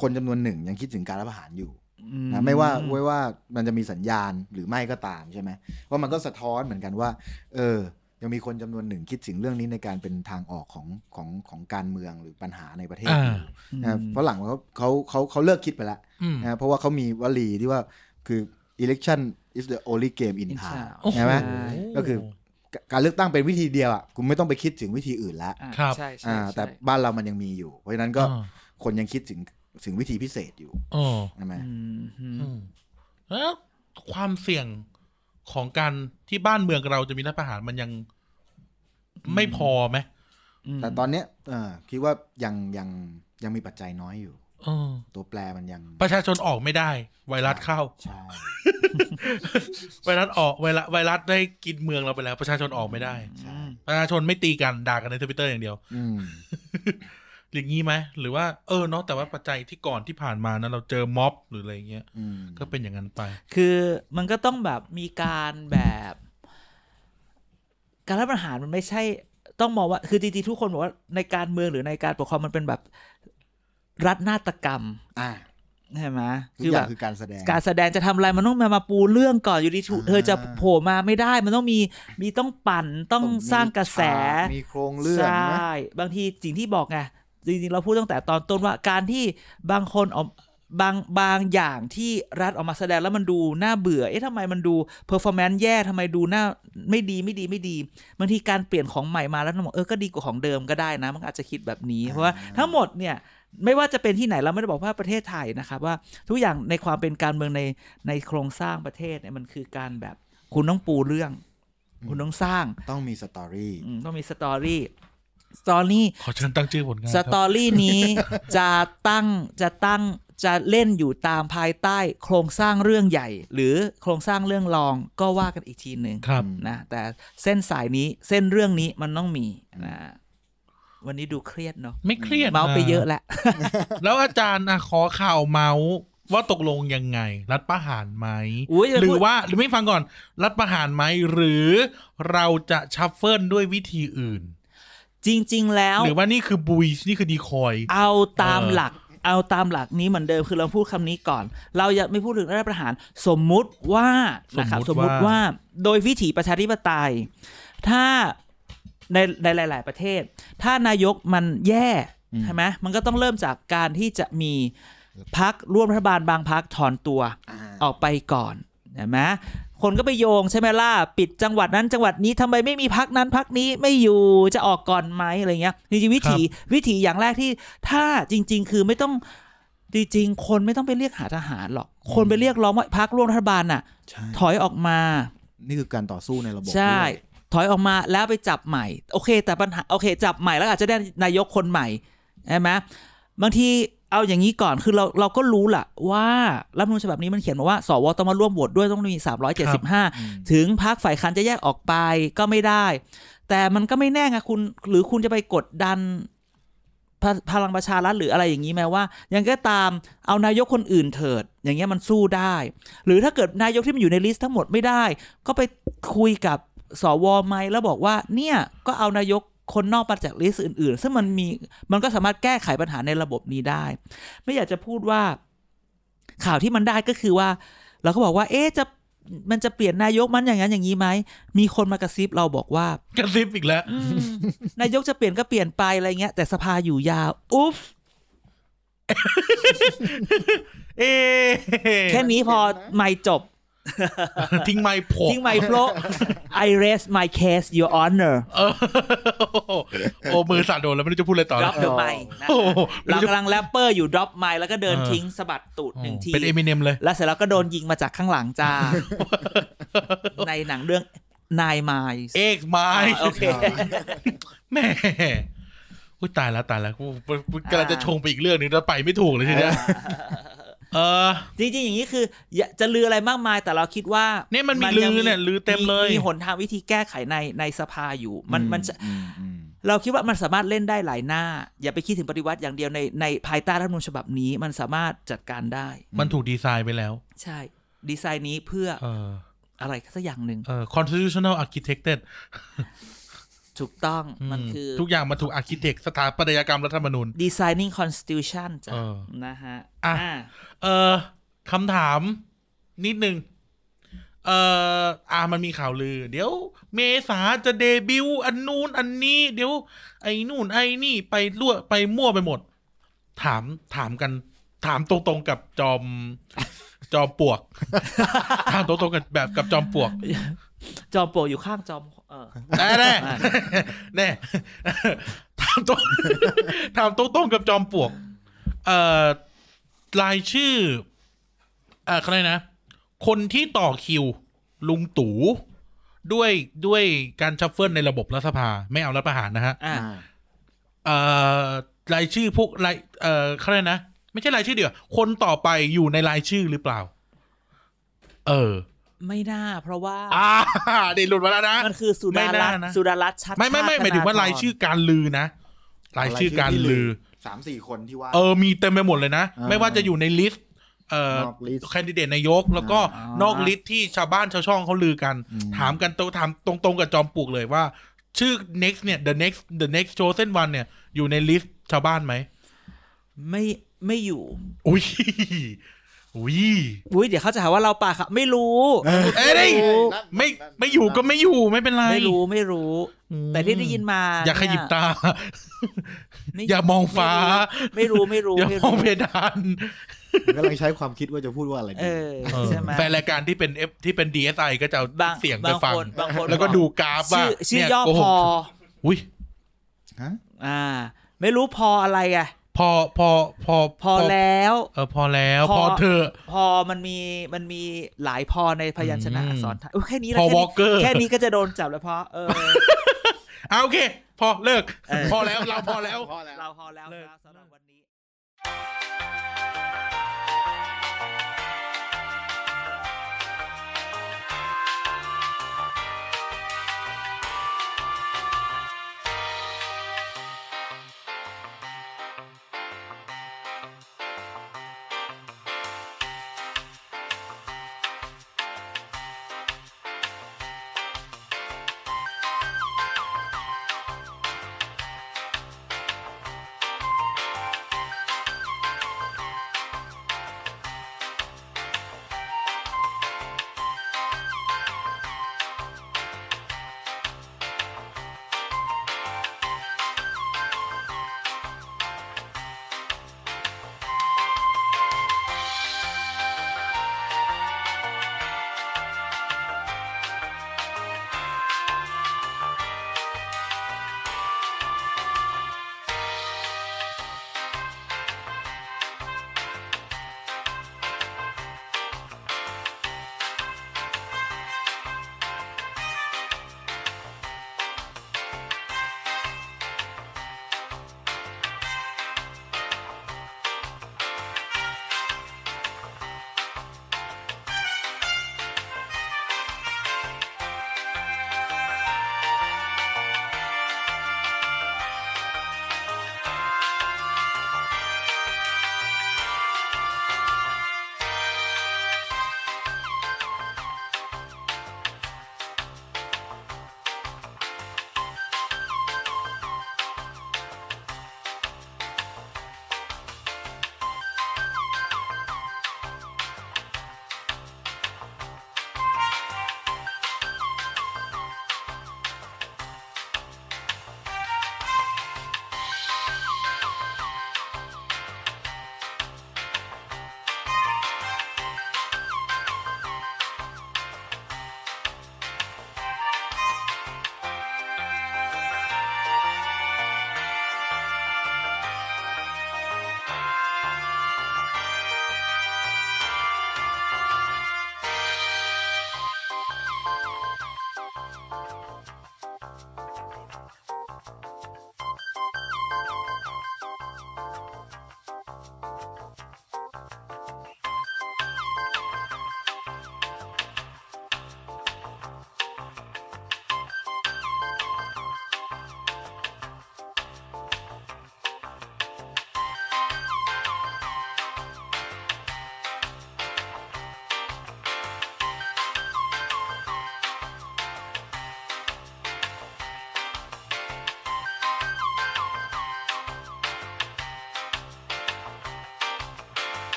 S4: คนจำนวนหนึ่งยังคิดถึงการรับประหารอยู่
S1: อื
S4: นะไม่ว่าไม่ว่ามันจะมีสัญญาณหรือไม่ก็ตามใช่ไหมว่ามันก็สะท้อนเหมือนกันว่า เออ ยังมีคนจำนวนหนึ่งคิดถึงเรื่องนี้ในการเป็นทางออกของของของการเมืองหรือปัญหาในประเทศ
S3: อ่า
S4: นะครับฝรั่งเขาเขาเขาเขาเลิกคิดไปแล้ว
S3: อืม
S4: นะเพราะว่าเขามีวลีที่ว่าคือ election is the only game in
S1: อินทา
S4: town
S3: โอ้โ
S4: ใช่ไหม
S3: ห
S4: ก็คือ การเลือกตั้งเป็นวิธีเดียวอ่ะคุณไม่ต้องไปคิดถึงวิธีอื่นละ
S1: อ่า
S3: ครับ
S1: ใช่ใช่
S4: อ่า แต่
S1: ใช่
S4: บ้านเรามันยังมีอยู่ เพราะฉะนั้นก็
S3: อ่า
S4: คนยังคิดถึงถึงวิธีพิเศษอยู่
S3: อ๋อ
S4: ใช่ไหม
S3: อืมแล้วความเสี่ยงของการที่บ้านเมืองเราจะมีรัฐประหารมันยังไม่พอไหม
S4: แต่ตอนเนี้ยเอ่อคิดว่ายังยังยังมีปัจจัยน้อยอยู่
S3: เออ
S4: ตัวแปรมันยัง
S3: ประชาชนออกไม่ได้ ไวรัสเข้า
S4: ใช่
S3: ไวรัสออกไวรัสไวรัสได้กินเมืองเราไปแล้ว ประชาชนออกไม่ได้
S4: ใช่
S3: ประชาชนไม่ตีกันด่ากันในทวิตเตอร์อย่างเดียว
S4: อืม
S3: อย่างนี้ไหมหรือว่าเออเนาะแต่ว่าปัจจัยที่ก่อนที่ผ่านมานะเราเจอม็อบหรืออะไรอย่างเงี้ย
S4: อืม
S3: ก็เป็นอย่างนั้นไป
S1: คือมันก็ต้องแบบมีการแบบ การรัฐประหารมันไม่ใช่ ต้องมองว่า คือจริงๆทุกคนบอกว่าในการเมืองหรือในการปกครองมันเป็นแบบรัฐนาฏกรรม
S4: อ่า
S1: ใช่ไหม
S4: ทุกอย่างคือการแสดง
S1: การแสดงจะทำอะไรมันต้องมามาปูเรื่องก่อนอยู่ดีถู
S4: อ่า
S1: เธอจะโผล่มาไม่ได้ มันต้องมีมีต้องปั่นต้อง
S4: มี
S1: สร้างกระแส
S4: ฉากมีโครงเรื่อง
S1: ใช
S4: นะ
S1: ่ บางทีสิ่งที่บอกไงจริงๆเราพูดตั้งแต่ตอนต้นว่าการที่บางคนออกบางบางอย่างที่รัฐออกมาแสดงแล้วมันดูน่าเบื่อ เอ๊ะทำไมมันดูเพอร์ฟอร์แมนซ์แย่ทำไมดูน่าไม่ดีไม่ดีไม่ดีบางทีการเปลี่ยนของใหม่มาแล้วมันบอกเออก็ดีกว่าของเดิมก็ได้นะ มันอาจจะคิดแบบนี้เพราะว่าทั้งหมดเนี่ยไม่ว่าจะเป็นที่ไหนเราไม่ได้บอกว่าประเทศไทยนะครับว่าทุกอย่างในความเป็นการเมืองในในโครงสร้างประเทศเนี่ยมันคือการแบบคุณต้องปูเรื่อง คุณต้องสร้าง
S4: ต้องมีสตอรี่
S1: อืมต้องมีสตอรี่ สตอรี่
S3: ขอเชิญตั้งชื่อผลงาน
S1: ส
S3: ครับ
S1: ตอรี่นี้ จะตั้ง จะตั้ง จะเล่นอยู่ตามภายใต้ โครงสร้างเรื่องใหญ่ หรือโครงสร้างเรื่องรองก็ว่ากันอีกทีหนึ่ง
S3: ครับ
S1: นะ แต่เส้นสายนี้ เส้นเรื่องนี้มันต้องมีนะ วันนี้ดูเครียดเนาะ
S3: ไม่เครียดน
S1: เมาส์ไปเยอะแล้ว
S3: แล้วอาจารย์อะขอข่าวเมาส์ว่าตกลงยังไง รัฐประหารไหม
S1: อุ๊ยอย่า
S3: หรื
S1: พู
S3: อ
S1: ด
S3: ว่าหรือไม่ฟังก่อน รัฐประหารไหม หรือเราจะชัฟเฟิลด้วยวิธีอื่น
S1: จริง ๆ แล้ว
S3: หรือว่านี่คือบุยนี่คือดีคอย
S1: เอาตาม
S3: เออ
S1: หลัก เอาตามหลักนี้เหมือนเดิมคือเราพูดคำนี้ก่อน เราอย่าไม่พูดถึงรัฐประหาร สมมุติว่านะครับสมมุติว่าโดยวิถีประชาธิปไตย ถ้าในในหลาย ๆ ประเทศ ถ้านายกมันแย่ใช่ไหมมันก็ต้องเริ่มจากการที่จะมีพักร่วมรัฐบาลบางพักถอนตัว
S4: อ่า
S1: ออกไปก่อนเห็นไหมคนก็ไปโยงใช่ไหมล่ะ ปิดจังหวัดนั้นจังหวัดนี้ทำไมไม่มีพักนั้นพักนี้ไม่อยู่จะออกก่อนไหมอะไรเงี้ยจริงๆวิถีวิถีอย่างแรกที่ถ้าจริง ๆ คือไม่ต้องจริงๆคนไม่ต้องไปเรียกหาทหารหรอก คนไปเรียกร้องว่าพักร่วมรัฐบาลน่ะ
S4: ใช่
S1: ถอยออกมา
S4: นี่คือการต่อสู้ในระบบ
S1: ใช่
S4: ด้วย
S1: ถอยออกมาแล้วไปจับใหม่ โอเค แต่ปัญหาโอเค จับใหม่แล้วอาจจะได้นายกคนใหม่ใช่ไหมบางทีเอาอย่างนี้ก่อนคือเราเราก็รู้ล่ะ ว่ารัฐธรรมนูญฉบับนี้มันเขียนมาว่าสวต้องมาร่วมโหวตด้วยต้องมี 375
S4: อืม
S1: ถึงพักฝ่ายค้านจะแยกออกไปก็ไม่ได้ แต่มันก็ไม่แน่ไงคุณ หรือคุณจะไปกดดันพพลังประชารัฐหรืออะไรอย่างนี้ไหมว่า ยังก็ตามเอานายกคนอื่นเถิด อย่างเงี้ยมันสู้ได้ หรือถ้าเกิดนายกที่มันอยู่ในลิสต์ทั้งหมดไม่ได้ ก็ไปคุยกับสวไหมแล้วบอกว่าเนี่ยก็เอานายกคนนอกมาจากลิสต์อื่น ๆ ซึ่งมันมีมันก็สามารถแก้ไขปัญหาในระบบนี้ได้ ไม่อยากจะพูดว่า ข่าวที่มันได้ก็คือว่า เราก็บอกว่า เอ๊ะจะมันจะเปลี่ยนนายกมันอย่างนั้นอย่างนี้ไหมมีคนมากระซิบเราบอกว่า
S3: กระซิบอีกแล้ว
S1: นายกจะเปลี่ยนก็เปลี่ยนไปอะไรเงี้ย แต่สภาอยู่ยาวอุ๊บ
S3: เอ๊ะ
S1: แค่นี้พอไม่จบ
S3: ทิ้งไม้ผก
S1: ทิ้งไมโคร I rest my case your honor
S3: เออโอ้มือสั่นโดนแล้วไม่รู้จะพูดอะไรต่อ
S1: ดร
S3: แล้
S1: อ
S3: ว
S1: ปเดอะไมค์
S3: โอ้โห
S1: เรากำลังแรปเปอร์อยู่ดรอปไมค์แล้วก็เดิน
S3: เออ
S1: ทิ้งสะบัดตูดหนึ่งที
S3: เป็นเอมิเนมเลย
S1: แล้วเสร็จแล้วก็โดนยิงมาจากข้างหลังจ้า ในหนังเรื่องนายไมล์
S3: เอกไม้
S1: อ่าโอเค
S3: แหม่อุ้ยตายแล้วตายแล้วกูกูกำลังจะชงไปอีกเรื่องหนึงแล้วไปไม่ถูกเลยทีเนี้ยเออ
S1: จริงๆ อย่างนี้คืออย่าจะลืออะไรมากมายแต่เราคิดว่า
S3: เนี่ยมันมี
S1: ง
S3: ลือเนี่ยลือเต็มเลย
S1: มีหนทางวิธีแก้ไขในในสภาอยู่มันมันจะ
S4: อืมอืม
S1: เราคิดว่ามันสามารถเล่นได้หลายหน้า อย่าไปคิดถึงปฏิวัติอย่างเดียวในในภายใต้รัฐธรรมนูญฉบับนี้มันสามารถจัดการได้
S3: มันถูกดีไซน์ไปแล้ว
S1: ใช่ ดีไซน์นี้เพื่อ
S3: เออ
S1: อะไรสักอย่างหนึ่ง
S3: เออ constitutional architected
S1: ถูกต้อง
S3: อืม
S1: มันคือ
S3: ทุกอย่างมันถูก architect สถาปัตยกรรมรัฐธรรมนูญ
S1: designing constitution จ้ะ
S3: เออ
S1: นะฮะ
S3: อ่ะ
S1: อ่ะ
S3: เออคำถาม นิดนึง เอออ่ามันมีข่าวลือ เดี๋ยว เมษาจะเดบิวต์อันนู้นอันนี้ เดี๋ยว ไอ้นู่นไอ้นี่ไปรั่วไปมั่วไปหมด ถามถามกัน ถามตรงๆกับจอม จอมปลวก ถามตรงๆกับแบบกับจอมปลวก
S1: จอมโปรอยู่ข้างจอมเออ
S3: แน่แน่
S1: อ่ะ
S3: แน่ถามตรง ถามตรงตรงๆกับจอมปลวก เอ่อรายชื่อ เอ่อใครนะ คนที่ต่อคิว ลุงตู่ด้วยด้วยการชัฟเฟิลในระบบรัฐสภา ไม่เอารัฐประหารนะฮะ
S1: อ่ะ
S3: เอ่อรายชื่อพวกรายเอ่อเขาเรียกนะ ไม่ใช่รายชื่อเดียว คนต่อไปอยู่ในรายชื่อหรือเปล่า เออ
S1: ไม่น่าเพราะว่า
S3: อ่าได้หลุดมาแล้วนะ
S1: มันคือสุดา
S3: ไม่
S1: รั
S3: น่า
S1: ตน์
S3: นะ
S1: สุดารัตน์ชัด
S3: ไม่ไม่ไม่
S1: ชติ
S3: หมายถึงว่า
S1: ธน
S3: รายชื่อการลือนะ รายชื่อการลือ
S4: สามสี่คนที่ว่า
S3: เออมีเต็มไปหมดเลยนะ
S4: อ่า
S3: ไม่ว่าจะอยู่ในลิสต์เอ่อน
S4: อกลิสต์
S3: แคนดิเดตนายก แล้วก็
S1: าน น
S3: อกลิสต์ที่ชาวบ้านชาวช่องเขาลือกัน
S4: อืม
S3: ถามกันตรงถามตรงๆกับจอมปลวกเลยว่า ชื่อ next เนี่ย the next the next chosen one เนี่ย อยู่ในลิสต์ชาวบ้านไหม
S1: ไม่ไม่อยู่
S3: อุ้ยอุ้ย
S1: อุ้ยเดี๋ยวเขาจะหาว่าเราปากครับไม่รู้
S3: เอ้ยได้ไม่ไม่อยู่ก็ไม่อยู่ไม่เป็นไร
S1: ไม่รู้ไม่รู้
S3: อืม
S1: แต่ที่ได้ยินมา
S3: อย่าขยิบ
S1: เนี่
S3: ตา
S1: ไม่
S3: อย่ามองฟ้า
S1: ไม่รู้ไม่รู้
S3: อย่า
S1: ไม่
S3: มอ
S1: รู้
S3: งเพดาน
S4: กำลังใช้ความคิดว่าจะพูดว่าอะไรดี
S1: เออ
S3: เออ
S1: ใช่ไหม
S3: แฟนรายการที่เป็น F ที่เป็น DSI ก็จะเอา
S1: บาง
S3: เสียงไปฟัง
S1: บางคนบางคน
S3: แล้วก็ดูกราฟว่า
S1: ชื่อชื่อ
S3: เนี่ย
S1: ย่อ
S3: โก
S1: พ
S3: ห
S1: อก
S3: อุ้ย
S4: ฮะ
S1: อ่า ไม่รู้พออะไรไง
S3: พอพอพอ
S1: พอแล้ว
S3: เออพอแล้ว
S1: พ
S3: พ
S1: อ
S3: อเธอะ
S1: พอมันมีมันมีหลายพอในพยัญชนะ
S3: อืม
S1: อักษรไทยโอ้แค่นี้
S3: พอ
S1: แค่นี้
S3: Walker
S1: แค่นี้ก็จะโดนจับแล้วเพราะเอ อ
S3: เอาโอเค พอเลิก
S1: เออ
S3: พอแล้วเราพอแล้ว
S4: พอแล้ว
S1: เราพอแล้ว
S3: เลิก
S1: ครับสำหรับวันนี้